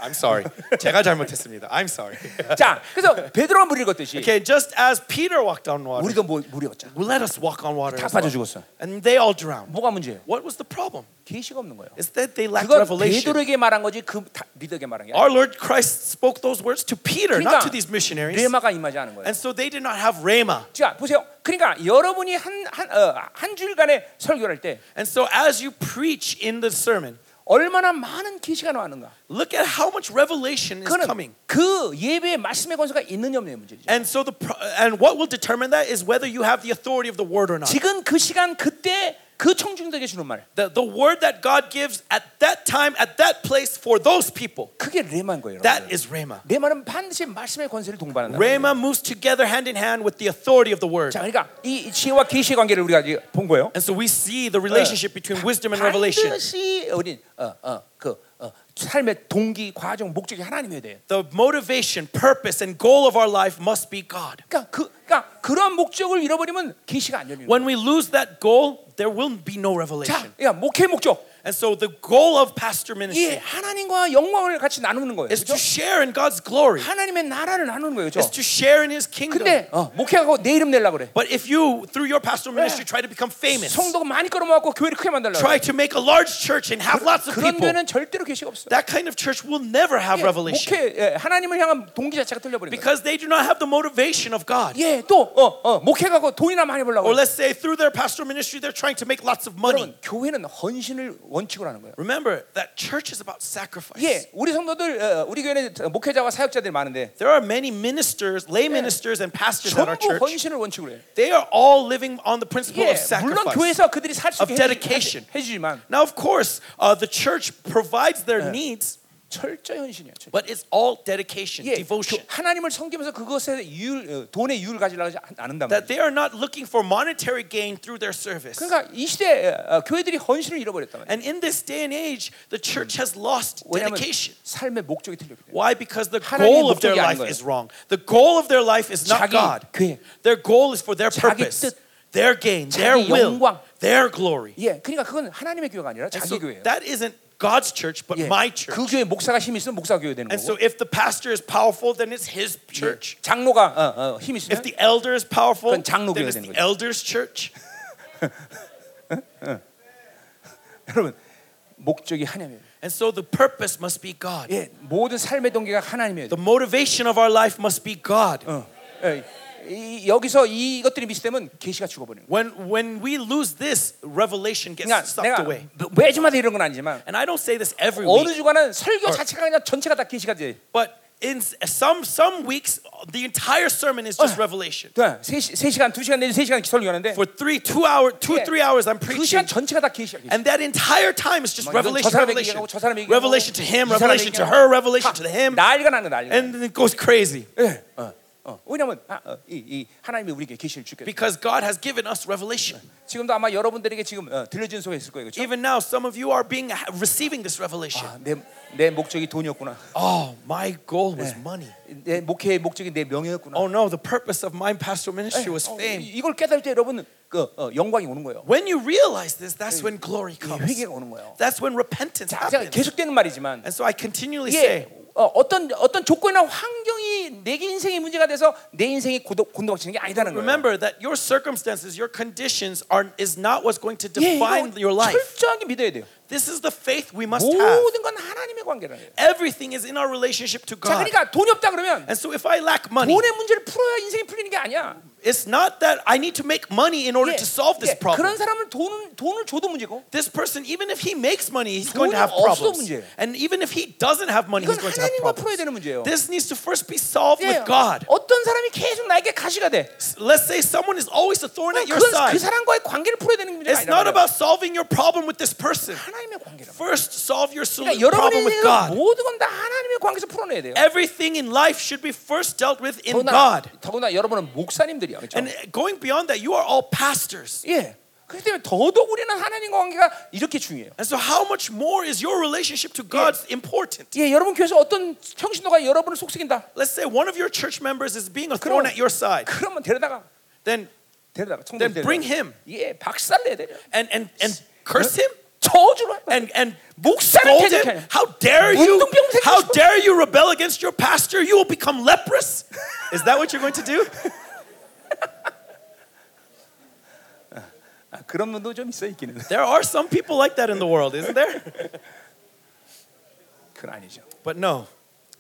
S2: I'm sorry. 제가 잘못했습니다. I'm sorry.
S1: 자 그래서 베드로가 물을 걷듯이
S2: okay, just as Peter walked on water,
S1: 우리도 뭐, 물이 걷자
S2: well, let us walk on water.
S1: 다
S2: as well.
S1: 빠져 죽었어
S2: And they all drowned.
S1: 네. 뭐가 문제예요?
S2: What was the problem?
S1: 계시가 없는 거예요
S2: It's that they lacked
S1: 그건
S2: revelation.
S1: 베드로에게 말한 거지 그 다- 리더에게 말한 게 그러니까 아니야
S2: Our Lord Christ spoke those words to Peter, not to these missionaries.
S1: 레마가 임하지 않은 거예요
S2: And so they did not have rhema.
S1: 자 보세요 그러니까 여러분이 한한 어, 한 주일간에 설교할 때
S2: And so as you preach in the sermon,
S1: 얼마나 많은 계시가 나왔는가?
S2: look at how much revelation is coming.
S1: 그는 그 예배의 말씀의 권세가 있느냐 없느냐의 문제죠.
S2: And so the pro- and what will determine that is whether you have the authority of the word or not.
S1: 지금 그 시간 그때 그 청중들에게 주는 말
S2: The, the word that God gives at that time, at that place for those people,
S1: 그게 레마인 거예요.
S2: that is Rhema.
S1: 레마는 반드시 말씀의 권세를 동반한다.
S2: Rhema moves together hand in hand with the authority of the word.
S1: 자, 그러니까 이 지혜와 계시의 관계를 우리가 이제 본 거예요.
S2: And so we see the relationship between wisdom and revelation.
S1: 네. 반드시 우리 어어그 어, 삶의 동기, 과정, 목적이 하나님이어야 돼요.
S2: The motivation, purpose, and goal of our life must be God.
S1: 그러니까 그 그러니까 그런 목적을 잃어버리면 계시가 안 열리는. 거예요.
S2: When we lose that goal, there will be no
S1: 자,
S2: revelation.
S1: 그러니까 목회 목적
S2: And so the goal of pastor
S1: 예,
S2: ministry
S1: 하나님과 영광을 같이 나누는 거예요.
S2: is
S1: 그죠?
S2: to share in God's glory,
S1: 하나님의 나라를 나누는 거예요.
S2: is
S1: 그죠?
S2: to share in His kingdom.
S1: 근데 어, 목회하고 내 이름 내려고 그래.
S2: But if you, through your pastoral ministry, try to become famous,
S1: 성도가 많이 끌어모아고 교회를 크게 만들려고.
S2: try to make a large church and have lots of
S1: 그런
S2: people,
S1: 교회는 절대로 계시가 없어.
S2: that kind of church will never
S1: 예,
S2: have revelation
S1: 목회 예, 하나님을 향한 동기 자체가 틀려버린 거예요.
S2: because they do not have the motivation of God.
S1: 예, 또 어, 어, 목회가고 돈이나 많이 벌려고.
S2: Or let's say, through their pastoral ministry, they're trying to make lots of money.
S1: 여러분, 교회는 헌신을 원칙으로 하는 거예요.
S2: Remember that church is about sacrifice.
S1: 예, 우리 성도들 어, 우리 교회는 목회자와 사역자들이 많은데
S2: There are many ministers, lay ministers, and pastors at our
S1: 전부
S2: church.
S1: 헌신을 원칙으로 해요.
S2: They are all living on the principle
S1: 예,
S2: of
S1: 물론
S2: sacrifice.
S1: 교회에서 그들이 살 수
S2: Of
S1: 있게 해주-
S2: dedication.
S1: 해주- 해주지만
S2: Now, of course, uh, the church provides their needs,
S1: 철저히 헌신이에요. 철저히.
S2: but it's all dedication,
S1: 예,
S2: devotion.
S1: 그 하나님을 섬기면서 그것에 유율, 어, 돈의 유를 가지려고 하지 않- 않는단 말이에요.
S2: That they are not looking for monetary gain through their service.
S1: 그러니까 이 시대 어, 교회들이 헌신을 잃어버렸단 말이에요.
S2: And in this day and age, the church has lost
S1: 왜냐하면
S2: dedication.
S1: 삶의 목적이 틀렸기 때문에.
S2: Why? Because the
S1: 하나님의
S2: goal of their
S1: 목적이 아닌
S2: life
S1: 거예요.
S2: is wrong. The goal of their life is not
S1: 자기
S2: God.
S1: 계획.
S2: Their goal is for their
S1: 자기
S2: purpose,
S1: 뜻.
S2: their gain, their
S1: 자기
S2: will,
S1: 영광.
S2: their glory.
S1: 예, 그러니까 그건 하나님의 교회가 아니라
S2: And
S1: 자기
S2: so
S1: 교회예요.
S2: that isn't God's church, but
S1: 예,
S2: my church.
S1: 그 교회 목사가 힘이 있으면 목사 교회 되는 거고. 예,
S2: And so if the pastor is powerful, then it's his church.
S1: 장로가 어, 어, 힘이 있으면
S2: If the elder is powerful,
S1: 그건 장로 교회가
S2: then it's
S1: 되는
S2: the
S1: 거죠.
S2: elder's church.
S1: 여러분 목적이 하나님이에요.
S2: And so the purpose must be God.
S1: 예, 모든 삶의 동기가 하나님이에요.
S2: The motivation of our life must be God.
S1: 어, 예, 이, 여기서 이것들이 미스되면 계시가 죽어버리는 거예요.
S2: When when we lose this, revelation gets
S1: 그러니까
S2: sucked
S1: 내가
S2: away.
S1: 매주마다 이런 건 아니지만
S2: And I don't say this every
S1: 어느
S2: week,
S1: 주간은 설교 자체가 그냥 전체가 다 계시가 돼.
S2: but in s- some some weeks, the entire sermon is
S1: Ah.
S2: just revelation.
S1: 네, 세 시- 세 시간, 두 시간 내지 세 시간 설교하는데
S2: For three, two hour, two
S1: 예,
S2: or three hours, I'm
S1: 그 시간
S2: preaching.
S1: 전체가 다 계시가 돼.
S2: And that entire time is just
S1: 뭐 이건 저
S2: revelation,
S1: 사람
S2: revelation,
S1: 얘기하고 저 사람 얘기하고
S2: revelation to him,
S1: 이 사람
S2: revelation to
S1: 얘기하고
S2: her, revelation
S1: 다
S2: to him,
S1: 난리가 나는 거야, 난리가.
S2: and then it goes crazy.
S1: 예. 어, 어. 왜냐면 하 아, 어, 이, 이 하나님이 우리에게 계시를 주겠다.
S2: Because God has given us revelation.
S1: 지금도 아마 여러분들에게 지금 어, 들려진 소리가 있을 거예요. 그렇죠?
S2: Even now, some of you are being receiving this revelation.
S1: 아, 내, 내 목적이 돈이었구나.
S2: Oh, my goal was money.
S1: 내 목회의 목적이 내 명예였구나.
S2: Oh no, the purpose of my pastoral ministry was
S1: 어,
S2: fame.
S1: 이- 이걸 깨달을 때 여러분 그 어, 영광이 오는 거예요.
S2: When you realize this, that's when glory
S1: 이
S2: comes.
S1: 회개가 오는 거예요.
S2: That's when repentance
S1: 자, 제가
S2: happens.
S1: 계속되는 말이지만
S2: And so I continually say,
S1: 이게 어, 어떤 어떤 조건이나 환경이 내 인생의 문제가 돼서 내 인생이 고독 곤독해지는 게 아니다는 거예요.
S2: remember that your circumstances, your conditions are is not what's going to
S1: 예,
S2: define your
S1: 이거
S2: life.
S1: 철저하게 믿어야 돼요.
S2: This is the faith we must have.
S1: 모든 건 하나님의 관계라는 거예요.
S2: Everything is in our relationship to
S1: 자,
S2: God.
S1: 그러니까 돈이 없다 그러면
S2: And so if I lack money,
S1: 돈의 문제를 풀어야 인생이 풀리는 게 아니야.
S2: it's not that I need to make money in order
S1: 예,
S2: to solve
S1: 예,
S2: this
S1: 그런
S2: problem.
S1: 사람은 돈 돈을 줘도 문제고
S2: This person, even if he makes money, he's going to
S1: 돈이
S2: have
S1: 없어도
S2: problems.
S1: 문제예요.
S2: And even if he doesn't have money, he's
S1: 이건
S2: going to have
S1: 하나님과 풀어야
S2: problems.
S1: 되는 문제예요.
S2: This needs to first be solved
S1: 예,
S2: with God.
S1: 어떤 사람이 계속 나에게 가시가 돼.
S2: Let's say someone is always a thorn at your
S1: 그건 그
S2: side.
S1: 사람과의 관계를 풀어야 되는 문제가
S2: It's
S1: 아니라
S2: not
S1: 말이야.
S2: about solving your problem with this person.
S1: 하나님의 관계라.
S2: First, solve your sol-
S1: 그러니까 여러분의
S2: problem with
S1: 인생은
S2: God.
S1: 모든 건 다 하나님의 관계에서 풀어내야 돼요.
S2: Everything in life should be first dealt with in
S1: 더구나,
S2: God.
S1: 더구나 여러분은 목사님들이야, 그렇죠?
S2: And going beyond that, you are all pastors.
S1: 예. 그렇기 때문에 더더욱 우리는 하나님과 관계가 이렇게 중요해요.
S2: And so, how much more is your relationship to God important?
S1: 예, 여러분 교회에서 어떤 평신도가 여러분을 속삭인다.
S2: Let's say one of your church members is being a
S1: 그럼-
S2: thorn at your side.
S1: 그러면 데려다가
S2: Then
S1: 데려다가 청년
S2: Then
S1: 데려다가.
S2: bring him.
S1: 예, 박살 내야 돼요.
S2: and and and curse him
S1: 저주로.
S2: and and
S1: 목사를
S2: scold
S1: 대적해.
S2: him. How dare you?
S1: 운동병 생기고
S2: How
S1: 싶어.
S2: dare you rebel against your pastor? You will become leprous. Is that what you're going to do?
S1: 아, 그런 분도 좀 있어 있기는.
S2: There are some people like that in the world, isn't there?
S1: 그건 아니죠.
S2: But no,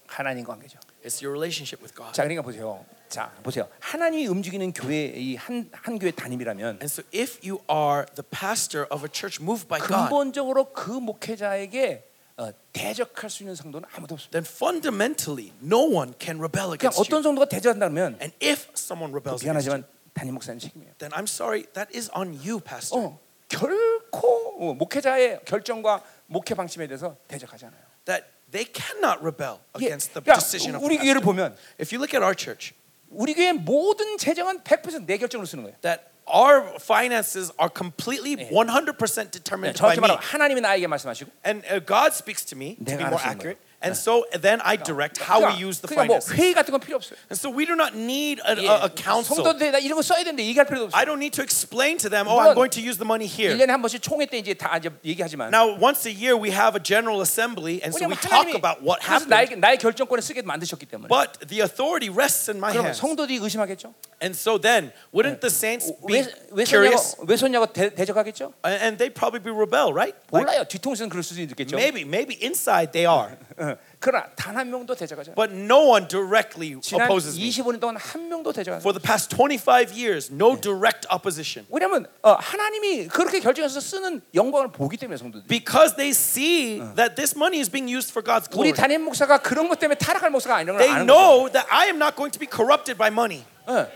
S1: 하나님 관계죠.
S2: It's your relationship with God.
S1: 자, 그러니까 보세요. 자, 보세요. 하나님이 움직이는 교회 이한한 교회 담임이라면
S2: And so if you are the pastor of a church moved by God,
S1: 근본적으로 그 목회자에게 어, 대적할 수 있는 성도는 아무도 없습니다.
S2: then fundamentally no one can rebel
S1: 그냥
S2: against
S1: 어떤
S2: you.
S1: 성도가 대적한다면
S2: And if someone rebels against you,
S1: 미안하지만 담임 목사님 책임이에요.
S2: then I'm sorry, that is on you, pastor.
S1: 어, 결코 어, 목회자의 결정과 목회 방침에 대해서 대적하지 않아요.
S2: That they cannot rebel
S1: 예,
S2: against the decision
S1: 그러니까
S2: of
S1: 우리
S2: the
S1: 교회를
S2: pastor.
S1: 보면
S2: If you look at our church,
S1: 우리 교회 모든 재정은 100%내 결정으로 쓰는 거예요.
S2: that our finances are completely 100%
S1: 네,
S2: determined by
S1: 정확히
S2: me.
S1: 말하면 하나님이 나에게 말씀하시고
S2: And uh, God speaks to me, to
S1: 내가
S2: be more
S1: 알아서 하는
S2: accurate. And so then I direct how
S1: 그러니까,
S2: we use the
S1: 그러니까 뭐
S2: finances.
S1: 회의 같은 건 필요 없어요.
S2: And so we do not need a,
S1: 예,
S2: a, a council.
S1: 성도들에다 이런 거 써야 되는데 얘기할 필요도 없어요.
S2: I don't need to explain to them, oh,
S1: 물론
S2: I'm going to use the money here.
S1: 1년에 한 번씩 총회 때 이제 다 이제 얘기하지만
S2: Now, once a year, we have a general assembly, and so we
S1: 왜냐면
S2: talk
S1: 하나님이
S2: about what
S1: 그래서
S2: happened.
S1: 나의, 나의 결정권을 쓰게 만드셨기 때문에
S2: But the authority rests in my
S1: 그러면
S2: hands.
S1: 성도들이 의심하겠죠?
S2: And so then, wouldn't the saints be
S1: 왜, 왜
S2: curious?
S1: 손냐고, 왜 손냐고 대, 대적하겠죠?
S2: And and they'd probably be rebel, right? Like,
S1: 몰라요 뒤통수는 그럴 수도 있겠죠
S2: maybe, maybe inside they are.
S1: 어, 그러나 단 한 명도 대적하지 않아요
S2: But no one directly
S1: 지난
S2: opposes me.
S1: 25년 동안 한 명도 대적하지
S2: For
S1: 않아요
S2: the past 25 years, no direct opposition.
S1: 왜냐하면 어, 하나님이 그렇게 결정해서 쓰는 영광을 보기 때문에 성도들이
S2: Because they see that this money is being used for God's glory.
S1: 우리 담임 목사가 그런 것 때문에 타락할 목사가 아니라는 걸
S2: They
S1: 아는 거죠
S2: know that I am not going to be corrupted by money.
S1: 어,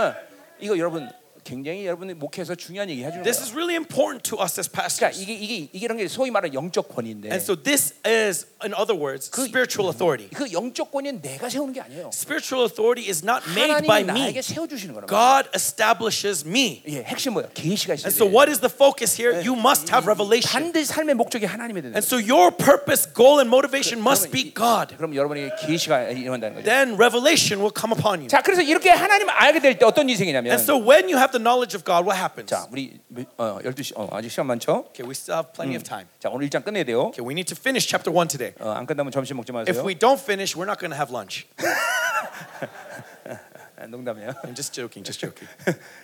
S1: 어. 이거 여러분 굉장히 여러분이 목회에서 중요한 얘기 해주는
S2: This
S1: 거예요
S2: is really important to us as
S1: 그러니까
S2: pastors.
S1: 이게, 이게, 이게 이런 게 소위 말하는 영적 권위인데
S2: And so this is, in other words,
S1: 그-
S2: spiritual authority.
S1: 그 영적 권위는 내가 세우는 게 아니에요
S2: Spiritual authority is not made by
S1: 하나님이 나에게
S2: me.
S1: 세워주시는 거란 말이에요.
S2: God establishes me.
S1: 예, 핵심 뭐예요? 계시가 있어야
S2: And so
S1: 돼.
S2: what is the focus here? You must have revelation.
S1: 반드시 삶의 목적이 하나님이 되는
S2: And
S1: 거예요.
S2: so your purpose, goal, and motivation
S1: 그러면
S2: must be
S1: 이-
S2: God.
S1: 그럼 여러분이 계시가 일어난다는 거죠.
S2: Then revelation will come upon you.
S1: 자, 그래서 이렇게 하나님 알게 될 때 어떤 일이 생기냐면
S2: And so when you have the knowledge of God, what happens?
S1: 자, 우리 어, 12시 어, 아직 시간 많죠?
S2: Okay, we still have plenty of time.
S1: 자, 오늘 일장 끝내야 돼요.
S2: Okay, we need to finish chapter 1 today.
S1: 어, 안 끝나면 점심 먹지
S2: If
S1: 마세요.
S2: we don't finish, we're not going to have lunch.
S1: 아, 농담이에요.
S2: I'm just joking, just joking.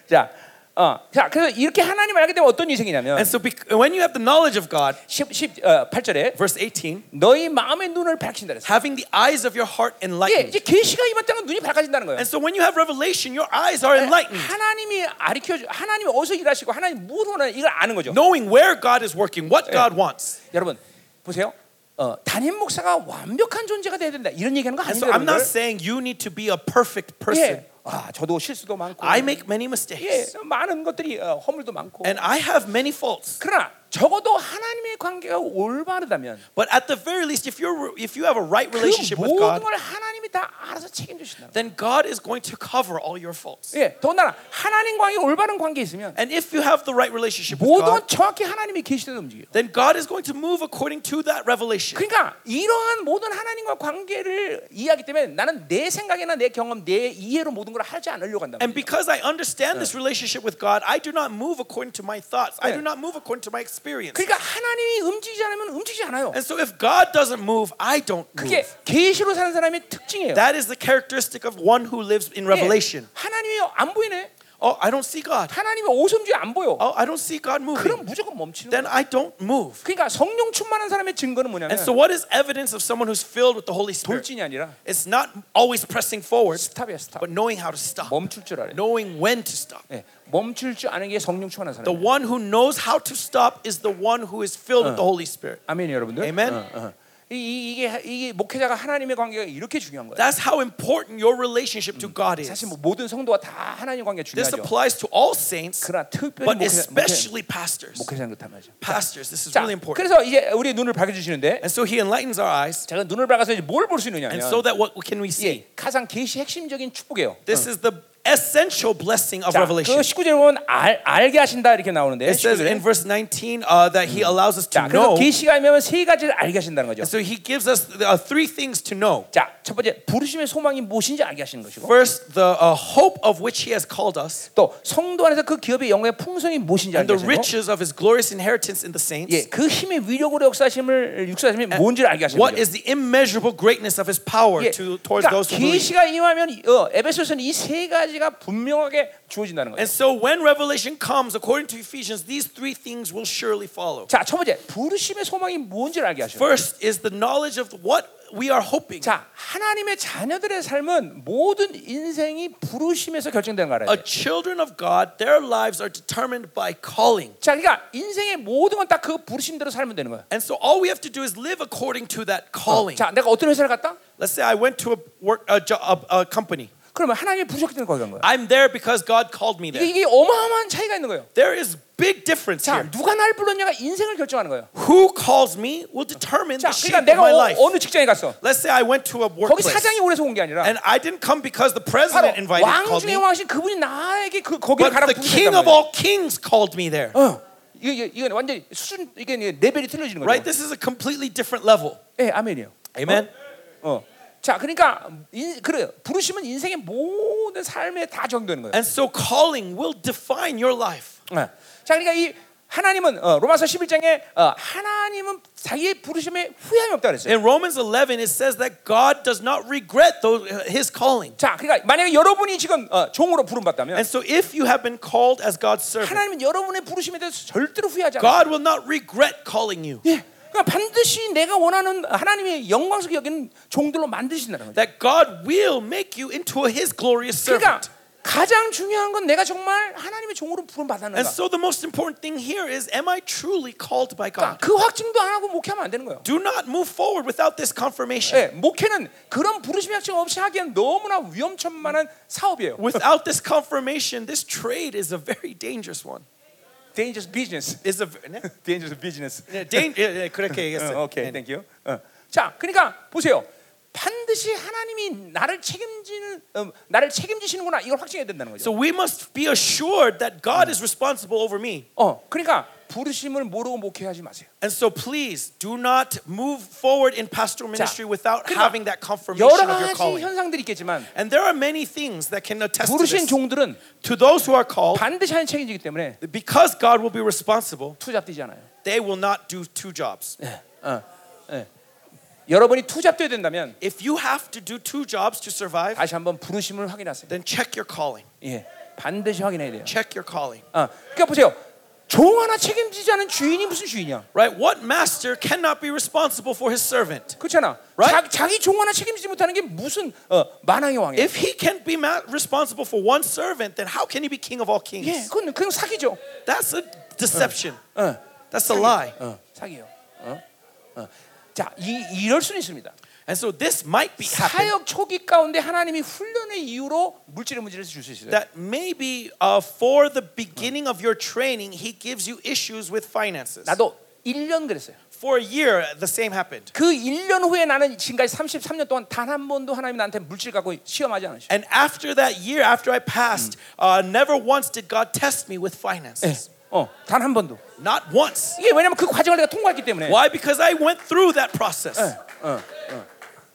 S1: 자, 어, 자, 그래서 이렇게 하나님 알게 되면 어떤 일이 생기냐면
S2: And so bec- when you have the knowledge of God,
S1: 10, 10 어, 8절에
S2: verse 18,
S1: 너희 마음의 눈을 밝힌다 그랬어요.
S2: having the eyes of your heart
S1: 예,
S2: enlightened.
S1: 이제 계시가 임했다는 건 눈이 밝아진다는 거예요.
S2: And so when you have revelation, your eyes are enlightened.
S1: 하나님이 아리켜 주 하나님이 어디서 일하시고 하나님 무엇 원하는 이걸 아는 거죠.
S2: Knowing where God is working, what God wants.
S1: 여러분 보세요. 어, 단임 목사가 완벽한 존재가 돼야 된다. 이런 얘기하는 거
S2: And
S1: 아닌데
S2: so I'm not
S1: 여러분들.
S2: saying you need to be a perfect person.
S1: 예. 아, 저도 실수도 많고.
S2: I make many
S1: 예,
S2: mistakes.
S1: 많은 것들이 어, 허물도 많고.
S2: And I have many faults.
S1: 그러나 적어도 하나님의 관계가 올바르다면
S2: But at the very least, if you're if you have a right
S1: 그
S2: relationship with
S1: 모든
S2: God,
S1: 걸 하나님이 다 알아서 책임져 주신다.
S2: then God is going to cover all your faults.
S1: 예, 더군다나 하나님과의 올바른 관계 있으면
S2: And if you have the right relationship with
S1: 모든 건
S2: God,
S1: 정확히 하나님이 계시대로 움직여요.
S2: then God is going to move according to that revelation.
S1: 그러니까 이러한 모든 하나님과 관계를 이해하기 때문에 나는 내 생각이나 내 경험, 내 이해로 모든 걸 하지 않으려고 한다.
S2: And because I understand this relationship with God, I do not move according to my thoughts. I
S1: Yeah.
S2: do not move according to my experience.
S1: 그러니까 하나님이 움직이지 않으면 움직이지 않아요.
S2: And so if God doesn't move, I don't
S1: 그게
S2: move.
S1: 계시로 사는 사람의 특징이에요.
S2: That is the characteristic of one who lives in revelation.
S1: 예, 하나님이 안 보이네.
S2: Oh, I don't see God.
S1: 하나님이 오손주에 안 보여.
S2: Oh, I don't see God moving.
S1: 그럼 무조건 멈추는
S2: Then
S1: 거예요.
S2: I don't move.
S1: 그러니까 성령 충만한 사람의 증거는 뭐냐면
S2: And so what is evidence of someone who's filled with the Holy Spirit?
S1: 돌진이 아니라
S2: It's not always pressing forward,
S1: 스탑이야 스탑.
S2: but knowing how to stop.
S1: 멈출 줄 알아요.
S2: Knowing when to ststop.
S1: 예, 멈출 줄 아는 게 성령 충만한 사람.
S2: The
S1: 이에요
S2: one who knows how to stop is the one who is filled with the Holy Spirit.
S1: 아멘 여러분들.
S2: Amen.
S1: 어, 어. 이- 이, 이게 이게 목회자가 하나님의 관계가 이렇게 중요한 거예요.
S2: That's how important your relationship to God is.
S1: 사실 뭐 모든 성도가 다 하나님 관계
S2: This
S1: 중요하죠.
S2: applies to all saints,
S1: 그러나 특별히 목회자,
S2: but
S1: 목회,
S2: especially pastors.
S1: 목회자는 그렇단 말이죠.
S2: Pastors, this is
S1: 자,
S2: really important.
S1: 그래서 이제 우리 눈을 밝혀 주시는데
S2: And so he enlightens our eyes,
S1: 제가 눈을 밝아서 이제 뭘 볼 수 있느냐면
S2: and so that what can we see?
S1: 예, 가장 계시 핵심적인 축복이에요.
S2: This is the essential blessing of
S1: 자, 그
S2: revelation.
S1: 19절에 보면 알, 알게 하신다 이렇게 나오는데
S2: It says
S1: 19절에.
S2: in verse 19 uh, that he allows us
S1: 자,
S2: to
S1: 그래서
S2: know.
S1: 계시가 있면 세 가지를 알게 하신다는 거죠.
S2: And so he gives us uh, three things to know.
S1: 자, 첫 번째 부르심의 소망이 무엇인지 알게 하시는 것이고
S2: First, the uh, hope of which he has called us,
S1: 또 성도 안에서 그 기업의 영광의 풍성이 무엇인지
S2: and
S1: 알게
S2: the
S1: 하시고
S2: riches of his glorious inheritance in the saints.
S1: 예, 그 힘의 위력으로 역사하심을 육사하심이 뭔지를 알게 하시는
S2: What
S1: 거죠.
S2: is the immeasurable greatness of his power
S1: 예,
S2: to, towards
S1: 그러니까
S2: those who believe?
S1: 계시가 임하면 어, 에베소서는 이 세 가지가 분명하게 주어진다는 거예요.
S2: And so when revelation comes, according to Ephesians, these three things will surely follow.
S1: 자, 첫 번째 부르심의 소망이 뭔지를 알게 하시고
S2: First is the knowledge of what we are hoping
S1: 자, 하나님의 자녀들의 삶은 모든 인생이 부르심에서 결정된 거알아야
S2: a
S1: 돼.
S2: children of God, their lives are determined by calling.
S1: 자, 그러니까 인생의 모든 건 딱 그 부르심대로 살면 되는 거야.
S2: And so all we have to do is live according to that calling.
S1: 자, 내가 어떤 회사를 갔다?
S2: Let's say I went to a work a, jo- a, a company.
S1: 그러면 하나님이 부르셨기 때문에 거기 간 거야.
S2: I'm there because God called me
S1: 이게,
S2: there.
S1: 이게 어마어마한 차이가 있는 거예요.
S2: There is big difference
S1: 자,
S2: here.
S1: 누가 나를 불렀냐가 인생을 결정하는 거예요.
S2: Who calls me will determine
S1: 자,
S2: the
S1: 그러니까
S2: shape of
S1: 내가
S2: my
S1: 어,
S2: life.
S1: 어느 직장에 갔어.
S2: Let's say I went to a
S1: 거기
S2: workplace.
S1: 사장이 오래서 온 게 아니라
S2: And I didn't come because the president
S1: 바로
S2: invited
S1: 왕
S2: called
S1: 중에
S2: me,
S1: 왕신 그분이 나에게 그 거기를
S2: but
S1: 가라고
S2: the king
S1: 부르셨단
S2: of
S1: 말이야.
S2: all kings called me there.
S1: 어, 이게 이게- 이건 완전 수준 이게 이제 레벨이 틀려지는
S2: Right?
S1: 거죠.
S2: This is a completely different level.
S1: 예, 아멘이요.
S2: Amen.
S1: 어. 자, 그러니까 인, 그래 부르심은 인생의 모든 삶에 다 적용되는 거예요.
S2: And so calling will define your life.
S1: 예. 자, 그러니까 이 하나님은 어, 로마서 11장에 어, 하나님은 자기의 부르심에 후회함이 없다 그랬어요.
S2: In Romans 11 it says that God does not regret those, his calling.
S1: 자, 그러니까 만약에 여러분이 지금 어, 종으로 부름 받다면
S2: And so if you have been called as God's servant,
S1: 하나님은 여러분의 부르심에 대해서 절대로 후회하지 않아요.
S2: God will not regret calling you.
S1: 예. 그러니까 반드시 내가 원하는 하나님의 영광스럽게 여기는 종들로 만드신다는 거죠.
S2: That God will make you into his glorious
S1: 그러니까
S2: servant.
S1: 가장 중요한 건 내가 정말 하나님의 종으로 부름 받았는가.
S2: And so the most important thing here is am I truly called by
S1: 그러니까
S2: God?
S1: 그 확증도 안 하고 목회하면 안 되는 거예요.
S2: Do not move forward without this confirmation.
S1: 예, 목회는 그런 부르심 확증 없이 하기엔 너무나 위험천만한 사업이에요.
S2: Without this confirmation, this trade is a very dangerous one.
S1: Dangerous business.
S2: It's a
S1: Dangerous business.
S2: dan- 예, 예, 그렇게 얘기했어요.
S1: 어, 오케이, thank you. 어. 자, 그러니까 보세요. 반드시 하나님이 나를 책임지는 음, 나를 책임지시는구나 이걸 확증해야 된다는 거죠.
S2: So we must be assured that God is responsible over me.
S1: 어, 그러니까 부르심을 모르고 목회하지 마세요.
S2: And so please do not move forward in pastoral ministry without
S1: 그러니까
S2: having that
S1: 여러
S2: confirmation of your
S1: 가지
S2: calling.
S1: 현상들이 있겠지만
S2: And there are many things that can attest to
S1: 부르신
S2: this.
S1: 종들은
S2: To those who are called,
S1: 반드시 하는 책임지기 때문에
S2: because God will be responsible,
S1: 투잡 뛰잖아요.
S2: they will not do two jobs.
S1: 여러분이 투잡 뛰어야 된다면
S2: If you have to do two jobs to survive,
S1: 다시 한번 부르심을 확인하세요.
S2: then check your calling.
S1: 예, 반드시 확인해야 돼요.
S2: Check your calling.
S1: 아, 그러니까 보세요. 종 하나 책임지지 않은 주인이 무슨 주인이야?
S2: Right? What master cannot be responsible for his servant?
S1: 그렇잖아.
S2: Right?
S1: 자, 기종 하나 책임지지 못하는 게 무슨 어, 만왕의 왕이야?
S2: If he can't be ma- responsible for one servant, then how can he be king of all kings?
S1: 예, 그건 그냥 사기죠.
S2: That's a deception.
S1: 어,
S2: That's a lie.
S1: 어, 사기요. 어, 어. 자, 이, 이럴 수는 있습니다.
S2: And so this might be happening.
S1: 사역 초기 가운데 하나님이 훈련의 이유로 물질의 문제를 줄 수 있어요.
S2: That maybe uh, for the beginning of your training, he gives you issues with finances.
S1: 나도 1년 그랬어요.
S2: For a year, the same happened.
S1: 그 1년 후에 나는 지금까지 33년 동안 단 한 번도 하나님이 나한테 물질 갖고 시험하지 않으셨어요.
S2: And after that year, after I passed, uh, never once did God test me with
S1: 예.
S2: finances.
S1: 어, 단 한 번도.
S2: Not once.
S1: 이게 왜냐면 그 과정을 내가 통과했기 때문에.
S2: Why? Because I went through that process.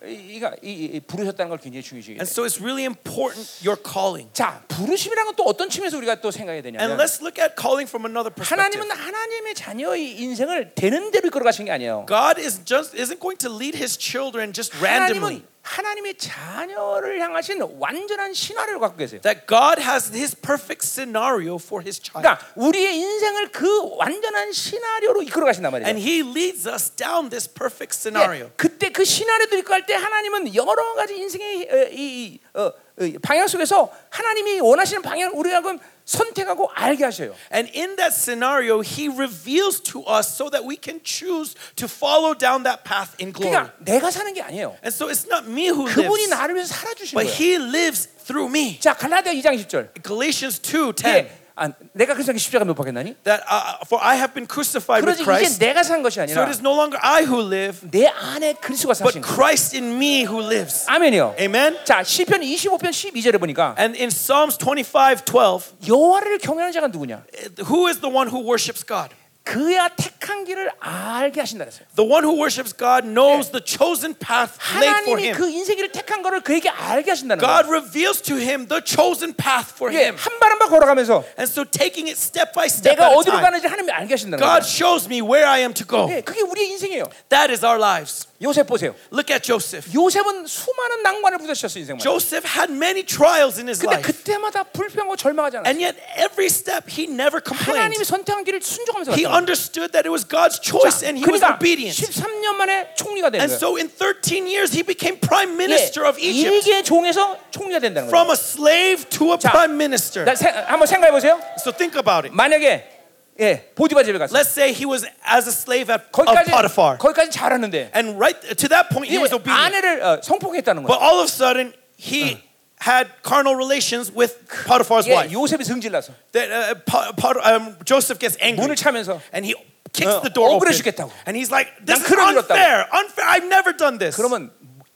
S1: 이- 이가 이, 이- 이 부르셨다는 걸 굉장히 중요시해요.
S2: And so it's really important your calling.
S1: 자, 부르심이라는 건 또 어떤 측면에서 우리가 또 생각해야
S2: And
S1: 되냐면
S2: let's look at calling from another perspective.
S1: 하나님은 하나님의 자녀의 인생을 되는 대로 이끌어 가신 게 아니에요.
S2: God is just isn't going to lead his children just randomly.
S1: 하나님은 하나님의 자녀를 향하신 완전한 신화를 갖고 계세요.
S2: That God has his perfect scenario for his child.
S1: 그러니까 우리의 인생을 그 완전한 시나리오로 이끌어 가신단
S2: And
S1: 말이에요.
S2: he leads us down this perfect scenario.
S1: 근데 그때 그 시나리오도 이끌어 갈때 하나님은 여러 가지 인생의 어, 이, 이, 어, 이 방향 속에서 하나님이 원하시는 방향을 우리하고 선택하고 알게 하셔요.
S2: And in that scenario, he reveals to us so that we can choose to follow down that path in glory.
S1: 그러니까 내가 사는 게 아니에요.
S2: And so it's not me who
S1: 그분이
S2: lives,
S1: 나를 위해서 살아주신
S2: 네.
S1: 거예요.
S2: but he lives through me.
S1: 자 갈라디아 2장 10절.
S2: Galatians 2:10.
S1: 예, 아, 내가 그리스도께 십자가 못 박겠나니?
S2: That uh, for I have been crucified with
S1: 그러지 이제
S2: Christ,
S1: 내가 산 것이
S2: so
S1: 아니라
S2: it is no longer I who live,
S1: 내 안에 그리스도가 사신
S2: but
S1: 거.
S2: Christ in me who lives.
S1: 아멘이요.
S2: Amen.
S1: 자 시편 25편 12절에 보니까
S2: And in Psalms 25, 12,
S1: 여호와를 경외하는 자가 누구냐?
S2: who is the one who worships God?
S1: 그야 택한 길을 알게 하신다 그랬어요.
S2: The one who worships God knows the chosen path laid for
S1: 하나님이
S2: him.
S1: 그 인생 길을 택한 거를 그에게 알게 하신다는 거예요.
S2: God reveals to him the chosen path for
S1: 예,
S2: him.
S1: 한 발 한 발 걸어가면서
S2: And so taking it step by step
S1: 내가
S2: at a
S1: 어디로
S2: time,
S1: 가는지 하나님이 알게 하신다는 거예요.
S2: God shows me where I am to go.
S1: 예, 그게 우리의 인생이에요.
S2: That is our lives.
S1: 요셉 보세요.
S2: Look at Joseph.
S1: 요셉은 수많은 난관을 부딪혔어요 인생만.
S2: Joseph had many trials in his
S1: 근데
S2: life.
S1: 그때마다 불평하고 절망하지 않았어요.
S2: And yet, every step, he never complained.
S1: 하나님이 선택한 길을 순종하면서
S2: He
S1: 갔잖아요.
S2: understood that it was God's choice and he was
S1: 그러니까
S2: obedient.
S1: 13년 만에 총리가 되는
S2: And
S1: 거예요. 예,
S2: so, in 13 years, he became prime minister of Egypt
S1: 일개 종에서 총리가 된다는 거예요.
S2: from a slave to a
S1: 자,
S2: prime minister.
S1: 나 세- 한번 생각해 보세요.
S2: So, think about it.
S1: 만약에 예, 보디바 집에 갔어.
S2: Let's say he was as a slave at, of
S1: 거기까지
S2: Potiphar.
S1: 거기까지 잘하는데
S2: And right to that point,
S1: 이
S2: he was obedient.
S1: 아내를 어, 성폭했다는 거예요.
S2: But all of a sudden, he had carnal relations with Potiphar's
S1: 예,
S2: wife.
S1: 요셉이 성질나서
S2: That, uh, Po- Po- um, Joseph gets angry
S1: 문을 차면서
S2: and he kicks
S1: 어,
S2: the door open.
S1: 억울해 죽겠다고.
S2: And he's like,
S1: 난
S2: "This is
S1: 그런 일 없다고."
S2: unfair, unfair. I've never done this."
S1: 그러면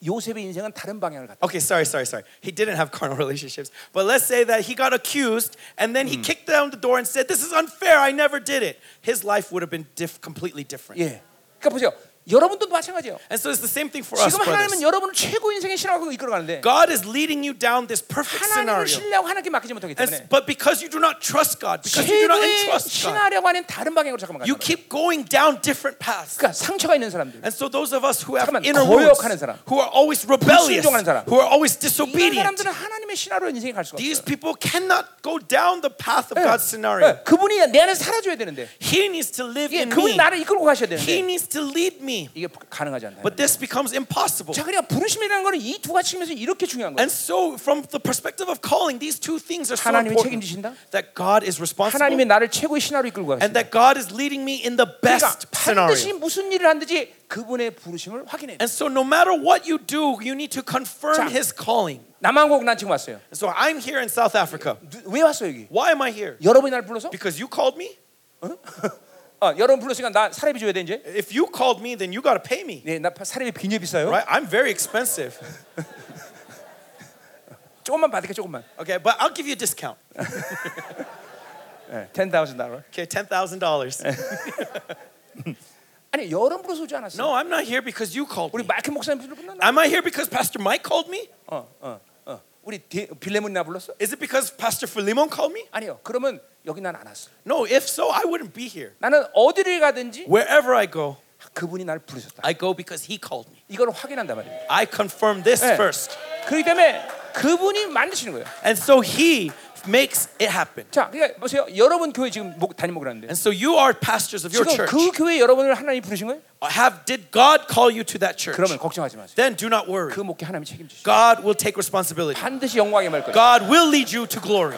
S1: 요셉의 인생은 다른 방향을 갔다.
S2: Okay, sorry, sorry, sorry. He didn't have carnal relationships, but let's say that he got accused and then he kicked down the door and said, "This is unfair. I never did it." His life would have been diff- completely different.
S1: 예. 그러니까 보세요. 여러분도 마찬가지예요.
S2: And so it's the same thing for us,
S1: 지금 하나님은
S2: brothers.
S1: 여러분을 최고 인생의 신앙으로 이끌어가는데
S2: God is leading you down this perfect
S1: 하나님을
S2: scenario.
S1: 신뢰하고 하나님께 맡기지 못하기
S2: And s-
S1: 때문에
S2: but because you do not trust God, because you do not
S1: 최고의
S2: entrust God,
S1: 신하려고 하는 다른 방향으로 잠깐만
S2: you
S1: 가.
S2: keep going down different paths.
S1: 그러니까 상처가 있는 사람들.
S2: And so those of us who have
S1: 잠깐만,
S2: inner wounds,
S1: 거역하는 사람.
S2: who are always rebellious,
S1: 불순종하는 사람.
S2: who are always
S1: 이런
S2: disobedient,
S1: 사람들은 하나님의 신하로 인생이 갈 수가
S2: these
S1: 없어요.
S2: people cannot go down the path of
S1: 예.
S2: God's scenario.
S1: 예. 그분이 내 안에서 사라져야 되는데
S2: He needs to live
S1: 예,
S2: in
S1: 그분이
S2: me.
S1: 나를 이끌고 가셔야
S2: He
S1: 되는데
S2: needs to lead me.
S1: 이게 가능하지 않다.
S2: But this becomes impossible.
S1: 자, 그러니까 부르심이라는 거는 이 두 가지 측면에서 이렇게 중요한 거예요.
S2: And so, from the perspective of calling, these two things are so
S1: 하나님이
S2: important.
S1: 책임지신다?
S2: That God is
S1: 하나님이
S2: responsible
S1: 나를 최고의 신하로 이끌고 가신다.
S2: and that God is leading me in the
S1: 그러니까
S2: best scenario.
S1: 반드시 무슨 일을 하든지 그분의 부르심을 확인해야 돼.
S2: And so, no matter what you do, you need to confirm
S1: 자.
S2: His calling.
S1: 남한국 난 지금 왔어요.
S2: And so, I'm here in South Africa.
S1: 누- 왜 왔어 여기?
S2: Why am I here?
S1: 여러분이 날 불러서?
S2: Because you called me.
S1: 어, 여러분 불렀으니까 나 사례비 줘야 돼 이제.
S2: If you called me, then you got to pay me,
S1: 네, 나 파- 사례비 굉장히 비싸요.
S2: right? I'm very expensive.
S1: 조금만 받을게 조금만.
S2: Okay, but I'll give you a discount.
S1: 네, 10,000 달러.
S2: Okay, ten thousand dollars.
S1: 아니 여러분 불러서 오지 않았어.
S2: No, I'm not here because you called
S1: 우리
S2: me.
S1: 마이크 목사님 불렀나?
S2: Am I here because Pastor Mike called me?
S1: 어, 어, 어. 우리 디- 빌레몬이 나 불렀어?
S2: Is it because Pastor Philemon called me?
S1: 아니요. 그러면 여기 난 안 왔어.
S2: No, if so, I wouldn't be here.
S1: 나는 어디를 가든지
S2: Wherever I go,
S1: 그분이 나를 부르셨다.
S2: I go because he called me.
S1: 이걸 확인한단 말이에요.
S2: I confirm this
S1: 예.
S2: first.
S1: 그렇기 때문에 그분이 만드시는 거예요.
S2: And so he makes it happen.
S1: 자, 그러니까 보세요. 여러분 교회 지금 목, 담임 목을 하는데
S2: And so you are pastors of your
S1: 지금
S2: church.
S1: 그 교회 여러분을 하나님이 부르신 거예요?
S2: Have did God call you to that church?
S1: 그러면 걱정하지 마세요.
S2: Then do not worry.
S1: 그 목회 하나님이 책임지시죠.
S2: God will take responsibility.
S1: 반드시 영광에 말 거예요.
S2: God will lead you to glory.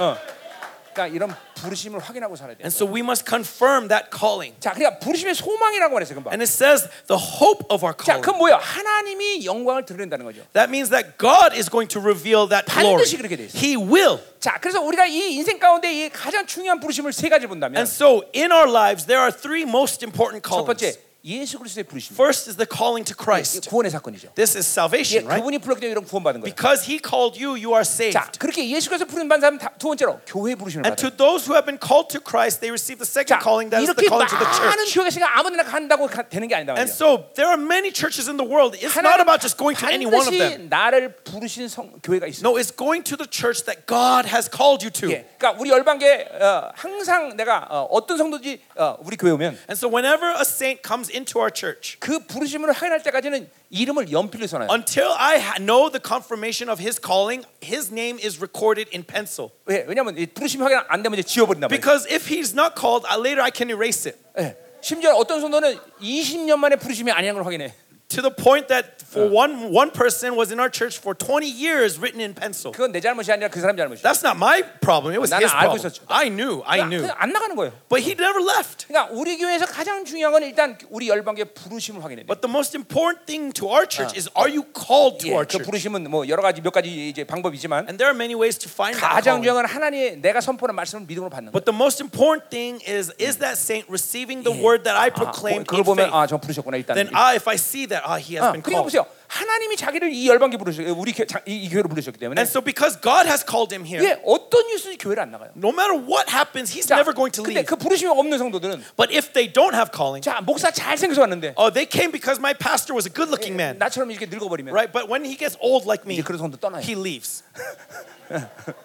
S1: 그러니까 이런 부르심을 확인하고 살아야 돼요.
S2: And so we must confirm that calling.
S1: 자, 그러니까 부르심의 소망이라고 말했어요, 금방.
S2: And it says the hope of our
S1: 자,
S2: calling.
S1: 그건 뭐야? 하나님이 영광을 드러낸다는 거죠.
S2: That means that God is going to reveal that glory.
S1: 반드시 그렇게 돼 있어요.
S2: He will.
S1: 자, 그래서 우리가 이 인생 가운데 이 가장 중요한 부르심을 세 가지 본다면
S2: And so in our lives there are three most important
S1: 첫
S2: callings.
S1: 번째 예수 그리스도의 부르심.
S2: First is the calling
S1: 이게
S2: to Christ.
S1: 구원의 사건이죠.
S2: This is
S1: 예,
S2: salvation, right?
S1: 그분이 불렀기 때문에 이런 구원받은 거예요.
S2: Because he called you, you are saved.
S1: 자, 그렇게 예수 그리스도 부른 받은 사람 다- 두 번째로 교회 부르심을
S2: And
S1: 받아요.
S2: to those who have been called to Christ, they receive the
S1: 자,
S2: second calling, that is the
S1: 이렇게
S2: calling to the
S1: 많은
S2: church.
S1: 교회가 있으니까 아무데나 간다고 가- 되는 게 아니다 말이에요.
S2: And so there are many churches in the world. It's
S1: 하나님은
S2: not about just going to any one of
S1: 반드시
S2: them.
S1: 나를 부르신 성, 교회가 있어.
S2: No, it's going to the church that God has called you to.
S1: 예, 그러니까 우리 열방계 어, 항상 내가 어, 어떤 성도지 어, 우리 교회 오면
S2: And so whenever a saint comes into our church,
S1: 그 부르심을 확인할 때까지는 이름을 연필로 써놔요.
S2: until I ha- know the confirmation of his calling, his name is recorded in pencil.
S1: 왜? 왜냐하면 이 부르심 확인 안 되면 이제 지워버린다 말이에요.
S2: Because if he's not called, I, later I can erase it.
S1: 예. 심지어 어떤 성도는 20년 만에 부르심이 아니라는 걸 확인해.
S2: To the point that for one one person was in our church for 20 years written in pencil.
S1: 그건 내 잘못이 아니라 그 사람 잘못이야.
S2: That's not my problem. It was
S1: 나는
S2: his
S1: 알고
S2: problem.
S1: 있었죠.
S2: I knew. I knew.
S1: 그냥 안 나가는 거예요.
S2: But he never left.
S1: 그러니까 우리 교회에서 가장 중요한 건 일단 우리 열방계 부르심을 확인해야 돼.
S2: But the most important thing to our church is are you called Uh. to
S1: 예,
S2: our
S1: 그
S2: church?
S1: 부르심은 뭐 여러 가지 몇 가지 이제 방법이지만
S2: And there are many ways to find that
S1: 가장
S2: calling.
S1: 중요한 건 하나님의 내가 선포하는 말씀을 믿음으로 받는 거예요.
S2: But the most important thing is is that saint receiving the word that
S1: 아,
S2: I proclaim
S1: 보- 그걸
S2: in faith?
S1: 보면 아, 저 부르셨구나 일단.
S2: then ah, if I see that ah, he
S1: 아,
S2: has been
S1: 그리고
S2: called.
S1: 보세요. 하나님이 자기를 이 열방계 부르셨 우리 교, 자, 이, 이 교회로 부르셨기 때문에
S2: And so because God has called him here,
S1: 예, 어떤 이유에서 교회를 안 나가요.
S2: no matter what happens, he's
S1: 자,
S2: never going to
S1: 근데
S2: leave.
S1: 그 부르심이 없는 성도들은
S2: But if they don't have calling,
S1: 자, 목사 잘 생겨서 왔는데
S2: oh, they came because my pastor was a good-looking man,
S1: 나처럼 이렇게 늙어버리면
S2: right? But when he gets old like
S1: 이제
S2: me,
S1: 그런 성도 떠나요.
S2: he leaves.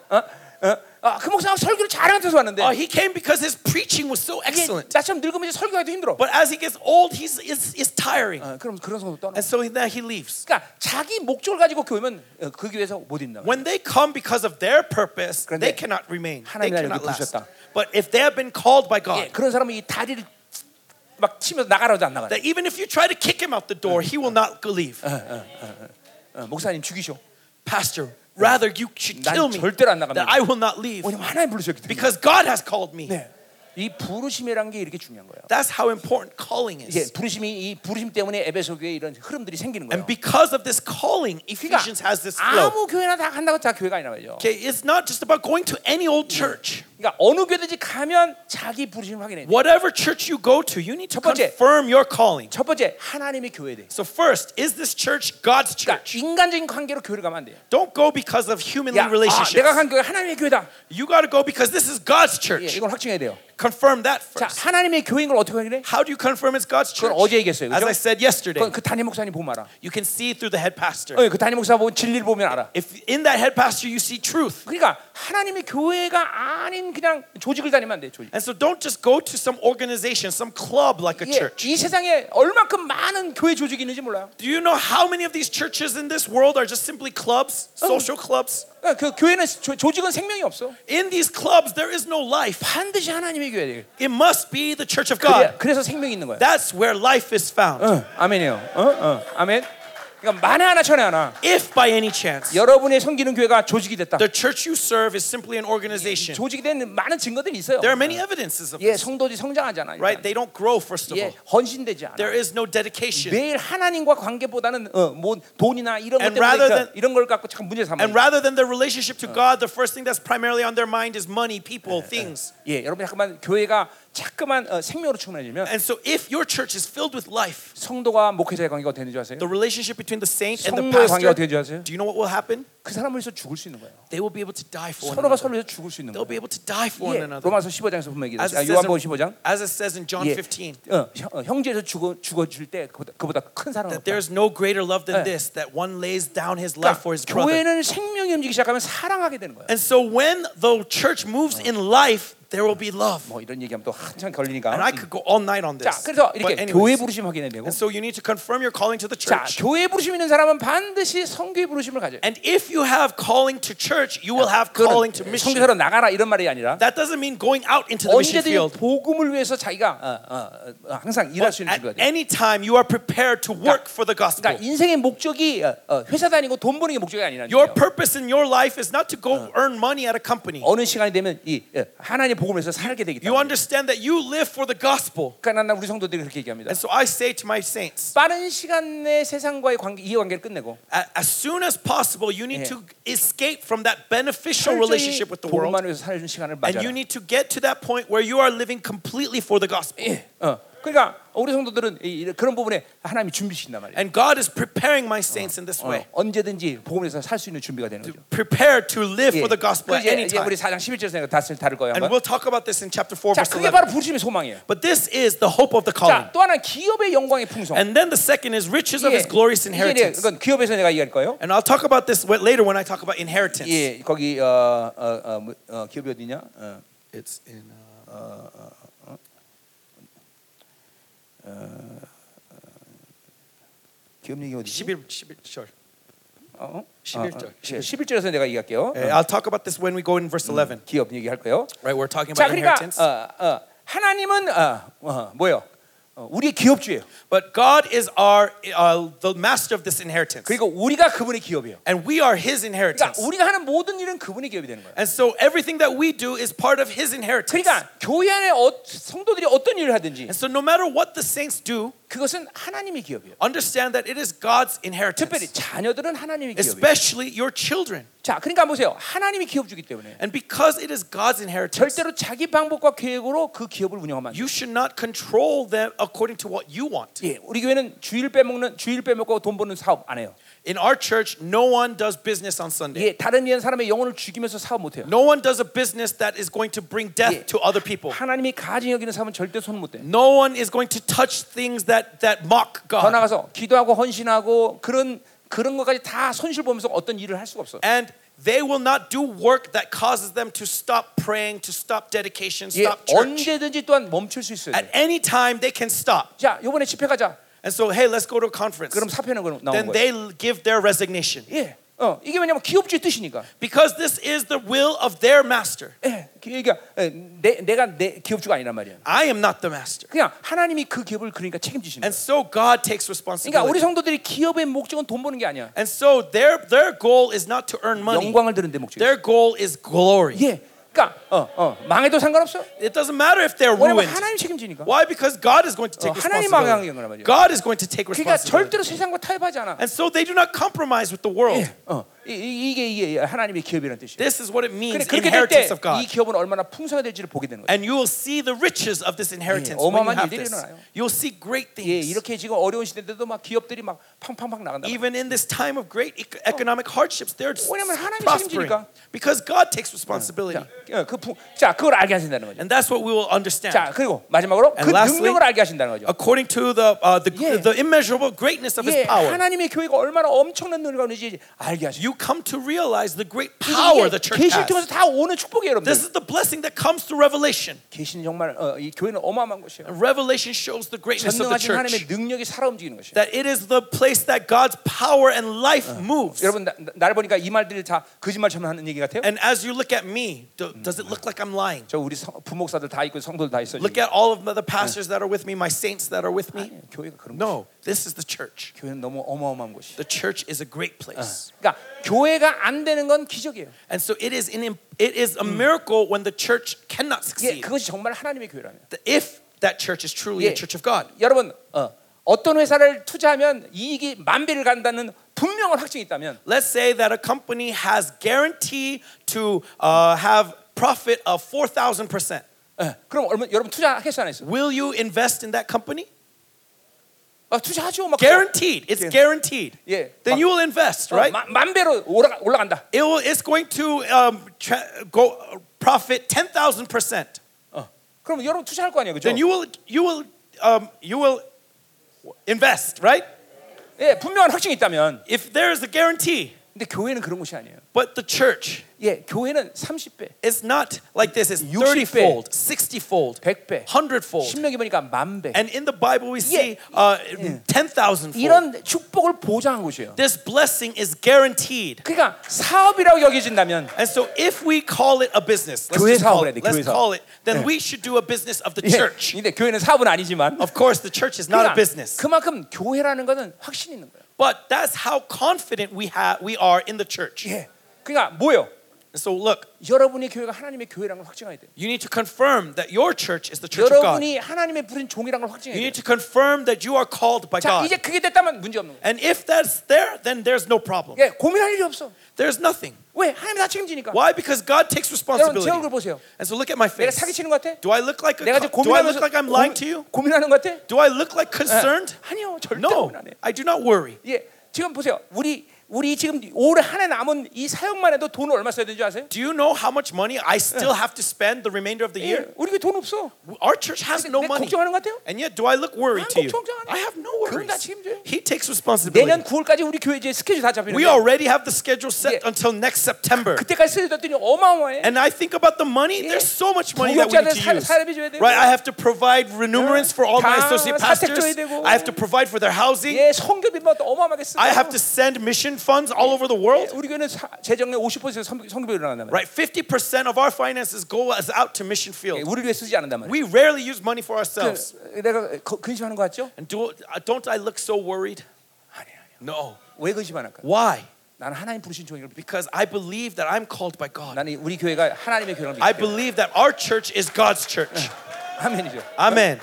S1: 어? 아, 그 목사가 설교를 잘하는 데서 왔는데
S2: Uh, he came because his preaching was so
S1: 이게
S2: excellent.
S1: 나처럼 늙으면 이제 설교하기도 힘들어.
S2: But as he gets old, he's is, is tiring.
S1: 어, 그럼 그런 성도 떠나.
S2: And so then he leaves.
S1: 그러니까 자기 목적을 가지고 교회면 어, 그 교회에서 못 있나.
S2: When they come because of their purpose, they
S1: 그런데
S2: cannot remain. They
S1: 하나님 나라를
S2: cannot last.
S1: 부르셨다.
S2: But if they have been called by
S1: 예,
S2: God,
S1: 그런 사람은 이 다리를 막 치면서 나가라도 안 나가.
S2: that even if you try to kick him out the door, he will not leave.
S1: 어, 목사님 죽이셔.
S2: Pastor, rather you should
S1: 난
S2: kill me
S1: 절대로 안 나갑니다.
S2: that I will not leave
S1: 왜냐면 하나님 부르셨기 때문에.
S2: because God has called me.
S1: 네. 이 부르심이란 게 이렇게 중요한 거예요.
S2: That's how important calling
S1: 이제
S2: is.
S1: 부르심이 이 부르심 때문에 에베소 교회 이런 흐름들이 생기는 거예요.
S2: And because of this calling, Ephesians
S1: 그러니까
S2: has this flow.
S1: 아무 교회나 다 간다고 다 교회가 아니라 말이죠.
S2: Okay, it's not just about going to any old church.
S1: 그러니까 어느 교회든지 가면 자기 부르심을 확인해.
S2: Whatever church you go to, you need
S1: 첫
S2: to
S1: 번째.
S2: confirm your calling.
S1: 첫 번째 하나님의 교회 돼.
S2: So first, is this church God's
S1: 그러니까
S2: church?
S1: 인간적인 관계로 교회를 가면 안 돼요.
S2: Don't go because of humanly
S1: 야, 아,
S2: relationships.
S1: Ah, 내가 간 교회 하나님의 교회다.
S2: You got to go because this is
S1: 예,
S2: God's church.
S1: 이건 확증해야 돼요.
S2: Confirm that
S1: 자,
S2: first.
S1: 하나님의 교회인 걸 어떻게 확인해?
S2: How do you confirm it's God's church?
S1: 그건 어제 얘기했어요,
S2: As
S1: 그죠?
S2: I said yesterday,
S1: 그건 그 담임 목사님 보면 알아.
S2: you can see through the head pastor.
S1: 어, 그 담임 목사 보면 진리를 보면 알아.
S2: If in that head pastor you see truth.
S1: 그러니까 하나님의 교회가 아닌 그냥 조직을 다니면 안 돼, 조직.
S2: And so don't just go to some organization, some club like a
S1: 예,
S2: church.
S1: 이 세상에 얼만큼 많은 교회 조직이 있는지 몰라요.
S2: Do you know how many of these churches in this world are just simply clubs,
S1: Oh.
S2: social clubs?
S1: 그러니까 그 교회는 조, 조직은 생명이 없어.
S2: In these clubs, there is no life.
S1: 반드시 하나님의 교회야. 돼.
S2: It must be the church of
S1: 그래,
S2: God.
S1: 그래서 생명이 있는 거야.
S2: That's where life is found.
S1: 어, 아멘이요. 어, 어, 아멘. 그러니까 만에 하나 천에 하나.
S2: If by any chance
S1: 여러분의 섬기는 교회가 조직이 됐다.
S2: the church you serve is simply an organization,
S1: 조직이 된 많은 증거들이 있어요.
S2: there are many evidences of
S1: 예,
S2: this,
S1: 성도들이 성장하잖아. 일단.
S2: right? They don't grow, first of
S1: 예,
S2: all.
S1: 헌신되지 않아.
S2: There is no dedication.
S1: 매일 하나님과 관계보다는 어, 뭐 돈이나 이런 것
S2: And
S1: 때문에
S2: rather
S1: 그러니까
S2: than-
S1: 이런 걸 갖고 참 문제 삼아.
S2: And rather than their relationship to God, the first thing that's primarily on their mind is money, people, things.
S1: 예, 여러분 잠깐만 교회가 자꾸만 어, 생명으로 충만해지면
S2: And so if your church is filled with life,
S1: 성도와 목회자의 관계가 어떻게 되는지 아세요?
S2: the relationship between the saint and the
S1: 성도의 관계가 어떻게
S2: pastor,
S1: 되는지 아세요?
S2: do you know what will happen?
S1: 그 사람을 위해서 죽을 수 있는 거예요.
S2: They will be able to die for one
S1: 그 서로가
S2: another.
S1: 서로 위해서 죽을 수 있는
S2: They'll
S1: 거예요.
S2: be able to die for one
S1: 예,
S2: another.
S1: 로마서 15장에서 보면
S2: As
S1: 얘기했어요.
S2: it
S1: 아,
S2: says
S1: 요한복음
S2: in,
S1: 15장.
S2: as it says in John
S1: 예,
S2: 15,
S1: 어, 형- 어, 형제에서 죽어 죽어줄 때 그보다, 그보다 큰 사랑은
S2: that
S1: 없다.
S2: there is no greater love than
S1: Yeah.
S2: this, that one lays down his life
S1: 그러니까
S2: for his brother.
S1: 교회는 생명이 움직이기 시작하면 사랑하게 되는 거예요.
S2: And so when the church moves in life, there will be love.
S1: 뭐 이런 얘기하면 또 한참
S2: And
S1: 걸리니까. 음.
S2: I could go all night on
S1: 자,
S2: this.
S1: 그래서
S2: But
S1: 이렇게
S2: anyways.
S1: 교회 부르심 확인해야 되고.
S2: and so you need to confirm your calling to the
S1: 자,
S2: church.
S1: 교회 부르심 있는 사람은 반드시 성교의 부르심을 가져요.
S2: And if you have calling to church, you will have calling
S1: 그거는
S2: to mission.
S1: 성교사로 나가라 이런 말이 아니라
S2: That doesn't mean going out into the mission
S1: 언제든
S2: field.
S1: 복음을 위해서 자기가 어, 어, 어, 항상 일할 수 있는
S2: At
S1: 준비가 돼.
S2: any time, you are prepared to work for the gospel.
S1: 그러니까 인생의 목적이 어, 어, 회사 다니고 돈 버는 게 목적이 아니라는
S2: Your
S1: 거예요.
S2: purpose in your life is not to go earn money at a company.
S1: 어느 시간이 되면 이 예, 하나님의 복음을 위해서 살게 되기
S2: You
S1: 때문에.
S2: understand that you live for the gospel.
S1: 그러니까 난 우리 성도들이 그렇게 얘기합니다.
S2: And so I say to my saints,
S1: 빠른 시간 내 세상과의 관계 이해관계를 끝내고
S2: a- as soon as possible, you need to escape from that beneficial
S1: 철저히
S2: relationship with the world.
S1: 복음만 위해서 살아주는 시간을
S2: And you
S1: 맞아라.
S2: need to get to that point where you are living completely for the gospel.
S1: 예, 어. 그러니까 우리 성도들은 이- 이- 그런 부분에 하나님이 준비시킨단 말이에요.
S2: And God is preparing my saints in this
S1: 어,
S2: way.
S1: 언제든지 복음을 위해서 살 수 있는 준비가 되는 거죠.
S2: Prepared to live
S1: 예.
S2: for the gospel
S1: 그래서
S2: at
S1: 이제-
S2: any
S1: 이제
S2: time.
S1: 우리 4장 11절에서 다시 다룰 거예요.
S2: And
S1: 아마.
S2: we'll talk about this in chapter 4,
S1: 자,
S2: verse
S1: 그게
S2: 11.
S1: 바로 부르심의 소망이에요.
S2: But this is the hope of the
S1: 자,
S2: calling.
S1: 또 하나 기업의 영광의 풍성.
S2: Oh. And then the second is riches of
S1: 예,
S2: his glorious
S1: 이제 이제
S2: inheritance.
S1: 그건 기업에서 내가 얘기할 거예요.
S2: And I'll talk about this wa- later when I talk about inheritance.
S1: 예, 거기 어, 어, 어, 뭐, 어, 기업이 어디냐? 어,
S2: It's in. uh,
S1: 기업 얘기 어디지?
S2: 11, 11, sure.
S1: 어?
S2: 11절.
S1: 어, 어, 예, 11절에서 내가 얘기할게요.
S2: Uh, I'll talk about this when we go in verse 11.
S1: 기업 얘기할 거예요.
S2: Right, we're talking
S1: 자,
S2: about
S1: 그러니까
S2: inheritance.
S1: 어, 어, 하나님은 어, 어, 뭐요? 어, 우리의 기업주예요.
S2: But God is our uh, the master of this inheritance.
S1: 그리고 우리가 그분의 기업이에요.
S2: And we are his inheritance.
S1: 그러니까 우리가 하는 모든 일은 그분의 기업이 되는 거예요.
S2: And so everything that we do is part of his inheritance.
S1: 그러니까 교회 안에 어, 성도들이 어떤 일을 하든지
S2: And so no matter what the saints do,
S1: 그것은 하나님의 기업이에요.
S2: understand that it is God's
S1: 특별히
S2: inheritance.
S1: 자녀들은 하나님의 기업이에요.
S2: Especially your children.
S1: 자, 그러니까 보세요. 하나님이 기업주기 때문에
S2: And because it is God's inheritance,
S1: 절대로 자기 방법과 계획으로 그 기업을 운영하면 안 돼요.
S2: you should not control them according to what you want.
S1: 예, 우리 교회는 주일 빼먹는 주일 빼먹고 돈 버는 사업 안 해요.
S2: In our church, no one does business on Sunday.
S1: 예, 다른 이런 사람의 영혼을 죽이면서 사업 못 해요.
S2: No one does a business that is going to bring death
S1: Yeah.
S2: to other people.
S1: 하나님이 가증 여기는 사람은 절대 손 못 대.
S2: No one is going to touch things that, that mock
S1: 더
S2: God.
S1: 나가서 기도하고 헌신하고 그런 그런 것까지 다 손실 보면서 어떤 일을 할 수가 없어.
S2: And They will not do work that causes them to stop praying, to stop dedication,
S1: 예,
S2: stop church.
S1: 언제든지 또한 멈출 수 있어요.
S2: At any time, they can stop.
S1: 자, 요번에 집회 가자.
S2: And so, hey, let's go to a conference.
S1: 그럼 사표는 그럼 나온
S2: Then
S1: 거예요.
S2: they l- give their resignation
S1: 예. 어, 이게 왜냐면 기업주의 뜻이니까.
S2: because this is the will of their master.
S1: 예. 그러니까 예, 내, 내가 내 기업주가 아니란 말이야.
S2: I am not the master.
S1: 그냥 하나님이 그 기업을 그러니까 책임지시는 거예요.
S2: And so, God takes
S1: 그러니까 우리
S2: responsibility.
S1: 성도들이 기업의 목적은 돈 버는 게 아니야.
S2: And so, their, their goal is not to earn money,
S1: 영광을 드는 데 목적이.
S2: their goal is glory.
S1: 예. 그러니까 어, 어, 망해도 상관없어.
S2: It doesn't matter if they're
S1: 왜냐면
S2: ruined.
S1: 하나님 책임지니까.
S2: Why? Because God is going to
S1: 어,
S2: take
S1: 하나님 방향이란 말이에요.
S2: responsibility. God is going to take
S1: 그러니까
S2: responsibility.
S1: 절대로 세상과 타협하지 않아.
S2: And so they do not compromise with the world.
S1: 예. 어. 이, 이- 이게 이게 하나님의 기업이라는 뜻이에요.
S2: This is what it
S1: 근데
S2: means,
S1: 그렇게 될 때
S2: inheritance
S1: 이
S2: of God.
S1: 기업은 얼마나 풍성해 될지를 보게 되는 거예요.
S2: And you will see the riches of this inheritance when you
S1: 어마어마한
S2: have
S1: 일들이
S2: this.
S1: 일어나요.
S2: You'll see great
S1: 예,
S2: things.
S1: 이렇게 지금 어려운 시대인데도 막 기업들이 막 팡팡팡 나간다.
S2: Even in this time of great ec- economic hardships, they're s-
S1: 왜냐면 하나님이
S2: prospering
S1: 책임지니까.
S2: because God takes responsibility.
S1: 자, 어, 그 부, 자, 그걸 알게 하신다는 거죠.
S2: And that's what we will understand.
S1: 자, 그리고 마지막으로 그
S2: And lastly,
S1: 능력을 알게 하신다는 거죠.
S2: According to the, uh, the,
S1: Yeah.
S2: the immeasurable greatness of
S1: 예,
S2: His power,
S1: 하나님의 교회가 얼마나 엄청난 능력을 가는지 알게 하시죠.
S2: you come to realize the great power the church
S1: 계시를
S2: has.
S1: 통해서 다 오는 축복이에요, 여러분들.
S2: This is the blessing that comes through revelation.
S1: 계시는 정말 어, 이 교회는 어마어마한 것이에요.
S2: And revelation shows the greatness of the
S1: 전능하신 하나님의
S2: church.
S1: 능력이 살아 움직이는 것이에요.
S2: That it is the place that God's power and life moves.
S1: 여러분 나, 나- 나를 보니까 이 말들이 다 거짓말처럼 하는 얘기 같아요.
S2: And as you look at me, do, does it look like I'm lying?
S1: 저 우리 성, 부목사들 다 있고 성도들 다 있어요.
S2: Look at all of the pastors that are with me, my saints that are with me.
S1: 지금. 예, 교회가 그런 거.
S2: No, this is the church.
S1: 교회는 너무 어마어마한 것이.
S2: The church is a great place.
S1: 그러니까 교회가 안 되는 건 기적이에요.
S2: And so it is an it is a miracle when the church cannot
S1: 예,
S2: succeed.
S1: 그것이 정말 하나님의 교회라면.
S2: If that church is truly
S1: Yeah.
S2: a church of God.
S1: 여러분, 어, 어떤 회사를 투자하면 이익이 만 배를 간다는 분명한 확증이 있다면
S2: Let's say that a company has guarantee to uh, have profit of 4000%.
S1: 예, 그럼 얼마, 여러분 투자했어 안 했어?
S2: Will you invest in that company?
S1: 아, 투자하죠. 막
S2: Guaranteed. It's guaranteed.
S1: Yeah. Oh.
S2: Then you will invest, right?
S1: 마- 만 배로 올라가, 올라간다.
S2: It will, it's going to um, tra- go uh, profit 10,000%.
S1: 어. 그럼 여러분 투자할 거 아니에요. 그죠?
S2: Then you will you will um, you will invest, right?
S1: 예, 분명한 확증이 있다면.
S2: If there is a guarantee.
S1: 근데 교회는 그런 것이 아니에요.
S2: But the church
S1: 예, 교회는 30배,
S2: is not like this. It's
S1: 60
S2: 30 fold, 60 fold,
S1: 100배,
S2: 100 fold.
S1: 신명기 보니까 만 배.
S2: And in the Bible we see
S1: Yeah.
S2: uh, 10,000 fold.
S1: 이런 축복을 보장한 곳이에요.
S2: This blessing is guaranteed.
S1: 그러니까 사업이라고 여겨진다면
S2: And so if we call it a business, let's,
S1: 교회
S2: just call
S1: 사업을 해야 돼,
S2: it, let's
S1: 교회 사업.
S2: call it, then we should do a business of the
S1: 예,
S2: church.
S1: 근데 교회는 사업은 아니지만 그러니까
S2: Of course, the church is not a business,
S1: 그만큼 교회라는 것은 확신 있는 거예요.
S2: but that's how confident we have we are in the church.
S1: 예. 그러니까 뭐요?
S2: And so look,
S1: 여러분이 교회가 하나님의 교회라는 걸 확증해야 돼요.
S2: you need to confirm that your church is the church of God.
S1: 여러분이
S2: You
S1: 하나님의 부른 종이라는 걸 확증해야 돼요.
S2: need to confirm that you are called by
S1: 자,
S2: God.
S1: 이제 그게 됐다면 문제 없는 거예요.
S2: And if that's there, then there's no problem.
S1: 예, 고민할 일이 없어.
S2: There's nothing.
S1: 왜? 하나님이 다 책임지니까.
S2: Why? Because God takes
S1: 여러분 제 얼굴
S2: responsibility.
S1: 보세요.
S2: And so look at my
S1: 내가
S2: face.
S1: 사기치는 것 같아?
S2: Do I look like a,
S1: 내가 지금
S2: co- do I
S1: 고민하면서
S2: look like I'm lying to you?
S1: 고민, 고민하는 것 같아? 예.
S2: Do I look like concerned?
S1: 아니요, 절대
S2: No,
S1: 고민 안 해.
S2: I do not worry.
S1: 예, 지금 보세요. 우리 우리 지금 올해 한 해 남은 이 사역만 해도 돈을 얼마 써야 되는지 아세요?
S2: Do you know how much money I still have to spend the remainder of the
S1: 예,
S2: year?
S1: 우리 교회 돈 없어.
S2: Our church has no
S1: 내
S2: money.
S1: 걱정하는 것 같아요?
S2: And yet, do I look worried
S1: 난
S2: to you?
S1: 걱정 안 해.
S2: I have no
S1: 그건 다
S2: worries.
S1: 책임져요.
S2: He takes
S1: 내년
S2: responsibility.
S1: 9월까지 우리 교회 이제 스케줄 다
S2: We
S1: 잡히는데
S2: already have the schedule set
S1: Yeah.
S2: until next September.
S1: 그때까지 쓰였더니 어마어마해.
S2: And I think about the money.
S1: Yeah.
S2: There's so much money that we need
S1: 부역자들 살-
S2: to use.
S1: 살비 줘야 되고.
S2: Right? I have to provide remunerance for all my
S1: 다
S2: associate
S1: 사택 줘야
S2: pastors.
S1: 되고.
S2: I have to provide for their housing.
S1: 예, 성교비 뭐또 어마어마하게 쓰고. 예,
S2: I have to send mission funds all over the world.
S1: 우리 교회는 사- 재정의 50% 성- 성교비 일어난단 말이야.
S2: Right? 50% of our finances go as out to mission
S1: 예,
S2: field.
S1: 우리 교회 쓰지 않는단 말이야.
S2: We rarely use money for ourselves.
S1: 그, 내가 거- 근심하는 것 같죠?
S2: And do, uh, don't I look so worried?
S1: 아니 아니.
S2: No.
S1: 왜 근심 안 할까?
S2: Why?
S1: 나는 하나님 부르신 종이라고 믿.
S2: Because I believe that I'm called by God.
S1: 나는 이- 우리 교회가 하나님의 교회라고 믿기
S2: I
S1: 때문에.
S2: believe that our church is God's church.
S1: 아멘이죠.
S2: Amen.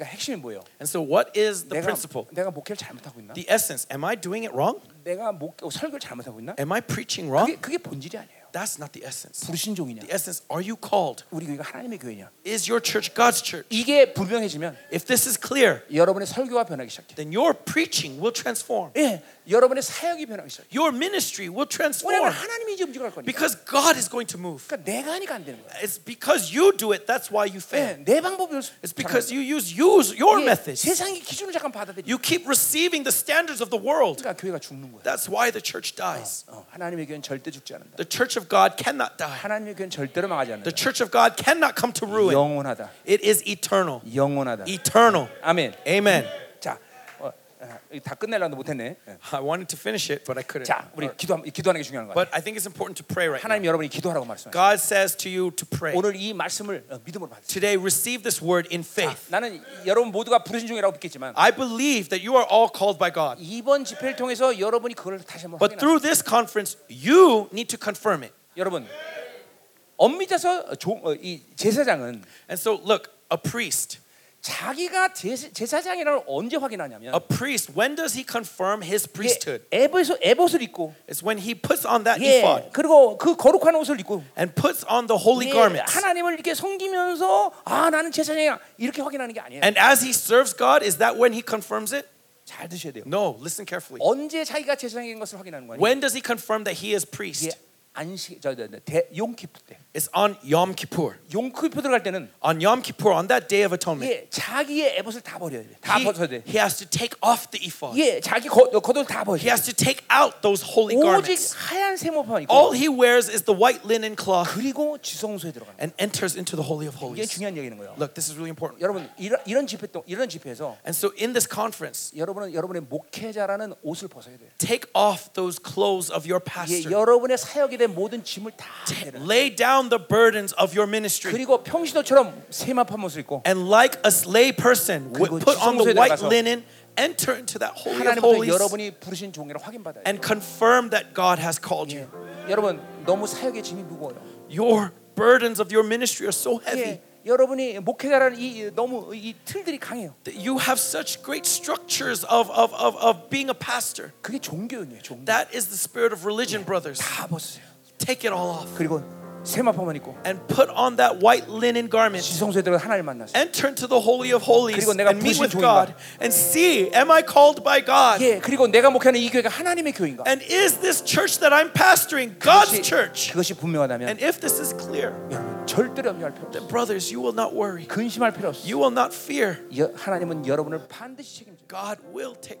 S1: 그러니까 핵심이 뭐예요?
S2: And so, what is the
S1: 내가
S2: principle?
S1: 내가 목회를 잘못하고 있나?
S2: The 어? essence. Am I doing it wrong?
S1: 내가 목 어, 설교를 잘못하고 있나?
S2: Am I preaching wrong?
S1: 그게, 그게 본질이 아니에요.
S2: That's not the essence.
S1: 불신종이냐?
S2: The essence, are you called?
S1: 우리 교회가 하나님의 교회냐?
S2: Is your church God's church?
S1: 이게 불명해지면
S2: If this is clear,
S1: 여러분의 설교가 변하기 시작해.
S2: then your preaching will transform.
S1: 예, 여러분의 사역이 변하기 시작해.
S2: Your ministry will
S1: 왜냐하면
S2: transform
S1: 하나님이 이제 움직일 거니까.
S2: because God is going to move.
S1: 그러니까 내가 하니까 안 되는 거야.
S2: It's because you do it that's why
S1: 예,
S2: you fail.
S1: 내 방법이 올 수. 예,
S2: It's 네. because you use use your methods.
S1: 세상의 기준을 잠깐 받아들이.
S2: You keep receiving the standards of the world.
S1: 그러니까 교회가 죽는 거야.
S2: That's why the church dies.
S1: 어, 하나님의 교회는 절대 죽지 않는다.
S2: The church of God cannot die.
S1: 하나님의 교회는 절대로 망하지 않는다.
S2: The church of God cannot come to ruin.
S1: 영원하다.
S2: It is eternal.
S1: 영원하다.
S2: Eternal.
S1: 아멘.
S2: Amen.
S1: 자, 어, 어, 다 끝내려는데 못했네. 예.
S2: I wanted to finish it, but I couldn't.
S1: 자, 우리 기도 기도하는 게 중요한 거야.
S2: But I think it's important to pray right now.
S1: 하나님 여러분이 기도하라고 말씀하셨어요.
S2: God says to you to pray.
S1: 오늘 이 말씀을 어, 믿음으로 받으세요. 아,
S2: Today, receive this word in faith.
S1: 나는 여러분 모두가 부르신 중이라고 믿겠지만
S2: I believe that you are all called by God.
S1: 이번 집회를 통해서 여러분이 그걸 다시 한번
S2: But
S1: 확인하세요.
S2: through this conference, you need to confirm it.
S1: 여러분 엄밀해서 조, 어, 이 제사장은
S2: And so, look, a priest,
S1: 자기가 제사, 제사장이라는 걸 언제 확인하냐면
S2: a priest, when does he confirm his
S1: 이게
S2: priesthood?
S1: 에봇을, 에봇을 입고
S2: It's when he puts on that
S1: 예,
S2: ephod
S1: 그리고 그 거룩한 옷을 입고
S2: and puts on the holy
S1: 예,
S2: garments.
S1: 하나님을 이렇게 섬기면서 아 나는 제사장이야 이렇게 확인하는 게 아니에요.
S2: And as he serves God, is that when he confirms it?
S1: 잘 드셔야 돼요.
S2: No, listen carefully.
S1: 언제 자기가 제사장인 것을 확인하는 거예요?
S2: When does he confirm that he is
S1: 예,
S2: priest?
S1: 안식 저, 저, 저 대, 용키프 때.
S2: It's on Yom Kippur.
S1: 용키프 들어갈 때는
S2: On Yom Kippur, on that day of atonement,
S1: 예, 자기의 에봇을 다 버려야 돼. 다 벗어야
S2: 네. he,
S1: 돼.
S2: he has to take off the ephod.
S1: 예, 자기 겉- 겉옷을 다
S2: He
S1: 버려야 돼.
S2: has to take out those holy
S1: 오직
S2: garments.
S1: 하얀 세모판
S2: All
S1: 입고
S2: he wears is the white linen cloth
S1: 그리고 지성소에 들어가는 거예요.
S2: and enters into the Holy of
S1: 이게
S2: Holies.
S1: 중요한 얘기는 거예요.
S2: Look, this is really important.
S1: 여러분 이런, 이런 집회 동 이런 집회에서
S2: And so in this conference,
S1: 여러분은 여러분의 목회자라는 옷을 벗어야 돼요.
S2: take off those clothes of your
S1: 예,
S2: pastor.
S1: 여러분의 사역에 대한 모든 짐을 다
S2: Ta-
S1: 내려.
S2: Lay down the burdens of your ministry.
S1: 그리고 평신도처럼 세마판 옷을 입고
S2: And like a lay person,
S1: 그리고
S2: put on the
S1: 지성소에
S2: white
S1: 들어가서
S2: linen, enter into that Holy of
S1: 하나님부터
S2: Holies,
S1: 여러분이 부르신 종이라 확인받아요.
S2: and confirm that God has called
S1: 예,
S2: you.
S1: 여러분 너무 사역의 짐이 무거워요.
S2: Your burdens of your ministry are so heavy.
S1: 예, 여러분이 목회자라는 이 이- 너무 이 틀들이 강해요.
S2: that You have such great structures of, of, of, of being a pastor.
S1: 그게 종교형이에요. 종교.
S2: That is the spirit of religion, brothers.
S1: 다 벗으세요.
S2: Take it all off.
S1: 그리고 세마포만 입고
S2: and put on that white linen garment.
S1: 지성소에 들어가 하나님 만나세요.
S2: Enter into the holy of holies
S1: 그리고 내가
S2: and meet
S1: 부르신
S2: with
S1: 종인
S2: God
S1: 거야.
S2: and see, am I called by God?
S1: 예, 그리고 내가 목회하는 이 교회가 하나님의 교인가?
S2: And is this church that I'm pastoring God's church?
S1: 그것이 분명하다면
S2: And if this is clear,
S1: 여러분 절대로 염려할 필요 없어요.
S2: then brothers, you will not worry.
S1: 근심할 필요 없어요.
S2: You will not fear.
S1: 여- 하나님은 여러분을 반드시 책임져요.
S2: God will take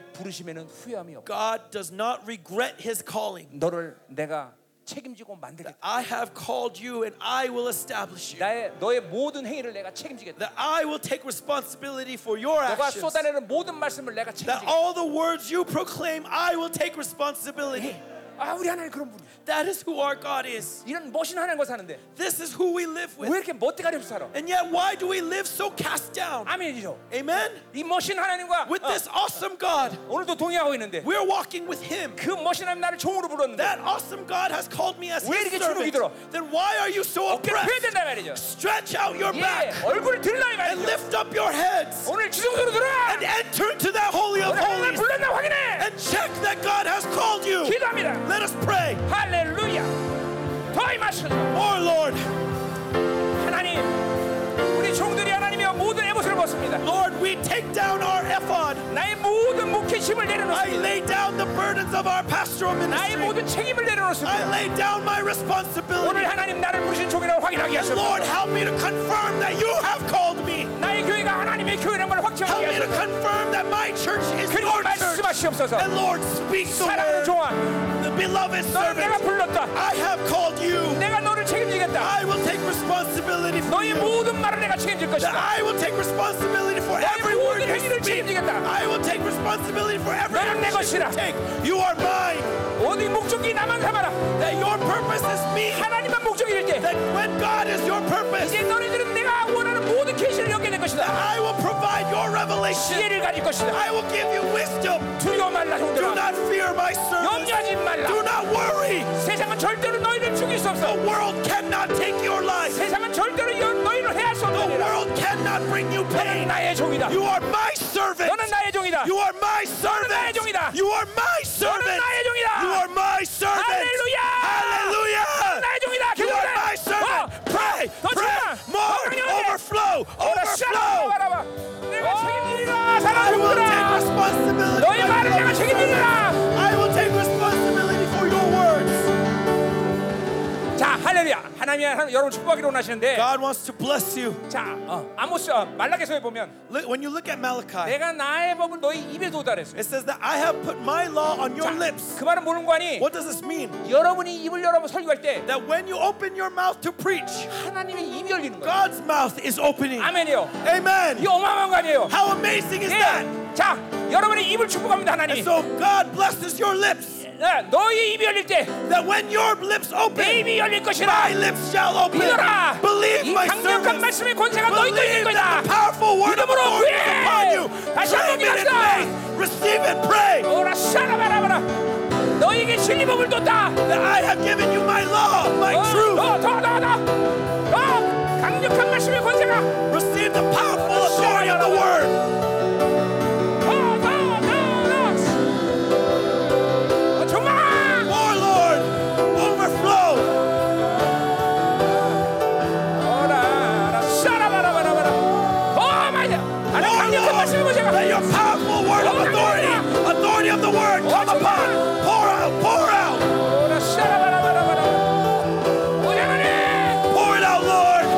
S1: 그분의 부르심에는 후회함이 없고
S2: God does not regret his calling.
S1: 너를 내가 책임지고 만들겠다.
S2: I have called you and I will establish you.
S1: 나의 너의 모든 행위를 내가 책임지겠다.
S2: That I will take responsibility for your
S1: 너가
S2: actions. 어.
S1: 쏟아내는 모든 말씀을 내가
S2: That
S1: 책임지겠다.
S2: all the words you proclaim, I will take responsibility.
S1: 아 우리 하나님 그런 분이야.
S2: That is who our God is.
S1: 이런 멋진 하나님과 사는데
S2: This is who we live
S1: 왜
S2: with.
S1: 이렇게 멋대가리 없이 살아?
S2: And yet, why do we live so cast down?
S1: 아멘이죠.
S2: Amen?
S1: 이 멋진 하나님과
S2: With
S1: 어,
S2: this awesome God,
S1: 오늘도 동의하고 있는데
S2: we're walking with Him.
S1: 그 멋진 하나님 나를 종으로 불렀는데
S2: That awesome God has called me as
S1: 왜
S2: His
S1: 이렇게 주눅이
S2: servant.
S1: 들어?
S2: Then why are you so
S1: 어깨를 펴야
S2: oppressed?
S1: 된다 말이죠.
S2: Stretch out your
S1: 예,
S2: back
S1: 얼굴을 들라 이
S2: and
S1: 말이죠.
S2: lift up your heads
S1: 오늘 지성소로 들어와.
S2: and enter into that holy of
S1: 오늘 하나님
S2: holies
S1: 불렀나 확인해.
S2: and check that God has called you.
S1: 기도합니다.
S2: Let us pray.
S1: 할렐루야. 더 임하소서.
S2: Our Lord,
S1: 하나님, 우리 종들이 하나님이여 모든 애봇을 벗습니다.
S2: Lord, we take down our ephod.
S1: 나의 모든 목회 힘을
S2: I
S1: 내려놓습니다.
S2: lay down the burdens of our pastoral
S1: 나의
S2: ministry.
S1: 모든 책임을
S2: I
S1: 내려놓습니다.
S2: lay down my responsibility.
S1: 오늘 하나님 나를 부르신 종이라고 확인하게
S2: And
S1: 하소서.
S2: Lord, help me to confirm that you have called me.
S1: 나의 교회가 하나님의 교회라는 걸
S2: Help
S1: 확정하게
S2: me to
S1: 하소서.
S2: confirm that my church is
S1: 그리고
S2: your church.
S1: 말씀하시옵소서.
S2: And Lord, speak the
S1: 사랑하는
S2: word.
S1: 종아,
S2: The beloved
S1: 너를 내가
S2: servant,
S1: 불렀다.
S2: I have called you.
S1: 내가 너를 책임지겠다.
S2: I will take responsibility for
S1: 너의
S2: you.
S1: 모든 말을 내가 책임질
S2: That
S1: 것이다.
S2: I will take responsibility for every
S1: 모든
S2: word you
S1: 행위를
S2: speak.
S1: 책임지겠다.
S2: I will take responsibility for every
S1: 너는 내
S2: action you
S1: 것이라.
S2: take. You are mine.
S1: 어디 목적이 나만 삼아라.
S2: That your purpose is me.
S1: 하나님만 목적일 때
S2: That when God is your purpose,
S1: 이제 너희들은 내가 원하는 모든 계시를 연결될
S2: that
S1: 것이다.
S2: I will provide your revelation.
S1: 지혜를 가질 것이다.
S2: I will give you wisdom.
S1: 두려워 말라
S2: Do
S1: 형들아.
S2: not fear my servants.
S1: 염려하지
S2: Do
S1: 말라.
S2: not worry.
S1: 세상은 절대로 너희를 죽일 수
S2: The
S1: 없어.
S2: world cannot take your life.
S1: 세상은 절대로 여- 너희를 해할 수
S2: The
S1: 없느니라.
S2: world cannot bring you
S1: 너는
S2: pain.
S1: 나의 종이다.
S2: You are my servant.
S1: 너는 나의 종이다.
S2: You are my servant.
S1: 나의 종이다.
S2: You are my servant.
S1: 나의 종이다.
S2: You are my servant.
S1: 할렐루야!
S2: Hallelujah.
S1: 어,
S2: overflow.
S1: 바라봐.
S2: 어,
S1: 내가 책임지리라
S2: I will
S1: 사랑하는구나.
S2: take responsibility.
S1: 너희
S2: for
S1: 말을
S2: your
S1: 내가 책임지리라.
S2: servants. I will take responsibility for your words.
S1: 자 할렐루야. 하나님이 하나- 여러분 축복하기로 원하시는데.
S2: God wants to bless you.
S1: 자 어, 아모스 어, 말라기서에 보면
S2: Look, When you look at Malachi,
S1: 내가 나의 법을 너희 입에 도달했어.
S2: it says that I have put my law on your
S1: 자,
S2: lips.
S1: 그 말은 모르는 거 아니?
S2: What does this mean?
S1: 여러분이 입을 열어 설교할 때
S2: That when you open your mouth to preach,
S1: 하나님의 입이 열리는 거야.
S2: God's mouth is opening.
S1: 아멘이요. 이
S2: Amen.
S1: 어마어마한 거 아니에요?
S2: How amazing is that?
S1: 예. 자 여러분의 입을 축복합니다 하나님.
S2: And so God blesses your lips.
S1: 예, 너희 입이 열릴 때 내
S2: That when your lips open,
S1: 입이 열릴 것이라.
S2: my lips shall open.
S1: 믿어라. 이
S2: Believe my
S1: 강력한
S2: servants.
S1: 말씀의 권세가 너희 또 있는
S2: Believe
S1: 거다.
S2: that the powerful word of the
S1: 믿음으로
S2: Lord
S1: 구해.
S2: is upon you.
S1: 다시 한번
S2: Claim it in
S1: 믿었다.
S2: faith. Receive it, pray.
S1: 오라 샤라바라바라. 너희에게 진리법을 뒀다. 어,
S2: That I have given you my law, my truth.
S1: 더더더더더 강력한 말씀의 권세가
S2: Receive the powerful authority of the word.
S1: 더더더더 어, 정말
S2: More, Lord. Overflow.
S1: 오라 샤라바라바라바라 더 많이 아니
S2: More,
S1: 강력한
S2: Lord.
S1: 말씀의 권세가
S2: Let your powerful word of authority, authority of the word, come upon. Pour out, pour out,
S1: 오라 샤라바라바라바라 오 하나님
S2: pour it out, Lord.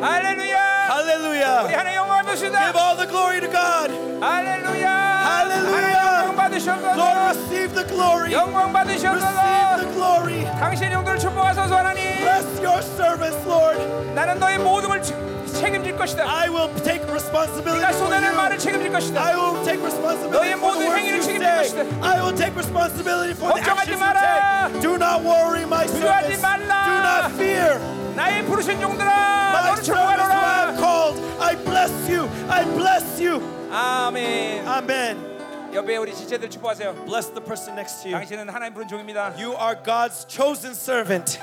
S1: 할렐루야 우리
S2: Hallelujah.
S1: 하나 영광 받으시다
S2: Give all the glory to God.
S1: 할렐루야 하나 영광
S2: Hallelujah.
S1: 받으셨소서
S2: Lord, receive the glory.
S1: 영광
S2: Receive
S1: 받으셨소서
S2: the glory.
S1: 당신 영들을 축복하소서 하나님
S2: Bless your service, Lord.
S1: 나는 너의 모든 걸 책- 책임질 것이다
S2: I will take
S1: 내가
S2: responsibility for
S1: 손해낼 말을
S2: you.
S1: 책임질 것이다
S2: I will take responsibility
S1: 너의
S2: for the
S1: 모든
S2: words
S1: 행위를
S2: you
S1: 책임질
S2: say.
S1: 것이다.
S2: I will take responsibility for the
S1: 걱정하지
S2: actions
S1: 마라.
S2: you take. Do not worry, my
S1: 두려워하지
S2: servants. Do
S1: 말라.
S2: not fear.
S1: 나의 부르신 종들아
S2: My
S1: 너를
S2: servants who I have
S1: 축복하노라
S2: called. I bless you. I bless you.
S1: 아멘
S2: Amen.
S1: 옆에 우리 지체들 축복하세요
S2: Bless the person next to you.
S1: 당신은 하나님 부른 종입니다
S2: You are God's chosen servant.